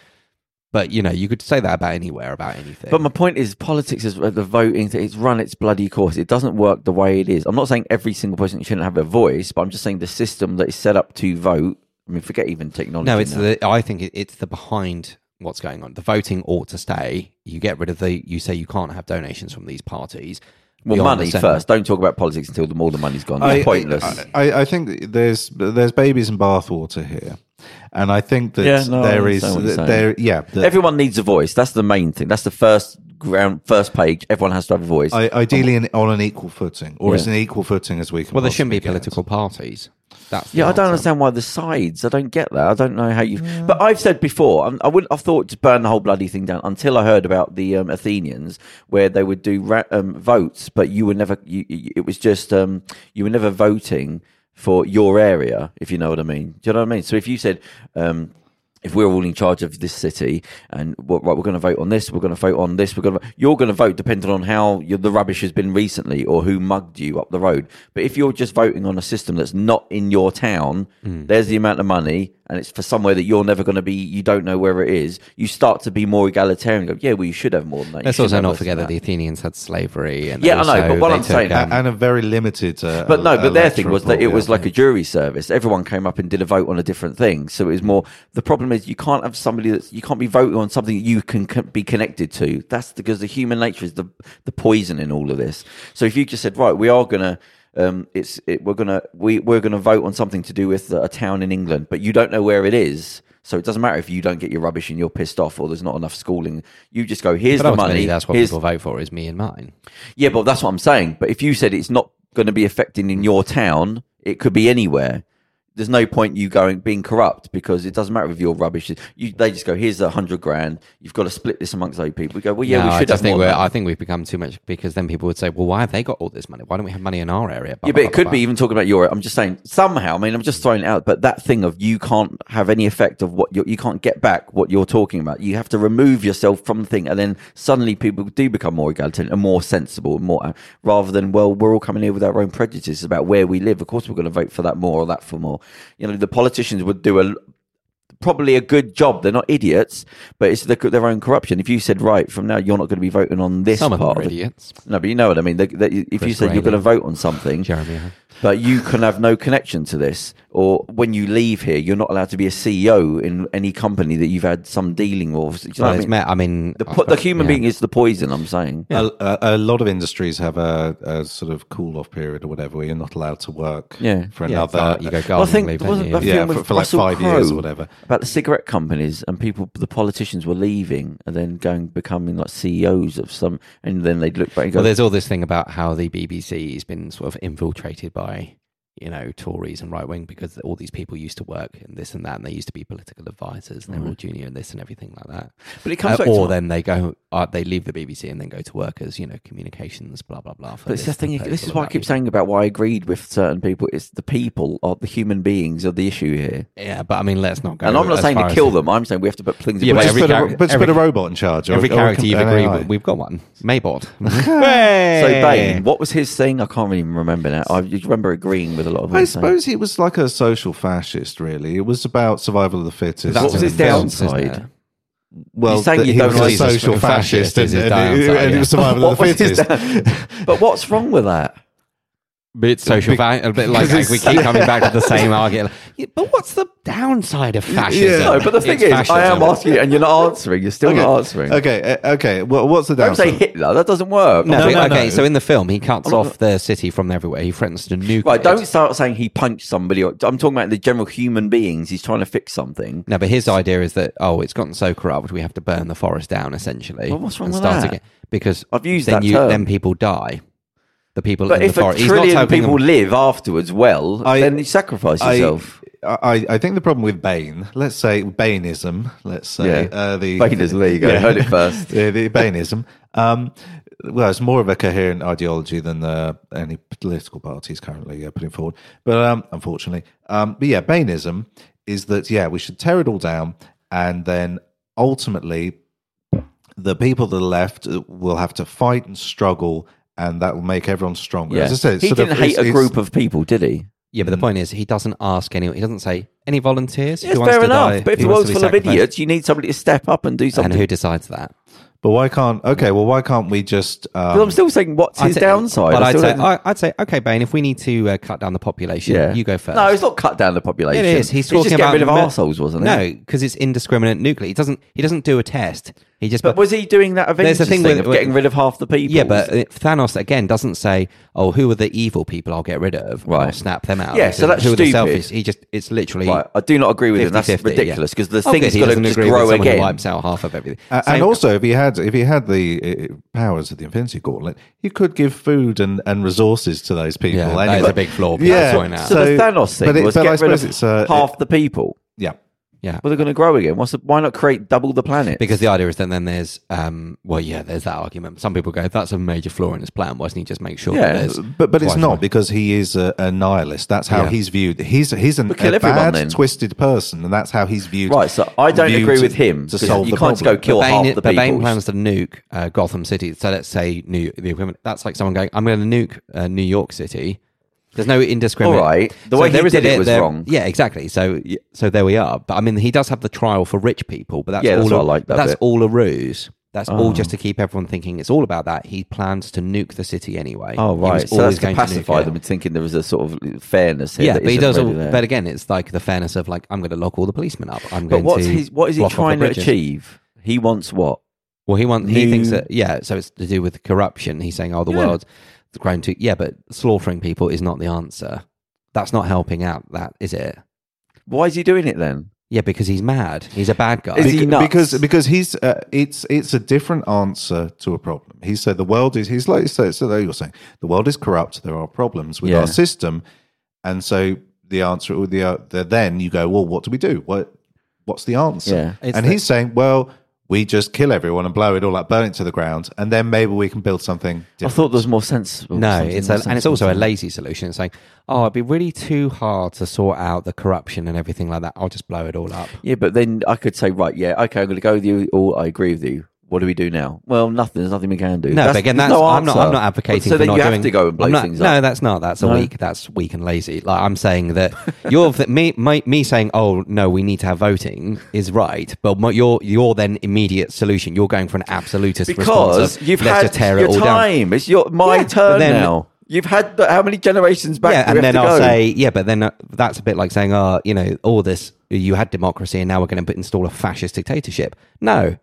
S3: but you know, you could say that about anywhere, about anything.
S2: But my point is, politics is uh, the voting. thing, It's run its bloody course. It doesn't work the way it is. I'm not saying every single person shouldn't have a voice, but I'm just saying the system that is set up to vote. I mean, forget even technology.
S3: no, it's
S2: now.
S3: the. I think it, it's the behind what's going on. The voting ought to stay. You get rid of the. You say you can't have donations from these parties.
S2: well,
S3: beyond
S2: money
S3: the centre.
S2: first. Don't talk about politics until the, all the money's gone. It's pointless.
S4: I, I, I think there's there's babies in bathwater here, and I think that
S2: Yeah, no, I
S4: there is
S2: understand what you're
S4: there
S2: saying.
S4: yeah. that-
S2: Everyone needs a voice. That's the main thing. That's the first ground, first page. Everyone has to have a voice.
S4: I, ideally, in, on an equal footing, or as an equal footing as we can.
S3: Well, there shouldn't be
S4: possibly get.
S3: political parties. That's the
S2: Yeah, I don't
S3: answer.
S2: understand why the sides. I don't get that. I don't know how you. But I've said before, I'm, I wouldn't. I thought to burn the whole bloody thing down until I heard about the um, Athenians, where they would do ra- um, votes, but you were never. You, you- it was just um, you were never voting for your area, if you know what I mean. Do you know what I mean? So if you said. Um, if we're all in charge of this city and well, right, we're going to vote on this, we're going to vote on this, we're going to you're going to vote depending on how you the rubbish has been recently or who mugged you up the road. But if you're just voting on a system that's not in your town,
S3: Hmm.
S2: there's the amount of money and it's for somewhere that you're never going to be, you don't know where it is. You start to be more egalitarian. Go, yeah, well, you should have more than that. You
S3: Let's
S2: should
S3: also
S2: have
S3: not
S2: less than
S3: forget that.
S2: that."
S3: the Athenians had slavery. And
S2: Yeah, I know,
S3: also
S2: but what
S3: they
S2: I'm saying-
S3: took, um,
S4: and a very limited. Uh,
S2: But no,
S4: el-
S2: but their thing
S4: electoral
S2: was that it
S4: pool,
S2: was
S4: yeah.
S2: like a jury service. Everyone came up and did a vote on a different thing. So it was more. The problem is you can't have somebody that's you can't be voting on something you can, can be connected to. That's because the human nature is the the poison in all of this. So if you just said right, we are gonna. Um, it's it, we're gonna we we're gonna vote on something to do with a town in England, but you don't know where it is, so it doesn't matter if you don't get your rubbish and you're pissed off, or there's not enough schooling. You just go here's
S3: but
S2: the
S3: ultimately,
S2: money.
S3: that's what
S2: here's
S3: people vote for. Is me and mine.
S2: yeah, but that's what I'm saying. But if you said it's not going to be affecting in your town, it could be anywhere. There's no point you going being corrupt because it doesn't matter if you're rubbish. You, they just go, here's a hundred grand. You've got to split this amongst those people. We go, well, yeah,
S3: No,
S2: we
S3: I
S2: should
S3: just
S2: have
S3: think
S2: more.
S3: we're,
S2: than
S3: I
S2: that.
S3: think we've become too much because then people would say, "Well, why have they got all this money? Why don't we have money in our area?" Blah, blah,
S2: Yeah, but it
S3: blah,
S2: could
S3: blah.
S2: be even talking about your. I'm just saying somehow. I mean, I'm just throwing it out. But that thing of you can't have any effect of what you're, you can't get back what you're talking about. You have to remove yourself from the thing, and then suddenly people do become more egalitarian and more sensible, and more rather than well, we're all coming here with our own prejudices about where we live. Of course, we're going to vote for that more or that for more. You know, the politicians would do a probably a good job. They're not idiots, but it's the, their own corruption. If you said right from now, you're not going to be voting on this
S3: Some of them
S2: part
S3: are
S2: the-
S3: idiots.
S2: no, but you know what I mean. They, they, if you
S3: Chris
S2: said you're
S3: Grayling.
S2: going to vote on something,
S3: Jeremy Hunt.
S2: but you can have no connection to this, or when you leave here, you're not allowed to be a CEO in any company that you've had some dealing with. Do you know
S3: Well,
S2: what I
S3: it's
S2: mean?
S3: me- I mean,
S2: the,
S3: I
S2: po- the
S3: suppose-
S2: human
S3: yeah.
S2: being is the poison. I'm saying.
S4: A, a, a lot of industries have a, a sort of cool off period or whatever where you're not allowed to work
S2: Yeah.
S4: for
S3: Yeah,
S4: another.
S3: but you go
S2: Well, I
S3: gardening
S2: think
S3: leave,
S2: there
S3: don't
S2: wasn't
S3: you?
S2: that
S4: Yeah,
S2: film
S4: for-
S2: with
S4: for like
S2: Russell
S4: five years or
S2: Crowe
S4: whatever.
S2: about the cigarette companies and people. The politicians were leaving and then going becoming like CEOs of some, and then they'd look back and go,
S3: Well, there's all this thing about how the BBC has been sort of infiltrated by, you know, Tories and right wing because all these people used to work and this and that, and they used to be political advisors and they're all junior and this and everything like that.
S2: Mm. But it comes
S3: Uh,
S2: back to
S3: or
S2: my-
S3: then they go, uh, they leave the BBC and then go to work as you know, communications, blah blah blah. for
S2: But it's the
S3: this
S2: thing.
S3: proposal
S2: This is
S3: and
S2: why I
S3: that
S2: keep
S3: reason.
S2: saying about why I agreed with certain people. It's the people, or the human beings, are the issue here.
S3: Yeah, but I mean, let's not go.
S2: And I'm not
S3: as
S2: saying
S3: far
S2: to
S3: as-
S2: kill them. I'm saying we have to put things.
S3: Yeah,
S2: in
S3: but
S2: place.
S4: Just
S3: every
S4: put,
S3: char-
S4: a, but just
S3: every-
S4: put a robot in charge. Or,
S3: Every
S4: or a
S3: character
S4: com-
S3: you've
S4: an
S3: agreed
S4: AI.
S3: with, we've got one. Maybot.
S2: So
S3: Eh.
S2: Bane, what was his thing? I can't really remember now. I just remember agreeing with a lot of. what
S4: I
S2: he's saying.
S4: suppose he was like a social fascist, really. It was about survival of the fittest.
S2: What was
S3: in
S2: his
S3: the films,
S2: downside?
S3: isn't it?
S4: well,
S2: You're saying
S4: that
S2: you
S4: he
S2: don't
S4: was
S2: like
S4: a social
S3: social
S4: fascist,
S3: fascist is
S4: and,
S3: his
S4: and,
S3: downside,
S4: and it was
S3: yeah.
S4: survival of
S2: What
S4: the
S2: was his
S4: fittest.
S2: down- but what's wrong with that?
S3: It's social value, a bit like, like we keep coming back to the same argument. Yeah, But what's the downside of fascism?
S2: No, but the thing
S3: It's
S2: is, I
S3: fascism.
S2: am asking you, and you're not answering. You're still not answering.
S4: Okay, uh, okay. Well, what's the
S2: Don't say
S4: downside?
S2: Hitler. That doesn't work.
S3: No,
S4: No,
S3: but-
S4: no,
S3: okay,
S4: no.
S3: so in the film, he cuts off the city from everywhere. He threatens to nuke.
S2: Right,
S3: it.
S2: don't start saying he punched somebody. Or, I'm talking about the general human beings. He's trying to fix something.
S3: No, but his idea is that oh, it's gotten so corrupt, we have to burn the forest down essentially.
S2: Well, what's wrong
S3: and
S2: with
S3: start
S2: that?
S3: Again, because
S2: I've used
S3: then
S2: that term.
S3: Then people die. The people
S2: But
S3: in
S2: if
S3: the
S2: a
S3: forest. He's not
S2: trillion
S3: helping them-
S2: people live afterwards well,
S4: I-
S2: then you sacrifice
S4: I,
S2: yourself.
S4: I, I think the problem with Bane, let's say Bainism, let's say
S2: Yeah.
S4: uh, the
S2: Bainism, there you go, heard it first.
S4: the, the Bainism. Um, well, it's more of a coherent ideology than uh, any political parties currently uh, putting forward. But um, unfortunately, um, but yeah, Bainism is that yeah, we should tear it all down, and then ultimately the people that are left uh, will have to fight and struggle, and that will make everyone stronger.
S2: yeah.
S4: As I said, it's
S2: he
S4: sort of-
S2: didn't hate
S4: it's-
S2: a
S4: it's-
S2: group of people, did he?
S3: Yeah, but the point is, he doesn't ask anyone. He doesn't say any volunteers.
S2: Yes,
S3: Who wants
S2: fair
S3: to
S2: enough.
S3: die?
S2: But if
S3: Who
S2: the
S3: wants
S2: world's
S3: to be
S2: full of
S3: sacrificed?
S2: idiots, you need somebody to step up and do
S3: and
S2: something.
S3: who decides that?
S4: But why can't? Okay, well, why can't we just?
S2: But
S4: Um,
S2: I'm still saying, what's
S3: I'd
S2: his
S3: say-
S2: downside?
S3: But
S2: I
S3: I'd
S2: still
S3: say,
S2: don't-
S3: I- I'd say, okay, Bane, if we need to uh, cut down the population, you go first.
S2: No, it's not cut down the population.
S3: It is. He's
S2: It's
S3: talking
S2: just
S3: about
S2: getting rid of
S3: mi-
S2: arseholes, wasn't it?
S3: No, because it's indiscriminate nuclear. He doesn't. He doesn't do a test. He just.
S2: But was he doing that Avengers
S3: There's a
S2: thing,
S3: thing with-
S2: of getting rid of half the people?
S3: yeah, but uh, Thanos again doesn't say, "Oh, who are the evil people? I'll get rid of. I'll
S2: Right.
S3: snap them out."
S2: Yeah,
S3: He
S2: so
S3: says,
S2: that's
S3: who are the
S2: stupid.
S3: selfish. He just. It's literally.
S2: Right, I do not agree with him. That's
S3: 50-50, yeah.
S2: ridiculous because the
S3: Oh, good,
S2: thing's
S3: he
S2: got to
S3: doesn't
S2: just
S3: agree with
S2: grow
S3: someone who
S2: again.
S3: Wipes out half of everything.
S4: Uh,
S3: Same-
S4: and also, if he had if he had the uh, powers of the Infinity Gauntlet, he could give food and, and resources to those people.
S3: Yeah,
S4: anyway.
S3: that is a big flaw. people point out.
S2: So, the Thanos thing
S4: but it-
S2: was
S4: but I
S2: get rid
S4: suppose
S2: of
S4: it's uh,
S2: half
S4: it-
S2: the people.
S4: yeah,
S3: yeah.
S2: Well, they're going to grow again. What's the, why not create double the planet?
S3: Because the idea is then, then there's, um, well, yeah, there's that argument. Some people go, that's a major flaw in his plan. Why doesn't he just make sure
S2: Yeah,
S3: that there's.
S4: but but it's
S3: Quite
S4: not
S3: right.
S4: because he is a, a nihilist. That's how
S3: Yeah.
S4: he's viewed. He's he's an,
S2: But kill
S4: a
S2: everyone
S4: bad,
S2: then.
S4: twisted person, and that's how he's viewed.
S2: right, so I don't
S4: viewed
S2: agree
S4: to-
S2: with him.
S4: to
S2: 'cause
S4: solve
S2: you
S4: the
S2: can't just go
S4: problem.
S2: kill
S3: But Bane,
S2: half the
S3: but Bane
S2: people.
S3: plans to nuke uh, Gotham City. So let's say New the equivalent. That's like someone going, "I'm going to nuke uh, New York City." There's no indiscriminate.
S2: All right. The way he
S3: there is a
S2: did it
S3: bit
S2: was
S3: there-
S2: wrong.
S3: Yeah, exactly. So y- so there we are. But I mean, he does have the trial for rich people, but that's
S2: Yeah,
S3: all.
S2: that's
S3: a,
S2: what I like, Ah. that
S3: that's
S2: bit.
S3: all a ruse. That's all just to keep everyone thinking it's all about that. He plans to nuke the city anyway.
S2: Oh
S3: He was
S2: right, so
S3: always
S2: that's to
S3: going nuke
S2: pacify
S3: it.
S2: them, thinking there was a sort of fairness here.
S3: Yeah,
S2: that
S3: but he
S2: isn't
S3: does.
S2: really
S3: All,
S2: there.
S3: but again, it's like the fairness of like I'm going to lock all the policemen up. I'm
S2: But
S3: going
S2: what's
S3: to.
S2: his? What is he
S3: block off the
S2: trying to
S3: bridges.
S2: achieve? He wants what?
S3: Well, he wants. He
S2: New-
S3: thinks that yeah. So it's to do with corruption. He's saying, oh, the
S2: Yeah.
S3: world's grown too. Yeah, but slaughtering people is not the answer. That's not helping out. That is it.
S2: Why is he doing it then?
S3: Yeah, because he's mad. He's a bad guy.
S2: Is he
S4: Beca-
S2: nuts?
S4: Because because he's uh, it's it's a different answer to a problem. He said the world is he's like so so there you're saying the world is corrupt. There are problems with our
S2: Yeah.
S4: system, and so the answer or the, uh, the then you go well what do we do what what's the answer?
S3: Yeah. It's
S4: and
S3: the-
S4: he's saying well we just kill everyone and blow it all up, burn it to the ground, and then maybe we can build something.
S2: I
S4: Different.
S2: thought there was more sensible.
S3: no,
S2: something
S3: it's
S2: more
S3: a, and it's
S2: sensible
S3: also a
S2: to it.
S3: lazy solution. It's like, oh, it'd be really too hard to sort out the corruption and everything like that. I'll just blow it all up.
S2: Yeah, but then I could say, right, yeah, okay, I'm going to go with you. All I agree with you. What do we do now? Well, nothing. There's nothing we can do.
S3: No, but again,
S2: there's
S3: that's I'm not.
S2: answer.
S3: I'm not advocating.
S2: So
S3: for
S2: then
S3: not
S2: you
S3: doing,
S2: have to go and blow
S3: I'm not-
S2: things
S3: No,
S2: up.
S3: that's not. That's a
S2: No?
S3: weak. That's weak and lazy. Like I'm saying that you're th- me, my, me saying, oh no, we need to have voting is right, but my, your your then immediate solution, you're going for an absolutist response
S2: because
S3: of,
S2: you've
S3: let's
S2: had
S3: just tear
S2: your
S3: it all down.
S2: time. It's your my
S3: Yeah, but
S2: turn
S3: then-
S2: now. You've had but how many generations back?
S3: Yeah,
S2: do we
S3: and
S2: have
S3: then
S2: to
S3: I'll
S2: go?
S3: say, yeah, but then uh, that's a bit like saying, oh, you know, all this you had democracy, and now we're going to install a fascist dictatorship. No,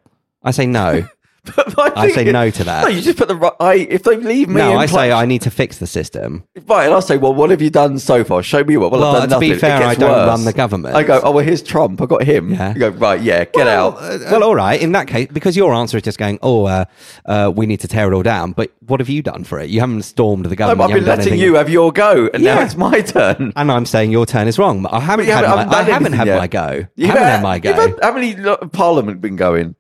S3: I say no.
S2: But my
S3: I
S2: thing
S3: say
S2: is-
S3: no to that.
S2: No, you just put the right. I, if they leave me,
S3: no,
S2: in
S3: I
S2: pla-
S3: say I need to fix the system.
S2: Right, and I'll say, well, what have you done so far? Show me what. Well,
S3: Well,
S2: I've
S3: to
S2: done
S3: be
S2: nothing. It
S3: fair,
S2: gets
S3: I don't
S2: worse.
S3: run the government.
S2: I go, oh, well, here's Trump. I got him.
S3: Yeah.
S2: You go, right, yeah, get out.
S3: well, all right. In that case, because your answer is just going, oh, uh, uh, we need to tear it all down. But what have you done for it? You haven't stormed the
S2: I've
S3: government.
S2: been
S3: Um, haven't done
S2: letting
S3: anything.
S2: you uh, have your go, and now
S3: Yeah.
S2: it's my turn.
S3: And I'm saying your turn is wrong. I haven't
S2: You
S3: had
S2: haven't-
S3: my, I
S2: done
S3: haven't
S2: anything
S3: had
S2: yet.
S3: my go.
S2: You've
S3: haven't
S2: had-
S3: had my
S2: you've
S3: go.
S2: had- how many lo- parliament been going?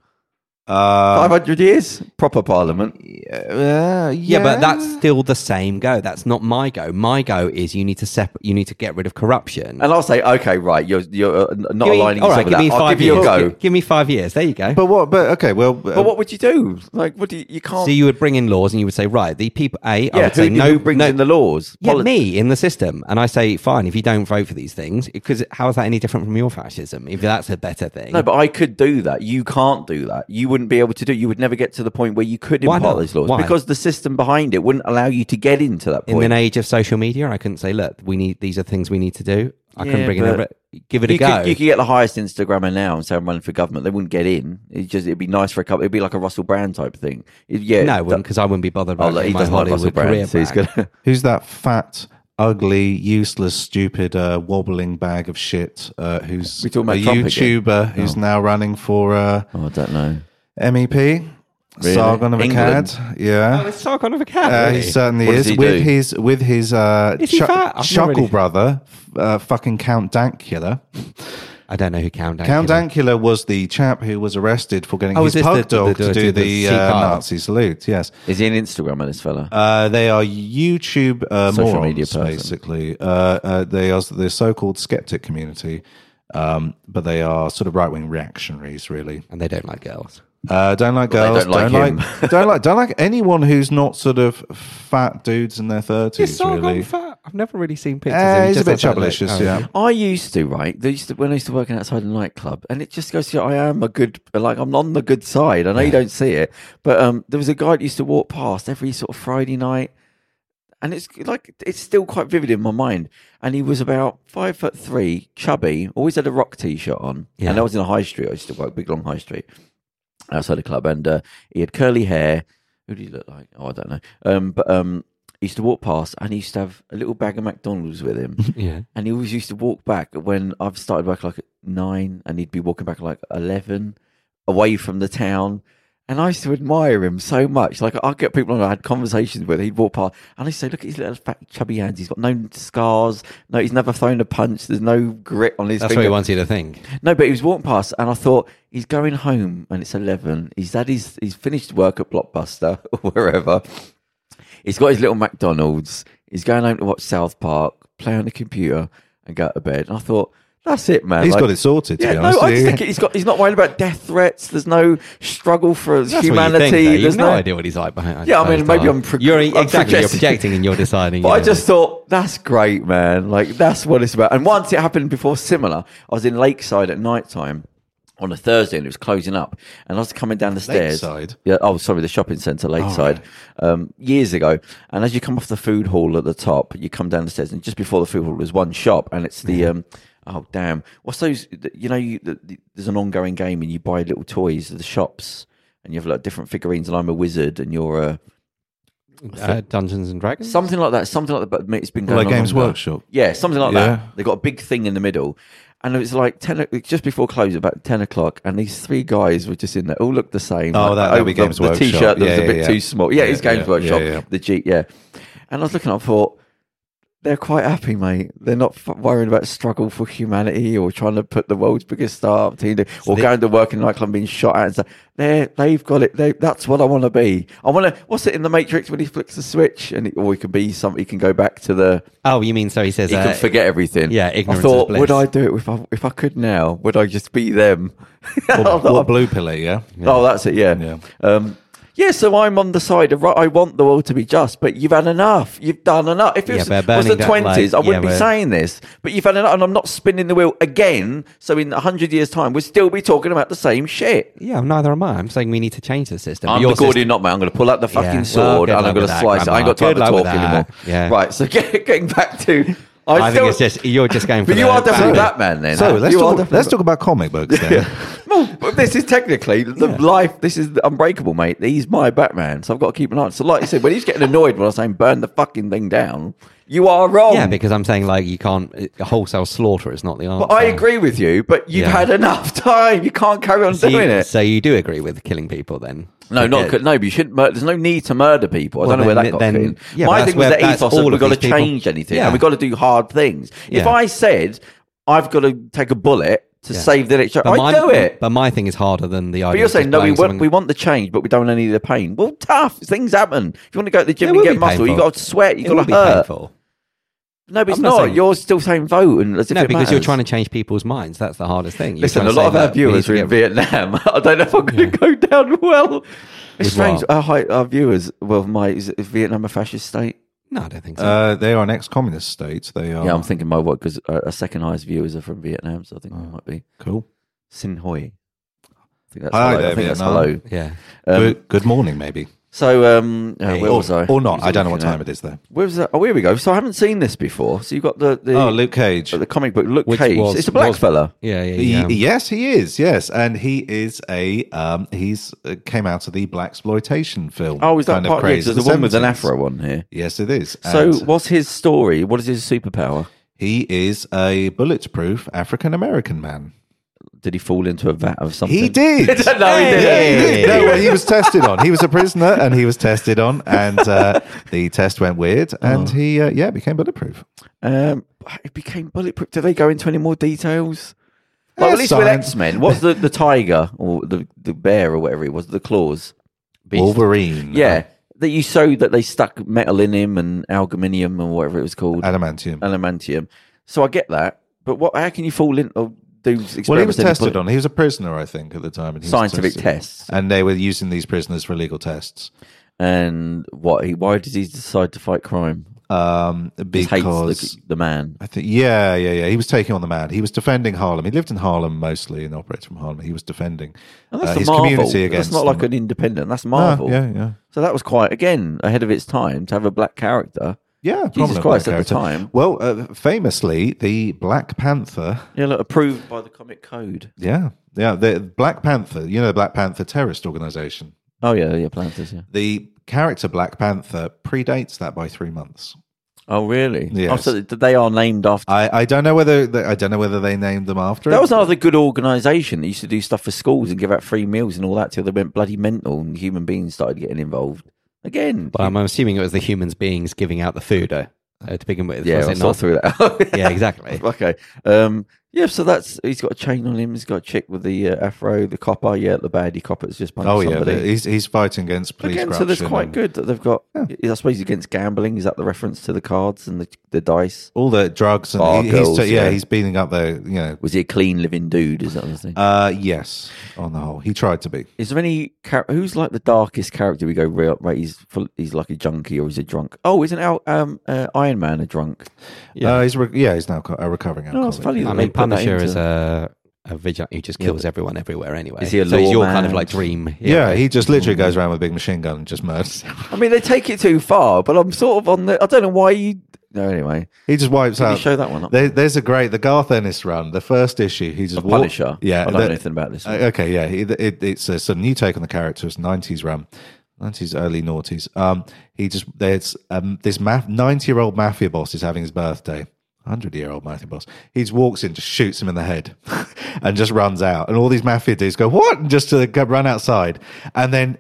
S4: Uh,
S2: 500 years? Proper parliament.
S4: uh,
S3: yeah, but that's still the same go. That's not my go. My go is you need to sep- You need to get rid of corruption.
S2: And I'll say, okay, right, you're, you're uh, not
S3: Give me-
S2: aligning
S3: all
S2: yourself
S3: right,
S2: with
S3: give me
S2: that. I'll
S3: five
S2: give you a
S3: years.
S2: go.
S3: Give, give me five years. There you go.
S4: But what? But okay, well,
S2: But what would you do? Like, what do you, you can't.
S3: so you would bring in laws, and you would say, right, the people. A, I
S2: yeah,
S3: would say
S2: who,
S3: no.
S2: who brings
S3: no-
S2: in the laws?
S3: Yeah,
S2: Poli-
S3: me in the system, and I say, fine. If you don't vote for these things, because how is that any different from your fascism? If that's a better thing,
S2: No, but I could do that. You can't do that. You wouldn't be able to do. You would never get to the point where you could
S3: Why
S2: impart
S3: not?
S2: these laws
S3: Why?
S2: because the system behind it wouldn't allow you to get into that
S3: in
S2: point.
S3: an age of social media, I couldn't say, look, we need these are things we need to do. I
S2: Yeah,
S3: couldn't bring it
S2: but
S3: over. Give it a
S2: you,
S3: go.
S2: could, you could get the highest Instagrammer now and say I'm running for government. They wouldn't get in. It just it'd be nice for a couple. It'd be like a Russell Brand type thing. It- yeah,
S3: no, because I wouldn't be bothered
S2: oh,
S3: about
S2: look, he
S3: getting my
S2: doesn't like Russell
S3: Hollywood career
S2: Brand. So he's
S3: back.
S2: gonna.
S4: Who's that fat, ugly, useless, stupid, uh, wobbling bag of shit? Uh, who's
S2: We talking about
S4: a
S2: Trump again?
S4: YouTuber who's now running for uh,
S2: Oh, I don't know.
S4: MEP?
S2: Really?
S4: Sargon of
S2: England?
S4: Akkad, yeah.
S3: Oh, It's Sargon of a cat.
S4: Uh,
S3: really.
S4: he certainly
S2: What
S4: is
S2: does he
S4: with
S2: do?
S4: his with his uh,
S3: Is he fat? I've not
S4: chuckle
S3: really-
S4: brother, f- uh, fucking Count Dankula.
S3: I don't know who Count Dankula.
S4: Count Dankula was the chap who was arrested for getting
S3: Oh, is
S4: his
S3: this
S4: pug
S3: the- the-
S4: dog
S3: the-
S4: to
S3: the-
S4: do
S3: the
S4: the,
S3: sea
S4: uh,
S3: car?
S4: Nazi salute. Yes,
S2: Is he an Instagrammer? This fella.
S4: uh, they are YouTube uh,
S2: Social
S4: morons,
S2: media person.
S4: basically. Uh, uh, they are the so-called skeptic community, um, but they are sort of right-wing reactionaries, really.
S3: And they don't like girls.
S4: Uh, don't like girls.
S2: don't like
S4: don't
S2: him.
S4: like, don't like don't like anyone who's not sort of fat dudes in their
S3: Is
S4: thirties.
S3: Sargon
S4: Really,
S3: fat? I've never really seen pictures. of
S4: uh,
S3: him.
S4: he's a
S3: just
S4: bit
S3: looks like look-
S4: chubblicious.
S3: oh,
S4: yeah.
S2: I used to, right? They used to, when I used to work in outside a nightclub, and it just goes to, I am a good, like, I'm on the good side. I know you don't see it, but um, there was a guy that used to walk past every sort of Friday night, and it's like, it's still quite vivid in my mind. And he was about five foot three, chubby, always had a rock t shirt on. And I was in a high street, I used to work big long high street outside the club, and uh, he had curly hair. Who did he look like? Oh, I don't know. Um, but um, he used to walk past, and he used to have a little bag of McDonald's with him.
S3: Yeah.
S2: And he always used to walk back when I've started work like at nine, and he'd be walking back at like eleven, away from the town. And I used to admire him so much. Like I get people on, I had conversations with. He'd walk past, and I used to say, "Look at his little fat, chubby hands. He's got no scars. No, he's never thrown a punch. There's no grit on his
S3: That's what
S2: finger.
S3: he wants you to think.
S2: No, but he was walking past, and I thought he's going home, and it's eleven. He's had his he's finished work at Blockbuster or wherever. He's got his little McDonald's. He's going home to watch South Park, play on the computer, and go to bed. And I thought that's it, man.
S4: He's
S2: Like-
S4: got it sorted. To
S2: Yeah,
S4: be
S2: no,
S4: honest,
S2: I just
S4: Yeah.
S2: think he's got. He's not worried about death threats. There's no struggle for
S3: That's
S2: humanity.
S3: What you think, though. you
S2: There's
S3: have no, idea what he's like behind.
S2: Yeah, I mean,
S3: closed
S2: maybe
S3: doors.
S2: I'm pro-
S3: you're
S2: I'm
S3: exactly you're
S2: projecting.
S3: projecting and you're deciding.
S2: But I
S3: yeah.
S2: just thought that's great, man. Like that's what it's about. And once it happened before, similar. I was in Lakeside at night time on a Thursday, and it was closing up. And I was coming down the stairs.
S4: Lakeside?
S2: Yeah. Oh, sorry, the shopping centre, Lakeside, um, years ago. And as you come off the food hall at the top, you come down the stairs, and just before the food hall, there's one shop, and it's the. Um, Oh damn! What's those? You know, you, the, the, there's an ongoing game, and you buy little toys at the shops, and you have like different figurines. And I'm a wizard, and you're a
S3: uh, Dungeons and Dragons.
S2: Something like that. Something like that. But it's been going
S4: like
S2: on
S4: Games
S2: longer.
S4: Workshop.
S2: Yeah, something like
S4: Yeah.
S2: that. They got a big thing in the middle, and it was like ten o- it's just before close, about ten o'clock. And these three guys were just in there, all looked the same.
S4: Oh,
S2: Like,
S4: that- that'd be
S2: the-
S4: Games
S2: the,
S4: Workshop.
S2: T-shirt that was
S4: Yeah,
S2: a bit
S4: yeah, yeah.
S2: too small. Yeah, it's
S4: Yeah,
S2: Games
S4: yeah,
S2: Workshop.
S4: yeah, yeah.
S2: The Jeep, yeah. And I was looking, I thought. They're quite happy, mate. They're not f- worried about struggle for humanity or trying to put the world's biggest star up to you, or going to work in a nightclub and being shot at. And stuff. They're, they've got it. They, that's what I want to be. I want to. What's it in the Matrix when he flicks the switch and he, or he can be something? He can go back to the
S3: Oh, you mean so he says?
S2: he
S3: uh,
S2: can forget everything.
S3: yeah, ignorance
S2: I
S3: is
S2: thought,
S3: bliss.
S2: would I do it if I if I could now? Would I just be them? I thought,
S4: What blue pill it, yeah?
S2: Oh, that's it. Yeah.
S4: Yeah.
S2: Yeah. Um, yeah. So I'm on the side of right. I want the world to be just, but you've had enough. You've done enough. If it
S3: Yeah, but
S2: was, was
S3: burning
S2: the
S3: that light-
S2: twenties, I
S3: yeah,
S2: wouldn't be
S3: but-
S2: saying this. But you've had enough, and I'm not spinning the wheel again. So in hundred years' time, we'll still be talking about the same shit.
S3: Yeah, neither am I. I'm saying we need to change the system.
S2: I'm
S3: Your
S2: the Gordian
S3: system-
S2: knot, man. I'm going to pull out the
S3: Yeah,
S2: fucking
S3: well,
S2: sword
S3: good
S2: and
S3: luck
S2: I'm going
S3: with
S2: to
S3: that,
S2: slice it. I ain't got time
S3: Grandma.
S2: to
S3: Good luck
S2: talk
S3: with
S2: anymore.
S3: that. Yeah.
S2: Right. So get, getting back to, I,
S3: I
S2: still-
S3: think it's just you're just going. For
S2: But you
S3: the
S2: are definitely
S3: back.
S2: that man then.
S4: So
S2: huh?
S4: let's
S2: You are
S4: talk,
S2: definitely
S4: let's
S2: that-
S4: talk about comic books then.
S2: Well, but this is technically the life. This is unbreakable, mate. He's my Batman, so I've got to keep an eye. on it. So, like you said, when he's getting annoyed when I'm saying burn the fucking thing down, you are wrong.
S3: Yeah, because I'm saying like you can't uh, wholesale slaughter is not the answer.
S2: but I agree with you. But you've
S3: Yeah.
S2: had enough time. You can't carry on
S3: So you,
S2: doing it.
S3: so you do agree with killing people then?
S2: no, not
S3: Because-
S2: no. But you shouldn't. Mur- there's no need to murder people. I
S3: Well,
S2: don't know where
S3: then-
S2: that got
S3: then-
S2: fit in.
S3: yeah, but
S2: My
S3: that's
S2: thing was
S3: where-
S2: the
S3: that's
S2: ethos that
S3: all
S2: we've
S3: of
S2: got to
S3: these people-
S2: change anything
S3: Yeah.
S2: and we've got to do hard things. If
S3: Yeah.
S2: I said I've got to take a bullet to save the next,
S3: But
S2: I
S3: my,
S2: do it.
S3: But my thing is harder than the idea.
S2: But you're
S3: of just
S2: saying no, we
S3: blowing
S2: want
S3: someone-
S2: we want the change, but we don't want any of the pain. Well, tough things happen. If you want to go to the
S3: It
S2: gym
S3: will
S2: and
S3: be
S2: get muscle, you
S3: painful.
S2: got to sweat, you
S3: It
S2: got
S3: will
S2: to
S3: be
S2: hurt.
S3: painful.
S2: No, but it's
S3: I'm not
S2: not.
S3: saying-
S2: You're still saying vote, and as if
S3: No,
S2: it
S3: because you're
S2: matters.
S3: trying to change people's minds. That's the hardest thing. You're
S2: Listen,
S3: trying
S2: a
S3: to
S2: lot
S3: say,
S2: of our
S3: "Look, we need
S2: viewers
S3: to
S2: are in
S3: get
S2: Vietnam. I don't know if I'm going to go down well. It's
S3: With
S2: strange.
S3: what?
S2: Our, hi- our viewers, well, my is it- is Vietnam a fascist state?
S3: No, I don't think so.
S4: Uh, they are an ex-communist state. They
S3: Oh.
S4: are
S2: Yeah, I'm thinking my what uh, because
S3: Oh.
S2: our, our second highest viewers are from Vietnam, so I think it might be
S4: cool.
S2: Sin Hoi. think that's
S4: Hi
S2: hello.
S4: there,
S2: I think that's
S4: Vietnam.
S2: hello.
S3: Yeah.
S2: Um,
S4: good, good morning, maybe.
S2: So, um, uh, where
S4: or,
S2: was I?
S4: or not.
S2: Was
S4: I don't know what
S2: looking
S4: time
S2: at-
S4: it is, though.
S2: Where was that? Oh, here we go. So I haven't seen this before. So you've got the the,
S4: Oh, Luke Cage.
S2: the comic book Luke
S3: Which
S2: Cage.
S3: was-
S2: it's a black
S3: was-
S2: fella.
S3: Yeah, yeah,
S4: He-
S3: yeah.
S4: yes, he is. Yes, and he is a um, he's uh, came out of the black exploitation film.
S2: Oh, is that
S4: kind of
S2: part? Yeah,
S4: craze
S2: so
S4: of
S2: the,
S4: the
S2: one with an
S4: 70s.
S2: afro on here.
S4: Yes, it is.
S2: So
S4: And
S2: what's his story? What is his superpower?
S4: he is a bulletproof African American man.
S2: Did he fall into a vat of something?
S4: He did. no, he didn't. No, well, he was tested on. He was a prisoner, and he was tested on, and uh, the test went weird, and
S2: Oh.
S4: he uh, yeah became bulletproof.
S2: Um, it became bulletproof. Do they go into any more details? Like,
S4: Yeah,
S2: at least with
S4: science.
S2: X Men, what's the, the tiger or the, the bear or whatever it was, the claws?
S4: Wolverine.
S2: Yeah, that you showed that they stuck metal in him and aluminium or whatever it was called,
S4: Adamantium.
S2: adamantium. So I get that, but what? How can you fall in? Or do experiments
S4: Well, he was
S2: in a
S4: tested
S2: bullet-
S4: on. He was a prisoner, I think, at the time. And he was
S2: scientific
S4: tested.
S2: tests?
S4: And they were using these prisoners for legal tests.
S2: And what? He, why did he decide to fight crime?
S4: Um,
S2: He hates
S4: because
S2: the, the man.
S4: I think, yeah, yeah, yeah. He was taking on the man. He was defending Harlem. He lived in Harlem mostly and operated from Harlem. He was defending
S2: And that's
S4: uh,
S2: the
S4: his
S2: Marvel.
S4: community against.
S2: that's not like
S4: them.
S2: an independent. That's
S4: No,
S2: Marvel.
S4: yeah, yeah,
S2: So that was quite again ahead of its time to have a black character.
S4: yeah. prominent
S2: Christ,
S4: black
S2: at
S4: character.
S2: the time.
S4: Well, uh, famously, the Black Panther.
S2: Yeah, look, approved by the comic code.
S4: Yeah, yeah. The Black Panther. You know, the Black Panther terrorist organization.
S2: Oh yeah, yeah, planters. Yeah.
S4: The character Black Panther predates that by three months.
S2: Oh really? Oh,
S4: Yes. Uh,
S2: so th- they are named after.
S4: I, I don't know whether they, I don't know whether they named them after
S2: that
S4: it.
S2: was another good organisation that used to do stuff for schools and give out free meals and all that till they went bloody mental and human beings started getting involved again.
S3: But I'm assuming it was the humans beings giving out the food uh, uh, to begin with.
S2: yeah,
S3: was
S2: I
S3: it
S2: saw
S3: not?
S2: through that.
S3: Yeah, exactly.
S2: okay. Um, yeah, so that's he's got a chain on him. He's got a chick with the uh, afro, the copper. Yeah, the baddie copper that's just punched
S4: Oh yeah,
S2: somebody.
S4: but he's he's fighting against police
S2: Again, so
S4: corruption.
S2: that's quite
S4: and
S2: good that they've got. I suppose against gambling is that the reference to the cards and the, the dice?
S4: All the drugs and
S2: Bar
S4: he- he's
S2: girls,
S4: t- yeah,
S2: yeah.
S4: he's beating up the you know.
S2: Was he a clean living dude? Is that the thing?
S4: Uh, yes, on the whole, he tried to be.
S2: is there any char- who's like the darkest character? We go real right. He's full, he's like a junkie or he's a drunk. Oh, isn't Al, um, uh, Iron Man a drunk?
S4: Yeah, Uh, he's re- yeah, he's now co- a recovering
S2: No,
S4: alcoholic.
S2: it's Oh,
S3: Oh,
S2: funny.
S3: I
S2: that they
S3: mean,
S2: put that
S3: Punisher is
S2: into-
S3: a, a vigilante who just kills everyone everywhere anyway.
S2: Is he a
S3: so he's your
S2: lawman?
S3: kind of like dream.
S4: yeah, he just
S2: Mm.
S4: literally goes around with a big machine gun and just murders.
S2: I mean, they take it too far, but I'm sort of on the. I don't know why you. No, anyway,
S4: He just wipes
S2: Can you
S4: out.
S2: show that one up?
S4: There, there's a great the Garth Ennis run, the first issue. He just
S2: Of
S4: walk-
S2: Punisher?
S4: Yeah,
S2: I don't
S4: the-
S2: know anything about this one.
S4: Uh, okay, yeah, it, it, it's a sort of new take on the character. It's nineties run, nineties early noughties. Um, he just there's um this ninety year old mafia boss is having his birthday. Hundred year old mafia boss. He just walks in, just shoots him in the head, and just runs out. And all these mafia dudes go what? And just to go, run outside, and then.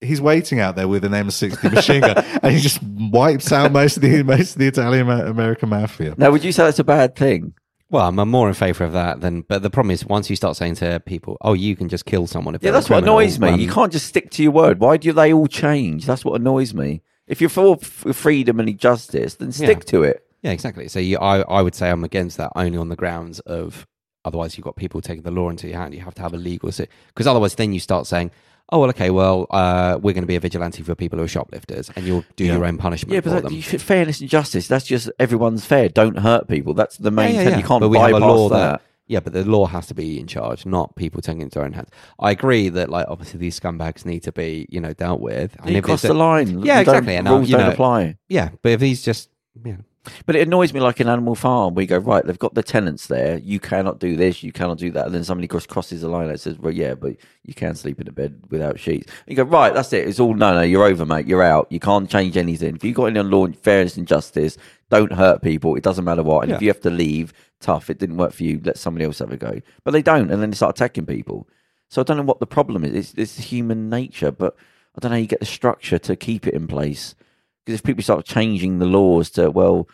S4: He's waiting out there with an M60 machine gun, and he just wipes out most of the most of the Italian American mafia.
S2: now would you say that's a bad thing?
S3: Well, I'm I'm more in favour of that than. But the problem is, once you start saying to people, "Oh, you can just kill someone," if
S2: Yeah,
S3: they're a
S2: that's what
S3: criminal,"
S2: annoys me.
S3: um,
S2: you can't just stick to your word. Why do they all change? That's what annoys me. If you're for f- freedom and justice, then stick to it.
S3: Yeah, exactly. So you, I, I would say I'm against that only on the grounds of otherwise you've got people taking the law into your hand. You have to have a legal because otherwise then you start saying, oh well, okay, well uh, we're going to be a vigilante for people who are shoplifters, and you'll do your own punishment
S2: Yeah,
S3: for
S2: but that,
S3: them.
S2: you should, fairness and justice. That's just everyone's fair. Don't hurt people. That's the main thing. You can't
S3: but we
S2: bypass
S3: have a law
S2: that.
S3: Yeah, but the law has to be in charge, not people taking it into their own hands. I agree that, like, obviously these scumbags need to be, you know, dealt with. And
S2: You
S3: if it's
S2: cross
S3: a-
S2: the line.
S3: Yeah,
S2: You don't-
S3: exactly. And, uh,
S2: rules
S3: you
S2: don't
S3: know-
S2: apply.
S3: Yeah, but if he's just, yeah,
S2: But it annoys me like in Animal Farm, we go right. They've got the tenants there. You cannot do this. You cannot do that. And then somebody cross, crosses the line and says, "Well, yeah, but you can sleep in a bed without sheets." And you go right. That's it. It's all no, no. You're over, mate. You're out. You can't change anything. If you got any on law, fairness and justice, don't hurt people. It doesn't matter what. And if you have to leave, tough. It didn't work for you. Let somebody else have a go. But they don't, and then they start attacking people. So I don't know what the problem is. It's, it's human nature, but I don't know how you get the structure to keep it in place. Because if people start changing the laws to well,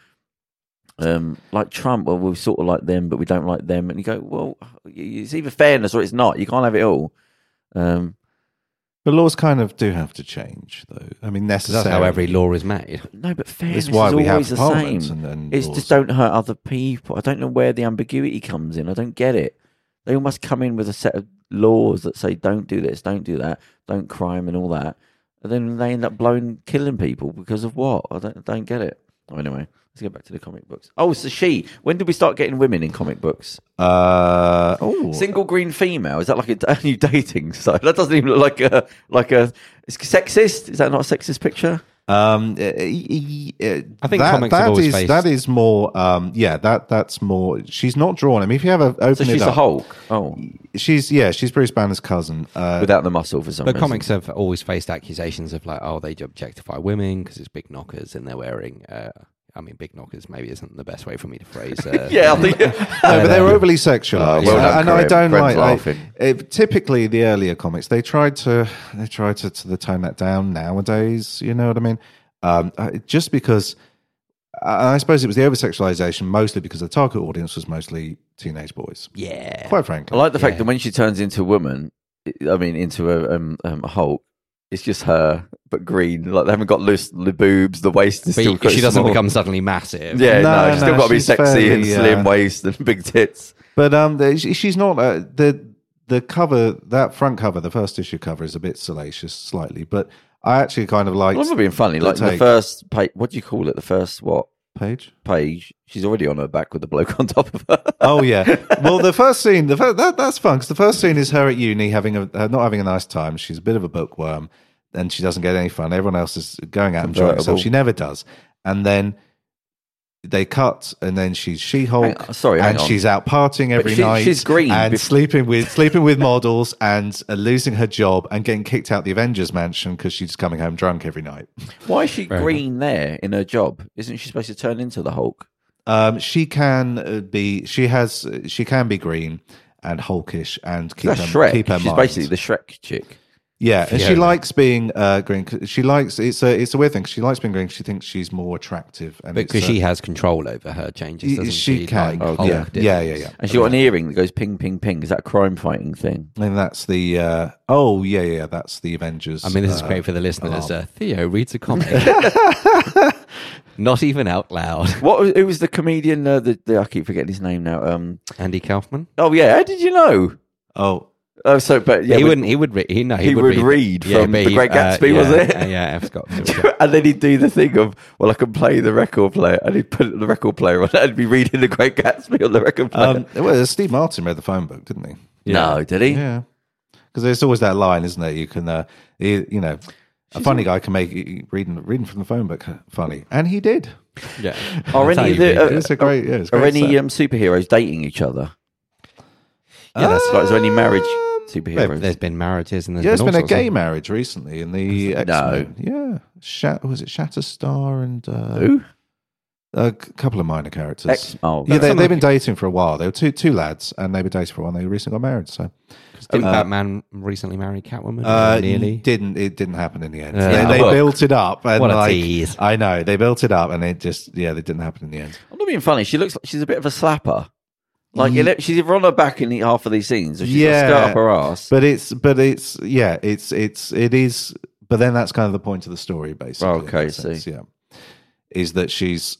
S2: um, like Trump, well, we sort of like them, but we don't like them. And you go, well, it's either fairness or it's not. You can't have it all. Um,
S4: The laws kind of do have to change, though. I mean,
S3: that's
S4: necessarily.
S3: how every law is made.
S2: no, but fairness
S4: why
S2: is
S4: we have
S2: always the same.
S4: parliaments and- and
S2: it's
S4: laws.
S2: just don't hurt other people. I don't know where the ambiguity comes in. I don't get it. They all must come in with a set of laws that say don't do this, don't do that, don't crime and all that. And then they end up blowing, killing people because of what? I don't, don't get it. Oh, anyway, to go back to the comic books. Oh, it's the she. When did we start getting women in comic books?
S4: Uh, oh,
S2: Single green female. Is that like a, a new dating site? That doesn't even look like a like a. It's sexist. Is that not a sexist picture?
S4: Um, uh, e- e- uh,
S3: I think
S4: that,
S3: comics have
S4: that
S3: always
S4: is-
S3: faced-
S4: that is more. Um, yeah, that that's more. She's not drawn. I mean, if you have a open
S2: So
S4: it
S2: she's
S4: up,
S2: a Hulk. Oh,
S4: She's yeah, she's Bruce Banner's cousin. Uh,
S2: without the muscle for some
S3: But
S2: reason.
S3: comics have always faced accusations of like, oh, they objectify women because it's big knockers and they're wearing. Uh, I mean, big knockers maybe isn't the best way for me to phrase. Uh,
S2: Yeah, I think.
S4: no, but they're overly sexualized,
S2: Oh, well done,
S4: and I
S2: Graham.
S4: don't like.
S2: Graham's
S4: I,
S2: laughing.
S4: it, typically, the earlier comics they tried to they tried to, to the tone that down. Nowadays, you know what I mean. Um, I- just because, I I suppose it was the over sexualization mostly because the target audience was mostly teenage boys.
S3: yeah.
S4: Quite frankly,
S2: I like the fact that when she turns into a woman, I mean, into a, um, um, a Hulk, it's just her, but green. Like they haven't got loose the boobs, the waist is
S3: But
S2: still. quite
S3: she doesn't
S2: small.
S3: become suddenly massive.
S2: Yeah, no,
S4: No,
S2: she's still
S4: no,
S2: got to be
S4: she's
S2: sexy and
S4: fairly,
S2: slim
S4: uh,
S2: waist and big tits.
S4: But um, the, she- she's not uh, the the cover that front cover, the first issue cover is a bit salacious, slightly. But I actually kind of liked
S2: Well, I'm not being funny.
S4: the
S2: Like the
S4: take.
S2: first page, what do you call it? The first what
S4: page.
S2: page? She's already on her back with the bloke on top of her.
S4: Oh yeah. Well, the first scene, the first, that that's fun 'cause the first scene is her at uni having a her not having a nice time. She's a bit of a bookworm, and she doesn't get any fun. Everyone else is going out and enjoying herself.
S2: Convertible.
S4: She never does. And then they cut, and then she's She Hulk.
S2: Hang- sorry, hang
S4: and
S2: on.
S4: she's out partying every
S2: she-
S4: night.
S2: she's green
S4: and
S2: bef-
S4: sleeping with sleeping with models and uh, losing her job and getting kicked out the Avengers mansion because she's coming home drunk every night.
S2: Why is she green there in her job? Isn't she supposed to turn into the Hulk?
S4: Um, she can uh, be. She has. uh, She can be green. And hulkish, and keep
S2: That's
S4: her,
S2: Shrek.
S4: keep her
S2: She's
S4: mind.
S2: basically the Shrek chick.
S4: Yeah, and she likes being uh, green. 'cause She likes it's a it's a weird thing. 'cause She likes being green. 'cause She thinks she's more attractive, and
S3: Because
S4: it's,
S3: she
S4: uh,
S3: has control over her changes,
S4: y-
S3: doesn't she?
S4: she can.
S3: Like
S4: Oh, yeah.
S3: Hulk did.
S4: yeah, yeah, yeah.
S2: And she got an earring that goes ping, ping, ping. Is that a crime fighting thing?
S4: And that's the uh, oh yeah, yeah. That's the Avengers.
S3: I mean, this is
S4: uh,
S3: great for the listeners. Uh, Theo reads a comic. Not even out loud.
S2: What was, who was the comedian? Uh, the, the I keep forgetting his name now. Um,
S3: Andy Kaufman.
S2: oh yeah, how did you know?
S4: oh,
S2: Oh, so but yeah,
S3: he
S2: but-
S3: wouldn't. He would. Re- he no. He,
S2: He would read from
S3: but
S2: The Great Gatsby,
S3: yeah,
S2: was it?
S3: uh, yeah, F. Scott. Fitzgerald.
S2: and then he'd do the thing of, well, I can play the record player, and he'd put the record player on, and I'd be reading The Great Gatsby on the record player.
S4: um, well, Steve Martin read the phone book, didn't he?
S2: No, did he?
S4: Yeah, because there's always that line, isn't there? You can, uh, you, you know, a funny guy can make reading reading from the phone book funny, and he did.
S3: yeah.
S2: Are
S3: That's how
S2: any of
S3: you read
S2: the, uh,
S3: it.
S4: It's a great- yeah, it's a
S2: are
S4: great
S2: any
S4: set.
S2: um, superheroes dating each other?
S3: Yeah, that's-
S2: Like, is there any marriage
S3: But
S4: Um,
S2: superheroes?
S3: There's been marriages and there's
S4: Yeah,
S3: been
S4: it's
S3: all
S4: been a
S3: sorts of-
S4: gay marriage recently in the X Men. Yeah, Shat- was it Shatterstar and uh,
S2: Who?
S4: a c- couple of minor characters?
S2: X- oh,
S4: yeah, they,
S3: Some
S4: they've
S3: of-
S4: been dating for a while. They were two two lads, and they were dating for a while. and They recently got married, so
S3: Didn't
S4: Uh,
S3: Batman recently marry Catwoman?
S4: uh,
S3: Or nearly.
S4: didn't it didn't happen in the end.
S3: Yeah.
S4: they
S3: Yeah,
S4: they
S3: look.
S4: built it up, and
S3: What a
S4: like
S3: tease.
S4: I know they built it up, and it just yeah, they didn't happen in the end.
S2: I'm not being funny. She looks like she's a bit of a slapper. Like you know, she's either on her back in the- half of these scenes, or she's got a
S4: Mm. Yeah.
S2: skirt up her ass.
S4: But it's but it's yeah, it's it's it is. But then that's kind of the point of the story, basically. in
S2: Okay,
S4: a sense,
S2: see.
S4: yeah, is that she's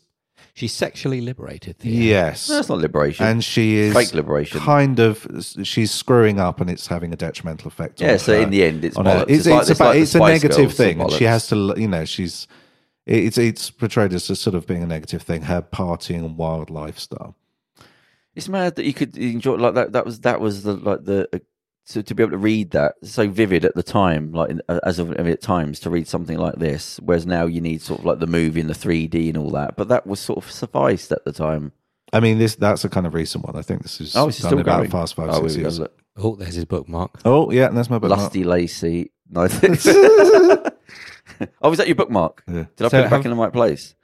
S3: She's sexually liberated. Theo.
S4: yes,
S2: no, that's not liberation.
S4: and she is
S2: Fake liberation.
S4: Kind of, she's screwing up, and it's having a detrimental effect.
S2: Yeah,
S4: on
S2: so
S4: her-
S2: in the end, it's
S4: on her. It's,
S2: bollocks. It's like-
S4: it's
S2: it's
S4: about-
S2: like the
S4: it's a
S2: Spice
S4: negative
S2: Girls,
S4: thing,
S2: the
S4: and she
S2: bollocks.
S4: has to, you know, she's it's it's portrayed as a sort of being a negative thing. Her partying and wild lifestyle.
S2: It's mad that you could enjoy like that. That was that was the like the uh, so to be able to read that so vivid at the time, like in, uh, as of I mean, at times to read something like this. Whereas now you need sort of like the movie and the three D and all that. But that was sort of sufficed at the time.
S4: I mean, this that's a kind of recent one. I think this is
S2: Oh, it's
S4: done
S2: still
S4: about
S2: going.
S4: past five
S2: Oh,
S4: six
S2: here we go,
S4: years.
S2: look.
S3: Oh, there's his bookmark.
S4: Oh yeah, and that's my bookmark.
S2: Lusty Lacey. No, I think- oh, is that your bookmark?
S4: Yeah.
S2: Did I
S3: So
S2: put it back
S3: have-
S2: in the right place?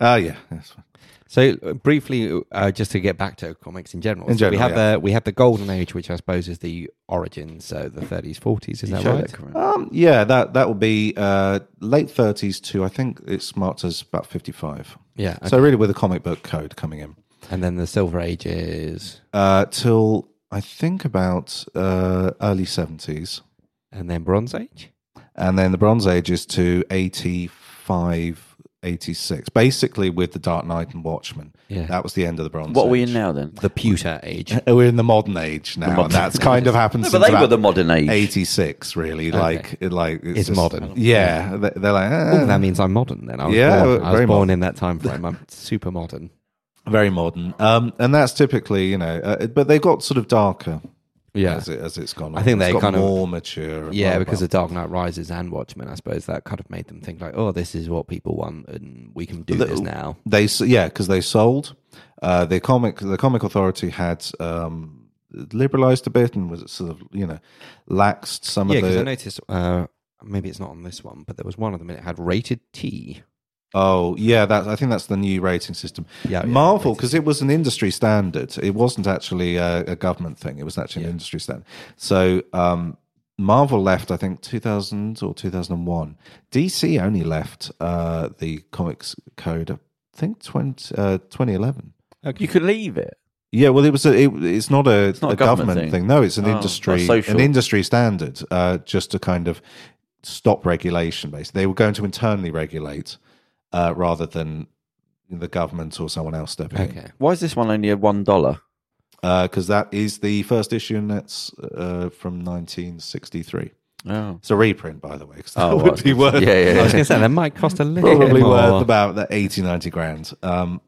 S4: Oh yeah, that's fine.
S3: So uh, briefly, uh, just to get back to comics in general,
S4: In
S3: so we
S4: general,
S3: have the we have the golden age, which I suppose is the origin, so the 30s, 40s. Is that
S2: Show Ah,
S3: right?
S2: that camera.
S4: Um, yeah, that that will be uh, late thirties to I think it's marked as about fifty five.
S3: Yeah.
S4: So really, with a comic book code coming in.
S3: And then the silver age is,
S4: uh, till I think about uh, early 70s.
S3: and then bronze age.
S4: And then the Bronze Age is to 85, 86, basically with The Dark Knight and Watchmen.
S3: Yeah.
S4: That was the end of the Bronze
S2: What are we
S4: Age.
S2: in now then?
S3: The pewter age.
S4: Uh, We're in the modern age now,
S2: modern
S4: and that's kind of happened
S2: No, but
S4: since
S2: they
S4: about
S2: were the modern age.
S4: 86, really. Like, it, like
S3: It's modern.
S4: Yeah, they- they're like, eh,
S3: Oh, that means I'm modern then. I was
S4: Yeah,
S3: born, I was
S4: very
S3: born
S4: modern.
S3: in that time frame. I'm super modern.
S4: very modern. Um, and that's typically, you know, uh, but they got sort of darker
S3: Yeah.
S4: as, it, as it's gone on.
S3: I think
S4: It's
S3: they
S4: got
S3: kind of-
S4: more mature. and
S3: Yeah,
S4: blah,
S3: because
S4: blah.
S3: of Dark Knight Rises and Watchmen, I suppose that kind of made them think like, oh, this is what people want, and we can do
S4: The-
S3: this now.
S4: They s- yeah, because they sold. Uh, the comic the comic authority had um, liberalised a bit and was sort of you know laxed some
S3: Yeah,
S4: of
S3: because
S4: the
S3: I noticed uh, maybe it's not on this one, but there was one of them and it had rated T.
S4: oh yeah that I think that's the new rating system.
S3: Yeah, yeah,
S4: Marvel
S3: rating
S4: because it was an industry standard. It wasn't actually a, a government thing. It was actually an industry standard. So. Um, Marvel left, I think, 2000 or 2001. DC only left uh, the comics code, I think, 20, uh, 2011.
S2: You could leave it.
S4: Yeah, well, it was a, it, it's not a, a
S2: not a government
S4: government
S2: thing.
S4: thing. No, it's an
S2: Oh,
S4: industry
S2: or social.
S4: an industry standard, uh, just to kind of stop regulation. Basically, they were going to internally regulate uh, rather than the government or someone else stepping in,
S3: Okay,
S2: Why is this one only a one dollar?
S4: because that is the first issue, and that's uh, from 1963.
S2: Oh,
S4: It's a reprint, by the way, because that
S2: Oh, well,
S4: would be worth
S2: yeah, yeah,
S3: I was going
S2: yeah.
S3: to say that might cost a little
S4: probably
S3: more.
S4: worth about the 80, 90 grand. Um,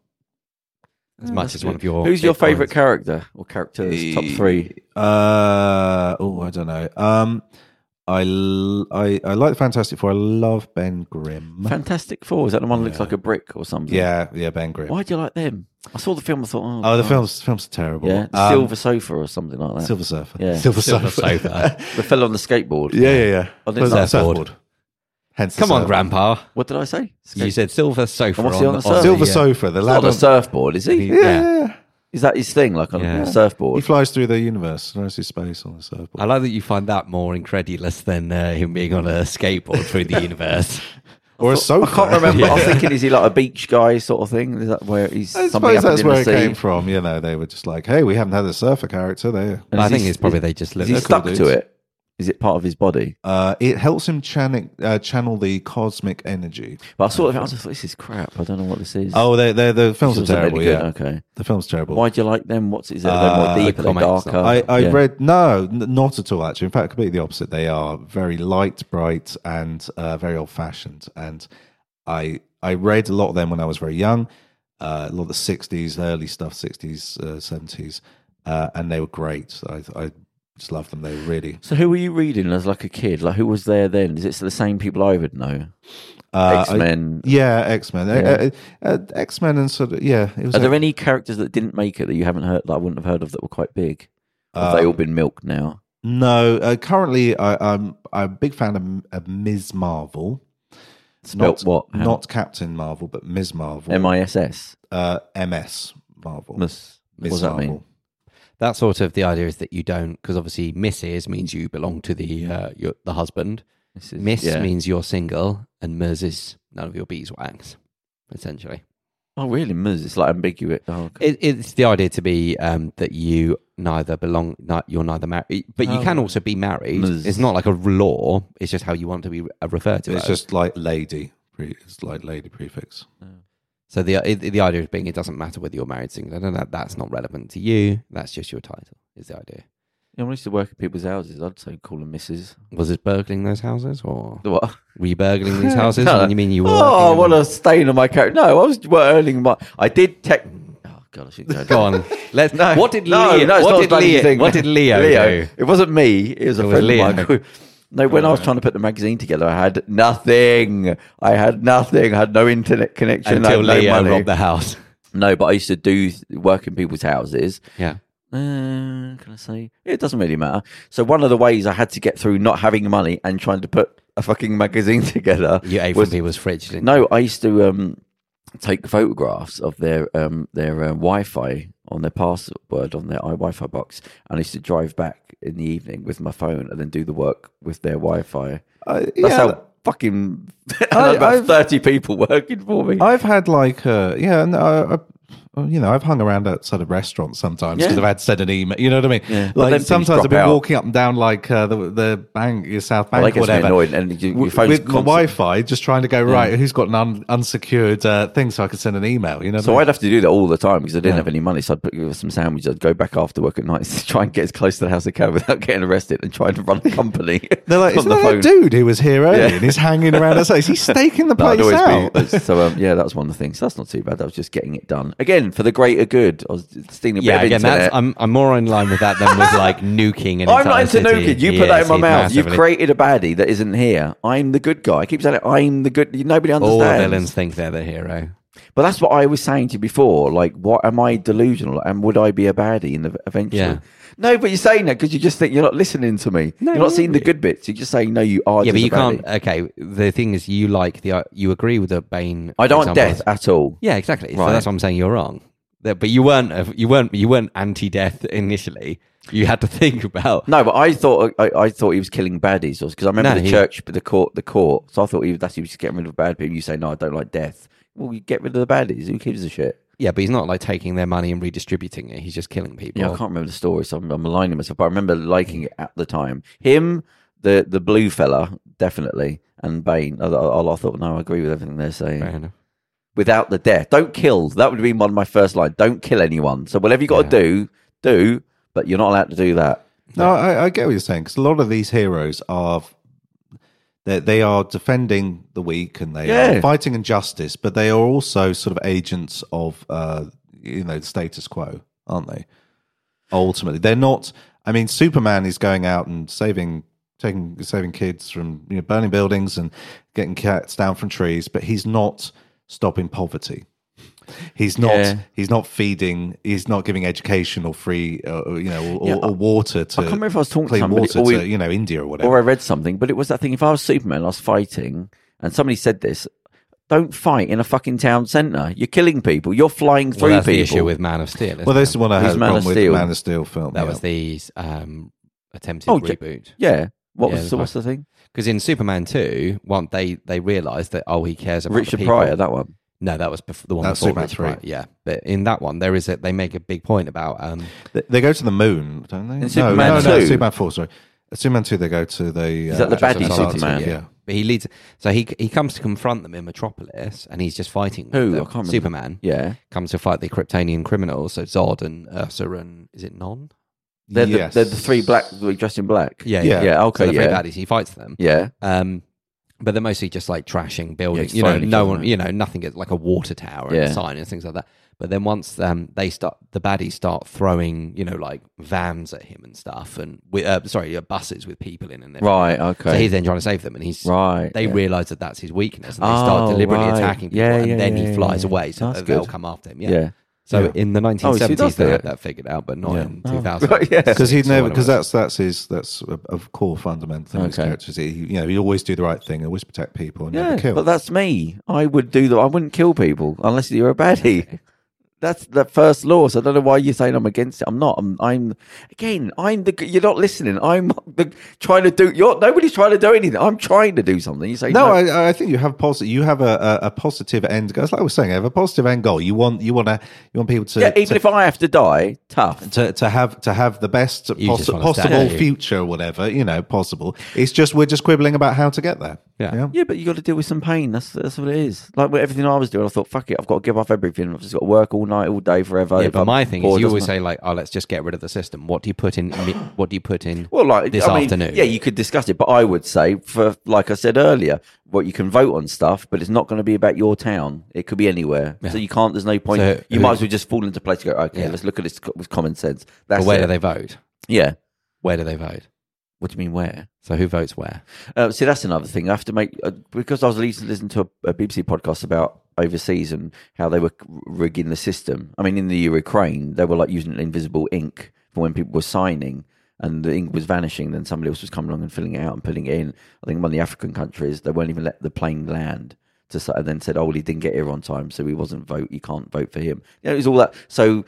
S3: as much as one of your.
S2: Who's your
S3: Bitcoins.
S2: favourite character or characters? Top three.
S4: Uh oh, I don't know. Um, I l- I I like Fantastic Four. I love Ben Grimm.
S2: Fantastic Four. Is that the one that looks like a brick or something?
S4: yeah, yeah, Ben Grimm.
S2: Why do you like them? I saw the film. I thought, oh,
S4: Oh, the
S2: God.
S4: films films are terrible.
S2: Yeah, The
S4: Um,
S2: Silver Sofa or something like that.
S4: Silver Surfer.
S2: Yeah.
S4: Silver, Surfer.
S2: The fella on the skateboard.
S4: yeah, yeah, yeah.
S2: Oh, that's
S4: Well,
S2: not-
S4: surfboard. Hence, the
S3: Come on,
S4: surfer.
S3: Grandpa.
S2: What did I say?
S3: You said silver sofa.
S2: And what's
S3: on,
S2: he on the
S3: on
S2: surf?
S4: Silver
S3: yeah.
S4: Sofa. The
S2: He's not
S4: lad.
S2: on a
S4: On,
S2: surfboard, is he?
S4: yeah, yeah, yeah.
S2: Is that his thing? Like on
S3: Yeah.
S2: a
S4: He
S2: surfboard?
S4: flies through the universe. There's his space on the surfboard.
S3: I like that you find that more incredulous than uh, him being on a skateboard through the universe.
S4: or a sofa.
S2: I can't remember. I was thinking, is he like a beach guy sort of thing? Is that where he's
S4: I
S2: something
S4: suppose
S2: happened
S4: that's
S2: in
S4: where
S2: the
S4: it
S2: sea?
S4: came from. You know, they were just like, "Hey, we haven't had a surfer character there."
S2: And
S3: I
S2: is
S3: think
S2: he-
S3: it's probably they just
S2: Is
S3: look.
S2: he
S4: They're
S2: stuck
S4: cool
S2: to
S4: dudes.
S2: it? Is it part of his body?
S4: Uh, it helps him channel, uh, channel the cosmic energy.
S2: But I sort of, I just thought this is crap. I don't know what this is.
S4: Oh, they're, they're, the films are
S2: This wasn't
S4: terrible.
S2: really
S4: Yeah,
S2: good. Okay.
S4: the film's terrible.
S2: Why do you like them? What's is it? Are they more deep? Are they
S3: comics,
S2: darker?
S4: I, I
S2: Yeah.
S4: read no, n- not at all. Actually, in fact, completely the opposite. They are very light, bright, and uh, very old-fashioned. And I I read a lot of them when I was very young. Uh, a lot of the '60s, early stuff, '60s, uh, '70s, uh, and they were great. I, I just loved them. They were really
S2: So who were you reading as like a kid? Like who was there then? Is it the same people I would know?
S4: uh,
S2: X Men.
S4: I- yeah, X Men. Uh, uh, X Men and sort of yeah. It was
S2: Are there any characters that didn't make it that you haven't heard that I wouldn't have heard of that were quite big? Or Have they
S3: Uh,
S2: all been milked now?
S4: No, uh, currently I, I'm I'm a big fan of, of Ms. Marvel.
S2: Spelt
S4: not,
S2: what?
S4: Not Captain Marvel, but Ms. Marvel.
S2: M I S S.
S4: uh, MS Marvel.
S2: Miss- What
S4: Ms.
S2: does that mean?
S4: Marvel.
S3: that sort of the idea is that you don't because obviously Mrs means you belong to the uh, your, the husband.
S2: This is-
S3: Miss
S2: yeah.
S3: means you're single, and Mers is none of your beeswax. Essentially,
S2: Oh really? Ms. It's like ambiguous. Oh, okay.
S3: it, it's the idea to be um, that you neither belong, ni- you're neither married, but you
S2: Oh.
S3: can also be married.
S2: Ms.
S3: It's not like a law; it's just how you want to be uh, referred to.
S4: It's
S3: as.
S4: just like lady. pre- It's like lady prefix.
S3: So the i- the idea of being it doesn't matter whether you're married, single, no, no, that's not relevant to you. That's just your title. Is the idea?
S2: Yeah, when I used to work at people's houses, I'd say call them Mrs.
S3: Was it burgling those houses, or
S2: The What?
S3: were you burgling these houses?
S2: No.
S3: When you mean you were?
S2: Oh,
S3: working
S2: what
S3: on them?
S2: a stain on my character. No, I was earning my. I did tech. Oh God, I shouldn't
S3: Go
S2: go. down.
S3: on. Let's.
S2: No,
S3: what did
S2: no,
S3: Leo?
S2: no, it's
S3: what,
S2: not
S3: did
S2: a bloody
S3: Leo
S2: thing.
S3: what did Leo? do?
S2: It wasn't me. It was a
S3: It was
S2: friend
S3: Leo.
S2: of mine. No, when I was trying to put the magazine together, I had nothing. I had nothing. I had no internet connection. I
S3: Until
S2: had no
S3: Leo
S2: money.
S3: robbed the house.
S2: No, but I used to do th- work in people's houses.
S3: Yeah.
S2: Uh, can I say it doesn't really matter? So one of the ways I had to get through not having money and trying to put a fucking magazine together
S3: You ate
S2: was
S3: from people's fridge, didn't
S2: no, I used to um, take photographs of their um, their uh, Wi-Fi on their password on their uh, Wi-Fi box, and I used to drive back in the evening with my phone and then do the work with their Wi-Fi.
S4: Uh,
S2: That's
S4: yeah,
S2: how fucking. I,
S4: I-
S2: had about
S4: I've-
S2: thirty people working for me.
S4: I've had like uh, yeah. No, I, I, well, you know, I've hung around outside of restaurants sometimes because
S2: Yeah.
S4: I've had sent an email. You know what I mean?
S2: Yeah. But then
S4: Like
S2: things
S4: sometimes I've
S2: drop
S4: been
S2: out.
S4: walking up and down like uh, the the bank, your South Bank,
S2: Well,
S4: or
S2: that gets me
S4: whatever.
S2: annoyed, and you- your
S4: With-
S2: phone's
S4: with my
S2: constant-
S4: Wi-Fi, just trying to go right. Who's got an un- unsecured uh, thing so I can send an email? You know.
S2: So
S4: what I
S2: I'd have to do that all the time because I didn't have any money. So I'd put give us some sandwiches. I'd go back after work at night to try and get as close to the house as I can without getting arrested and trying to run a company.
S4: They're like,
S2: on
S4: isn't that that dude who was here earlier and he's hanging around us? He's staking the
S2: No, I'd
S4: place out.
S2: always be- so um, yeah, that was one of the things. So that's not too bad. That was just getting it done again for the greater good. I was stealing a
S3: Yeah,
S2: bit of
S3: again, that's,
S2: internet.
S3: I'm, I'm more in line with that than with like nuking an
S2: I'm
S3: entire
S2: not into
S3: city.
S2: nuking. You put that
S3: Yes,
S2: in my
S3: he's
S2: mouth. You've
S3: massively-
S2: created a baddie that isn't here. I'm the good guy. I keep saying it. I'm the good. Nobody
S3: All
S2: understands.
S3: villains think Oh, they're the hero.
S2: But that's what I was saying to you before. Like, what am I delusional, and would I be a baddie in the, eventually?
S3: Yeah.
S2: No, but you're saying that because you just think you're not listening to me. you're not seeing the good bits. You're just saying no. You are.
S3: Yeah, but
S2: just
S3: you
S2: a baddie.
S3: can't. uh, Okay, the thing is, you like the you agree with the Bane.
S2: I don't want
S3: example.
S2: death at all.
S3: Yeah, exactly. So
S2: Right.
S3: that's what I'm saying. You're wrong. That- But you weren't. You weren't. You weren't anti-death initially. You had to think about.
S2: No, but I thought I, I thought he was killing baddies because I remember
S3: No,
S2: the
S3: he-
S2: church, the court, the court. So I thought he was, that's he was just getting rid of bad people. You say no, I don't like death. Well, you get rid of the baddies. Who gives a shit?
S3: Yeah, but he's not like taking their money and redistributing it. He's just killing people.
S2: Yeah, I can't remember the story, so I'm, I'm aligning myself. But I remember liking it at the time. Him, the the blue fella, definitely, and Bane. I, I, I thought, no, I agree with everything they're saying.
S3: Fair enough.
S2: Without the death, don't kill. That would be one of my first line. Don't kill anyone. So whatever you got to do, do. But you're not allowed to do that.
S4: No, I, I get what you're saying because a lot of these heroes are they they are defending the weak and they
S2: Yeah.
S4: are fighting injustice, but they are also sort of agents of uh, you know the status quo, aren't they? Ultimately, they're not. I mean, Superman is going out and saving taking saving kids from you know burning buildings and getting cats down from trees, but he's not stopping poverty. He's not.
S2: Yeah.
S4: He's not feeding. He's not giving education or free, uh, you know, or,
S2: Yeah,
S4: or, or water to.
S2: I can't remember if I was talking to
S4: clean
S2: somebody,
S4: water
S2: or we-
S4: to you know India or whatever.
S2: or I read something, but it was that thing. If I was Superman, I was fighting, and somebody said this: "Don't fight in a fucking town centre. You're killing people. You're flying
S3: Well,
S2: through
S3: that's the
S2: people."
S3: issue with Man of Steel. isn't
S4: well,
S3: it?
S4: this is the one I
S2: He's
S4: had a
S2: Man
S4: problem
S2: of
S4: with
S2: Steel.
S4: Man of Steel film.
S3: that
S4: yeah.
S3: was the um, attempted
S2: Oh, yeah.
S3: reboot.
S2: yeah. What
S3: Yeah,
S2: was
S3: the
S2: so what's the thing?
S3: Because in Superman two, one they they realised that oh he cares about the
S2: Richard
S3: people.
S2: Pryor, that one.
S3: No, that was before, the one
S4: That's
S3: before
S4: Superman
S3: Richard
S4: three.
S3: Pryor, Yeah, but in that one there is a, they make a big point about um,
S4: They- They go to the moon, don't they? no,
S2: Superman
S4: no, no,
S2: 2.
S4: Superman four. Sorry, Superman two. They go to the.
S2: Is that the baddie
S4: Antarctic,
S2: Superman?
S4: Yeah.
S3: But he leads. So he he comes to confront them in Metropolis, and he's just fighting with
S2: Who?
S3: them.
S2: I can't remember.
S3: Superman
S2: Yeah,
S3: comes to fight the Kryptonian criminals. So Zod and Ursa and is it Non?
S2: they're,
S4: Yes.
S2: the, they're the three black dressed in black.
S4: Yeah.
S2: yeah.
S3: So
S2: Okay,
S3: the three
S2: yeah,
S3: baddies. He fights them.
S2: yeah.
S3: Um, but they're mostly just like trashing buildings.
S2: just
S3: you know,
S2: throwing each
S3: no
S2: other
S3: one.
S2: out.
S3: You know, nothing gets like a water tower and
S2: Yeah.
S3: a sign and things like that. But then once um, they start, the baddies start throwing, you know, like vans at him and stuff, and with, uh, sorry, uh, buses with people in and everything.
S2: Right.
S3: So
S2: Okay.
S3: he's then trying to save them, and he's
S2: right.
S3: they
S2: yeah.
S3: realize that that's his weakness and they
S2: Oh,
S3: start deliberately
S2: right.
S3: attacking people
S2: Yeah,
S3: and
S2: yeah,
S3: then
S2: yeah,
S3: he flies
S2: yeah.
S3: away so
S2: That's
S3: that they'll
S2: good.
S3: come after him yeah,
S2: yeah.
S3: so in the 1970s
S2: does
S3: they
S2: do
S3: had
S2: it.
S3: that figured out but not
S4: Yeah.
S3: in
S2: Oh.
S3: 2000
S2: Yeah.
S4: Because he'd
S3: It's one
S4: never,
S3: of
S4: because that's
S3: us.
S4: that's his that's a, a core fundamental thing. of His
S2: Okay.
S4: characters, he, you know, he always do the right thing, always protect people, and
S2: Yeah,
S4: never kill.
S2: but that's me. I would do that. I wouldn't kill people unless you're a baddie. That's the first law. So I don't know why you're saying I'm against it. I'm not. I'm. I'm again. I'm the. You're not listening. I'm the, trying to do. You're nobody's trying to do anything. I'm trying to do something. You say
S4: No,
S2: no.
S4: I, I think you have positive. You have a, a, a positive end. goal. It's like I was saying, you have a positive end goal. You want you want to you want people to
S2: yeah, even
S4: to,
S2: if I have to die, tough.
S4: to, to have to have the best
S3: just
S4: possi-
S3: wanna
S4: possible
S3: stand out.
S4: future, or whatever you know, possible. It's just we're just quibbling about how to get there.
S3: Yeah.
S2: Yeah, but you got to deal with some pain. That's that's what it is. Like with everything I was doing, I thought, fuck it, I've got to give up everything. I've just got to work all night, all day, forever.
S3: yeah
S2: If
S3: but
S2: I'm
S3: my thing
S2: poor,
S3: is you
S2: doesn't
S3: always
S2: matter.
S3: say like oh let's just get rid of the system what do you put in me- what do you put in
S2: Well, like
S3: this
S2: I mean,
S3: afternoon
S2: yeah, you could discuss it, but I would say, for like I said earlier, what you can vote on stuff, but it's not going to be about your town. It could be anywhere, so you can't. There's no point.
S3: So
S2: you
S3: who-
S2: might as well just fall into place. And go, okay,
S3: Yeah.
S2: let's look at this co- with common sense.
S3: But
S2: That's
S3: where
S2: it.
S3: do they vote
S2: Yeah.
S3: where do they vote
S2: What do you mean where?
S3: so who votes where
S2: Uh, see, that's another thing. I have to make uh, because I was listening, listening to a, a BBC podcast about overseas and how they were rigging the system. I mean, in the Ukraine, they were like using invisible ink for when people were signing, and the ink was vanishing. Then somebody else was coming along and filling it out and putting it in. I think in one of the African countries, they won't even let the plane land. To say, and then said, "Oh, well, he didn't get here on time, so he wasn't vote. You can't vote for him." You know, it was all that. So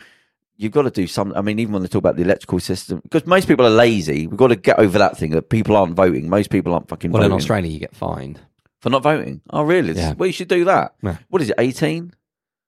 S2: you've got to do some. I mean, even when they talk about the electrical system, because most people are lazy. We've got to get over that thing that people aren't voting. Most people aren't fucking
S3: well in
S2: voting
S3: Australia you get fined
S2: for not voting. Oh, really? This-
S3: Yeah.
S2: Well, you should do that.
S3: Yeah.
S2: What is it? Eighteen?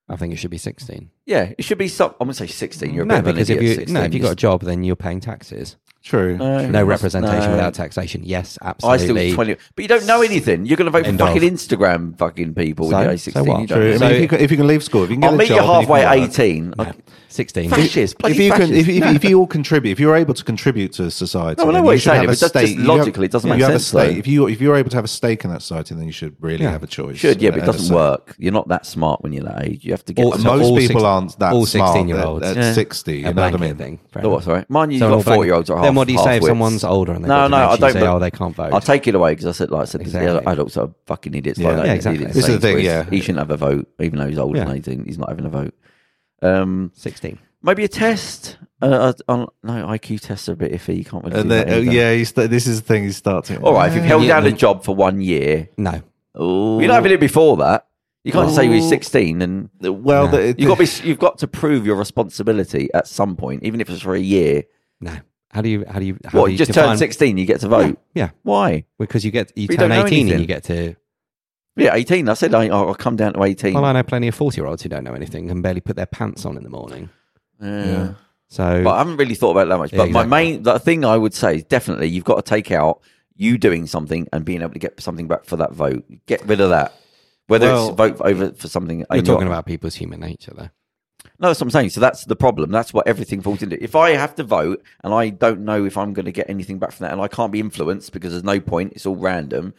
S3: I think it should be 16.
S2: Yeah, it should be some. I'm gonna say 16. You're a
S3: No,
S2: bit of an
S3: because if
S2: idiot,
S3: you,
S2: 16.
S3: no, if you got a job, then you're paying taxes.
S4: True.
S3: No representation without taxation. Yes, absolutely.
S2: I still was 20. But you don't know anything. You're going to vote for
S3: End
S2: fucking
S3: of.
S2: Instagram fucking people
S3: So-
S2: when you're age
S3: so
S2: 16.
S3: what?
S2: you don't
S4: True. I mean,
S2: know.
S4: if, you can, if you can leave school, if you can get
S2: I'll
S4: a
S2: meet you
S4: job and
S2: halfway
S4: can
S2: at
S4: work.
S2: 18. I-
S3: 16.
S2: Fascists. bloody
S4: If you can,
S2: fascists.
S4: if, if, if you all contribute, if you're able to contribute to society,
S2: No, I know
S4: then
S2: what
S4: you
S2: you're
S4: should
S2: saying,
S4: have
S2: but
S4: a
S2: it's just-
S4: stake.
S2: just
S4: you
S2: logically, it doesn't
S4: you
S2: make
S4: have
S2: sense,
S4: A stake.
S2: though.
S4: If you if you're able to have a stake in that society, then you should really have a choice.
S2: should, yeah, but it
S4: And a
S2: doesn't
S4: say.
S2: work. You're not that smart when you're that age. You have to get.
S3: Or-
S2: some-
S3: So
S4: Most
S3: all
S4: people
S3: six-
S4: aren't that
S3: all
S4: smart
S3: 16-year-olds.
S4: at, at
S2: Yeah.
S4: sixty. You
S3: a
S4: know what I
S3: blanket
S4: mean?
S3: thing. Fair
S2: No,
S3: enough.
S2: what, sorry? Mind you,
S3: So
S2: you've
S3: an
S2: got
S3: all blank-
S2: 40 year olds are
S3: Then what do you say if
S2: half-wits.
S3: someone's older and they
S2: No,
S3: vote
S2: no,
S3: and
S2: I
S3: actually
S2: don't.
S3: say,
S2: but
S3: oh, they can't vote?
S2: I'll take it away because I said, like I said,
S3: Exactly.
S2: the other adults are fucking idiots.
S4: Yeah.
S2: Like that.
S4: Yeah,
S3: exactly.
S2: This
S3: This
S4: is the thing, yeah.
S2: He shouldn't have a vote, even though he's older
S3: Yeah.
S2: than 18. He's not having a vote. Um,
S3: 16.
S2: maybe a test. Uh, I, I, no, IQ tests are a bit iffy. You can't
S3: Uh,
S2: really. do
S4: And
S2: that
S4: then, oh,
S2: either.
S4: yeah, you st- this is the thing. You start to
S2: All right, if you've held
S3: Yeah.
S2: down a job for one year,
S3: No.
S2: you're not having it before that. You can't say you're 16 and
S3: Uh,
S4: Well, the,
S2: you've got, to be, you've got to prove your responsibility at some point, even if it's for a year.
S3: No. How do you, how do you, how
S2: What,
S3: do
S2: you
S3: you
S2: just
S3: define-
S2: turn 16, you get to vote.
S3: Yeah.
S2: Why?
S3: Because you get, you
S2: We
S3: turn
S2: don't know
S3: 18
S2: anything.
S3: and you get to,
S2: Yeah, 18. I said I, I'll come down to 18.
S3: well, I know plenty of 40 year olds who don't know anything and barely put their pants on in the morning.
S2: Yeah.
S3: So,
S2: But I haven't really thought about that much.
S3: Yeah,
S2: But my
S3: exactly.
S2: main the thing I would say is definitely you've got to take out you doing something and being able to get something back for that vote. Get rid of that. Whether
S4: Well,
S2: it's vote over for something.
S3: you're
S2: and
S3: talking about people's human nature, though.
S2: No, that's what I'm saying. So that's the problem. That's what everything falls into. If I have to vote and I don't know if I'm going to get anything back from that and I can't be influenced because there's no point, it's all random,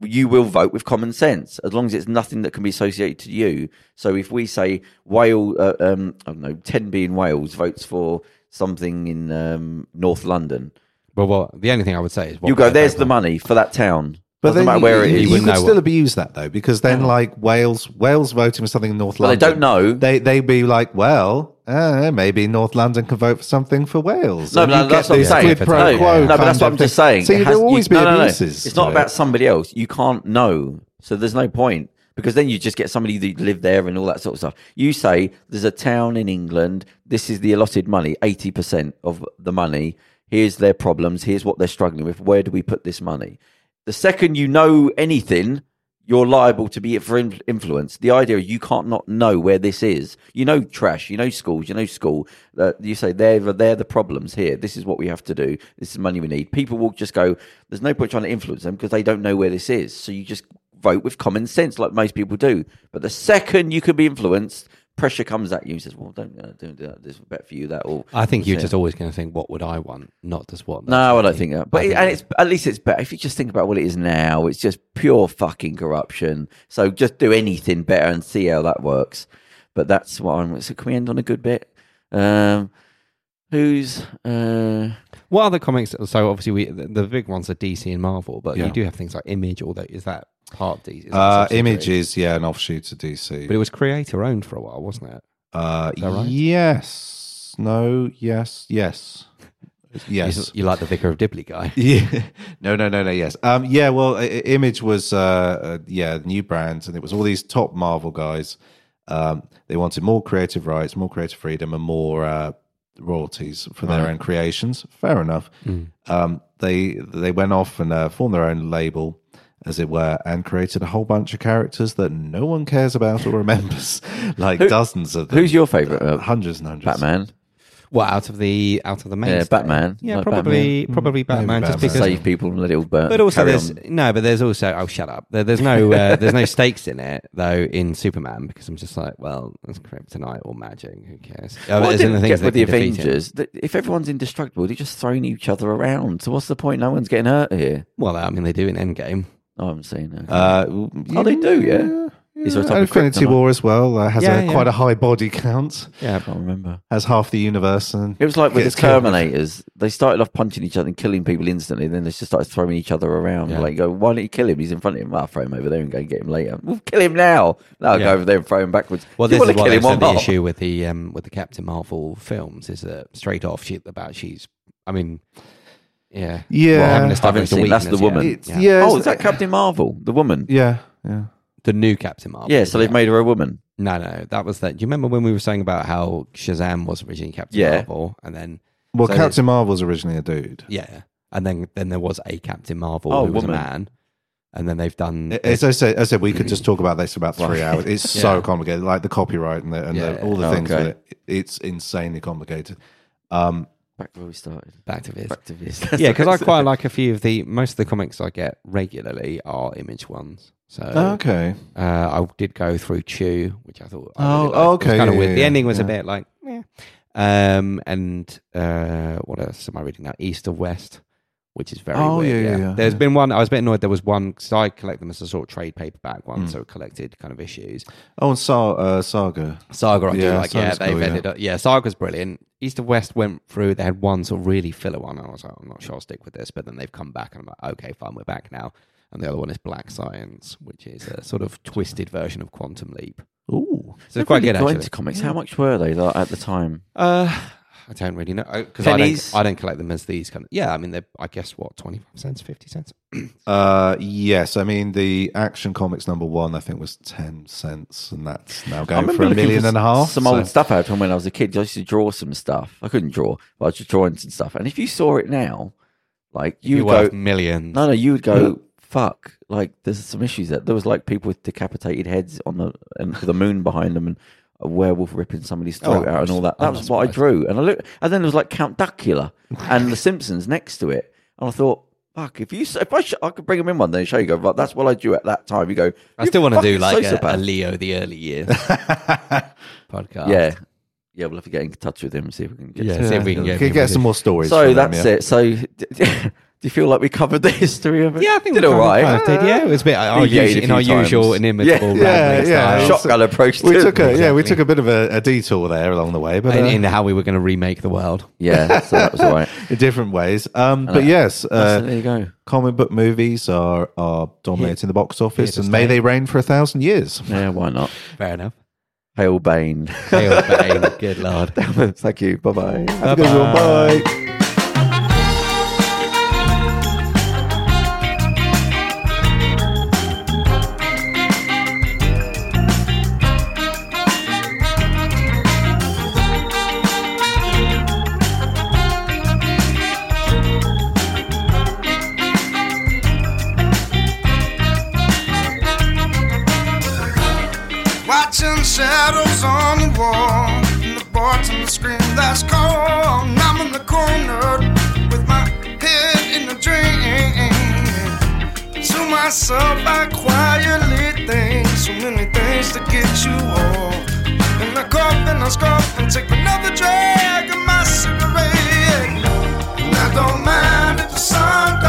S2: you will vote with common sense as long as it's nothing that can be associated to you. So if we say Wales, uh, um, I don't know, 10B in Wales votes for something in um, North London,
S3: Well, what the only thing I would say is, what
S2: you go,
S3: they're
S2: there's
S3: voting
S2: the
S3: on."
S2: money for that town.
S4: But then
S2: Doesn't matter
S4: you-
S2: where it
S4: you,
S2: is.
S4: you
S3: wouldn't
S4: could
S3: know
S4: still
S3: what-
S4: abuse that though, because then like Wales, Wales voting for something in North
S2: Well, they
S4: London.
S2: don't know.
S4: They they be like, well, uh, maybe North London can vote for something for Wales.
S2: No,
S4: And
S2: but
S4: you
S2: that's
S4: get
S2: what I'm
S4: this
S2: saying.
S4: quid
S2: No,
S4: pro
S2: no,
S4: quo
S2: but
S4: kind
S2: that's what I'm
S4: of
S2: just
S4: thing.
S2: saying.
S4: So
S2: It
S4: there
S2: has-
S4: will always
S2: you-
S4: be
S2: no, no, no.
S4: abuses.
S2: It's not
S4: to
S2: about
S4: it.
S2: somebody else. You can't know, so there's no point because then you just get somebody that lived there and all that sort of stuff. You say there's a town in England. This is the allotted money, eighty percent of the money. Here's their problems. Here's what they're struggling with. Where do we put this money? The second you know anything, you're liable to be for in- influence. The idea is you can't not know where this is. You know trash. You know schools. You know school. Uh, you say they're the- they're the problems here. This is what we have to do. This is the money we need. People will just go. There's no point trying to influence them because they don't know where this is. So you just vote with common sense, like most people do. But the second you can be influenced, pressure comes at you and says, "Well, don't uh, don't do that. This is better for you." That or
S3: I think you're
S2: Yeah.
S3: just always going to think, what would I want? Not just what.
S2: no, I don't think that. But
S3: I
S2: it,
S3: think
S2: and
S3: that-
S2: it's at least it's better if you just think about what it is now. It's just pure fucking corruption. So just do anything better and see how that works. But that's what I'm. So can we end on a good bit? Um, who's uh,
S3: What other comics? So obviously, we the, the big ones are DC and Marvel, but
S4: Yeah.
S3: you do have things like Image. Although is that part of DC? Is that
S4: Uh,
S3: subsidiary?
S4: Image is yeah an offshoot to
S3: but it
S4: DC.
S3: was creator owned for a while, wasn't it?
S4: Uh,
S3: that right?
S4: Yes, no, yes, yes,
S3: You-
S4: yes.
S3: You, like the Vicar of Dibley guy?
S4: Yeah. No, no, no, no. Yes. Um. Yeah. Well, I- I- Image was uh, uh yeah new brands, and it was all these top Marvel guys. Um, they wanted more creative rights, more creative freedom, and more uh, royalties for their own creations. Fair enough.
S2: Mm.
S4: Um, they they went off and uh, formed their own label, as it were, and created a whole bunch of characters that no one cares about or remembers, like dozens of them.
S2: who's your favorite uh,
S4: hundreds and hundreds?
S2: Batman?
S3: Well, out of the out of the main,
S2: Yeah, Batman. Mm.
S3: Yeah,
S2: Like
S3: probably probably Batman. Just
S4: Batman.
S3: because.
S2: Save people from the little burn.
S3: But also, there's no. But there's also. Oh, shut up. There, there's no. Uh, there's no stakes in it though in Superman because I'm just like, well, it's kryptonite or magic. Who cares? Uh,
S2: Well, I
S3: as in
S2: didn't
S3: things
S2: get
S3: that
S2: with the
S3: can defeat him.
S2: Avengers. that If everyone's indestructible, they're just throwing each other around. So what's the point? No one's getting hurt here.
S3: Well, I mean, they do in Endgame.
S2: I haven't seen it.
S4: Uh,
S2: Oh, they do, yeah. Is there a type of
S4: Infinity
S2: kryptonite?
S4: War as well uh, has
S3: Yeah,
S4: a,
S3: yeah.
S4: quite a high body count.
S3: Yeah,
S2: I can't remember.
S4: has half the universe and
S2: It was like with
S4: gets
S2: the
S4: killed.
S2: Terminators. They started off punching each other and killing people instantly. Then they just started throwing each other around.
S3: Yeah.
S2: Like, go, why don't you kill him? He's in front of him. I'll throw him over there and go and get him later. We'll kill him now. No, I'll
S3: Yeah.
S2: go over there and throw him backwards.
S3: Well,
S2: Do
S3: this
S2: you
S3: is
S2: want to
S3: what
S2: kill
S3: they
S2: him or
S3: said the
S2: not?
S3: issue with the um, with the Captain Marvel films is that straight off she about she's I mean yeah
S4: Yeah.
S3: Well, I haven't
S4: I
S3: established a
S2: seen- that's
S3: weakness
S2: the
S3: yet.
S2: woman.
S4: It's, yeah.
S3: yeah
S2: Oh,
S4: it's-
S2: is that Captain Marvel, the woman? Yeah,
S4: Yeah, yeah.
S3: the new Captain Marvel
S2: so they've made her a woman.
S3: no no that was that do you remember when we were saying about how Shazam was originally Captain
S2: Yeah.
S3: Marvel and then
S4: Well,
S3: So
S4: Captain Marvel's originally a dude.
S3: yeah and then then there was a Captain Marvel
S2: Oh,
S3: who was
S2: woman.
S3: a man and then they've done
S4: As I said, as I said, we could just talk about this for about three hours. It's so complicated, like the copyright and, the, and the, all the things.
S2: Oh, Okay.
S4: With it. It's insanely complicated.
S2: Back where we started.
S3: back to this.
S2: to this. That's
S3: yeah, because
S2: what
S3: I
S2: said.
S3: quite like a few of the most of the comics I get regularly are image ones. So
S2: Oh,
S4: okay.
S3: uh, I did go through Chew, which I thought I
S4: Oh,
S3: really liked. It was
S4: okay,
S3: kind of
S4: yeah,
S3: weird.
S4: yeah,
S3: the
S4: yeah,
S3: ending was a
S4: yeah.
S3: bit like yeah. Um, and uh, what else am I reading now? East of West, which is very
S4: Oh,
S3: weird.
S4: yeah,
S3: Yeah,
S4: yeah,
S3: There's
S4: yeah, yeah.
S3: been one. I was a bit annoyed. There was one because I collect them as a sort of trade paperback
S4: Hmm.
S3: one, so collected kind of issues.
S4: Oh, and Sa- uh, Saga.
S3: Saga, I do
S4: Yeah,
S3: like. Yeah,
S4: Saga's
S3: they've
S4: cool, yeah.
S3: ended up. Yeah, Saga's brilliant. East of West went through. They had one sort of really filler one. and I was like, I'm not sure I'll stick with this. But then they've come back, and I'm like, okay, fine, we're back now. And the other one is Black Science, which is a sort of twisted version of Quantum Leap.
S4: Ooh.
S3: So it's quite
S2: really
S3: good,
S2: got
S3: actually.
S2: into comics. How much were they like, at the time?
S3: Uh, I don't really know because I
S2: Pennies?
S3: don't, I don't collect them as these kind of. Yeah, I mean, they're I guess what twenty five cents, fifty cents.
S4: Uh, yes, I mean the Action Comics number one, I think, was ten cents, and that's now going for a
S2: looking
S4: million
S2: for
S4: and a
S2: s-
S4: half.
S2: Some
S4: so-
S2: old stuff out from when I was a kid. I used to draw some stuff. I couldn't draw, but I was just drawing some stuff. And if you saw it now, like you
S3: You're
S2: would go,
S3: worth millions.
S2: no, no, you would go, fuck. Like there's some issues that there was like people with decapitated heads on the and with the moon behind them and. A werewolf ripping somebody's throat out and all Oh, that. That was what I drew. And I looked, and then there was like Count Duckula and The Simpsons next to it. And I thought, fuck, if you, s- if I, sh- I could bring them in one day and show you, go, "Right, that's what I drew at that time. You go,
S3: I still want to do like a, a
S2: sociopath.
S3: Leo the early years podcast.
S2: Yeah. Yeah, we'll have to get in touch with him and see if we can get
S3: yeah.
S2: some-
S3: See if we can get,
S4: Could
S3: him
S4: get
S3: with
S4: some
S3: it.
S4: more stories.
S2: So
S4: from them,
S2: that's
S4: yeah.
S2: it. So d- do you feel like we covered the history of it?
S3: Yeah, I think
S2: did
S3: we
S2: all
S3: kind of-
S2: right.
S3: kind of did, yeah, it was a bit our
S2: Deviated
S3: usual,
S2: a
S3: in
S2: few
S3: our usual
S2: times.
S3: inimitable
S2: Yeah,
S3: rambling
S4: yeah,
S3: style.
S4: yeah.
S3: Shock-
S2: Shotgun approach.
S4: We
S2: to it.
S4: took a yeah, we
S3: Exactly.
S4: took a bit of a, a detour there along the way, but
S3: in,
S4: uh,
S3: in how we were going to remake the world.
S2: yeah, so that was all right.
S4: in different ways. Um,
S3: Oh,
S4: but yes,
S2: So
S4: uh,
S2: there you go.
S4: comic book movies are are dominating the box office, and may they reign for a thousand years.
S2: Yeah, why not?
S3: Fair enough.
S2: Hail Bane.
S3: Hail Bane, good lord.
S2: Thank you. Bye bye.
S4: Have a good one. Bye.
S7: Watching shadows on the wall. And the boards on the screen that's cold. And I'm in the corner with my head in a dream. To myself, I quietly think so many things to get you off. And I cough and I scoff and take another drag of my cigarette. And I don't mind if the sun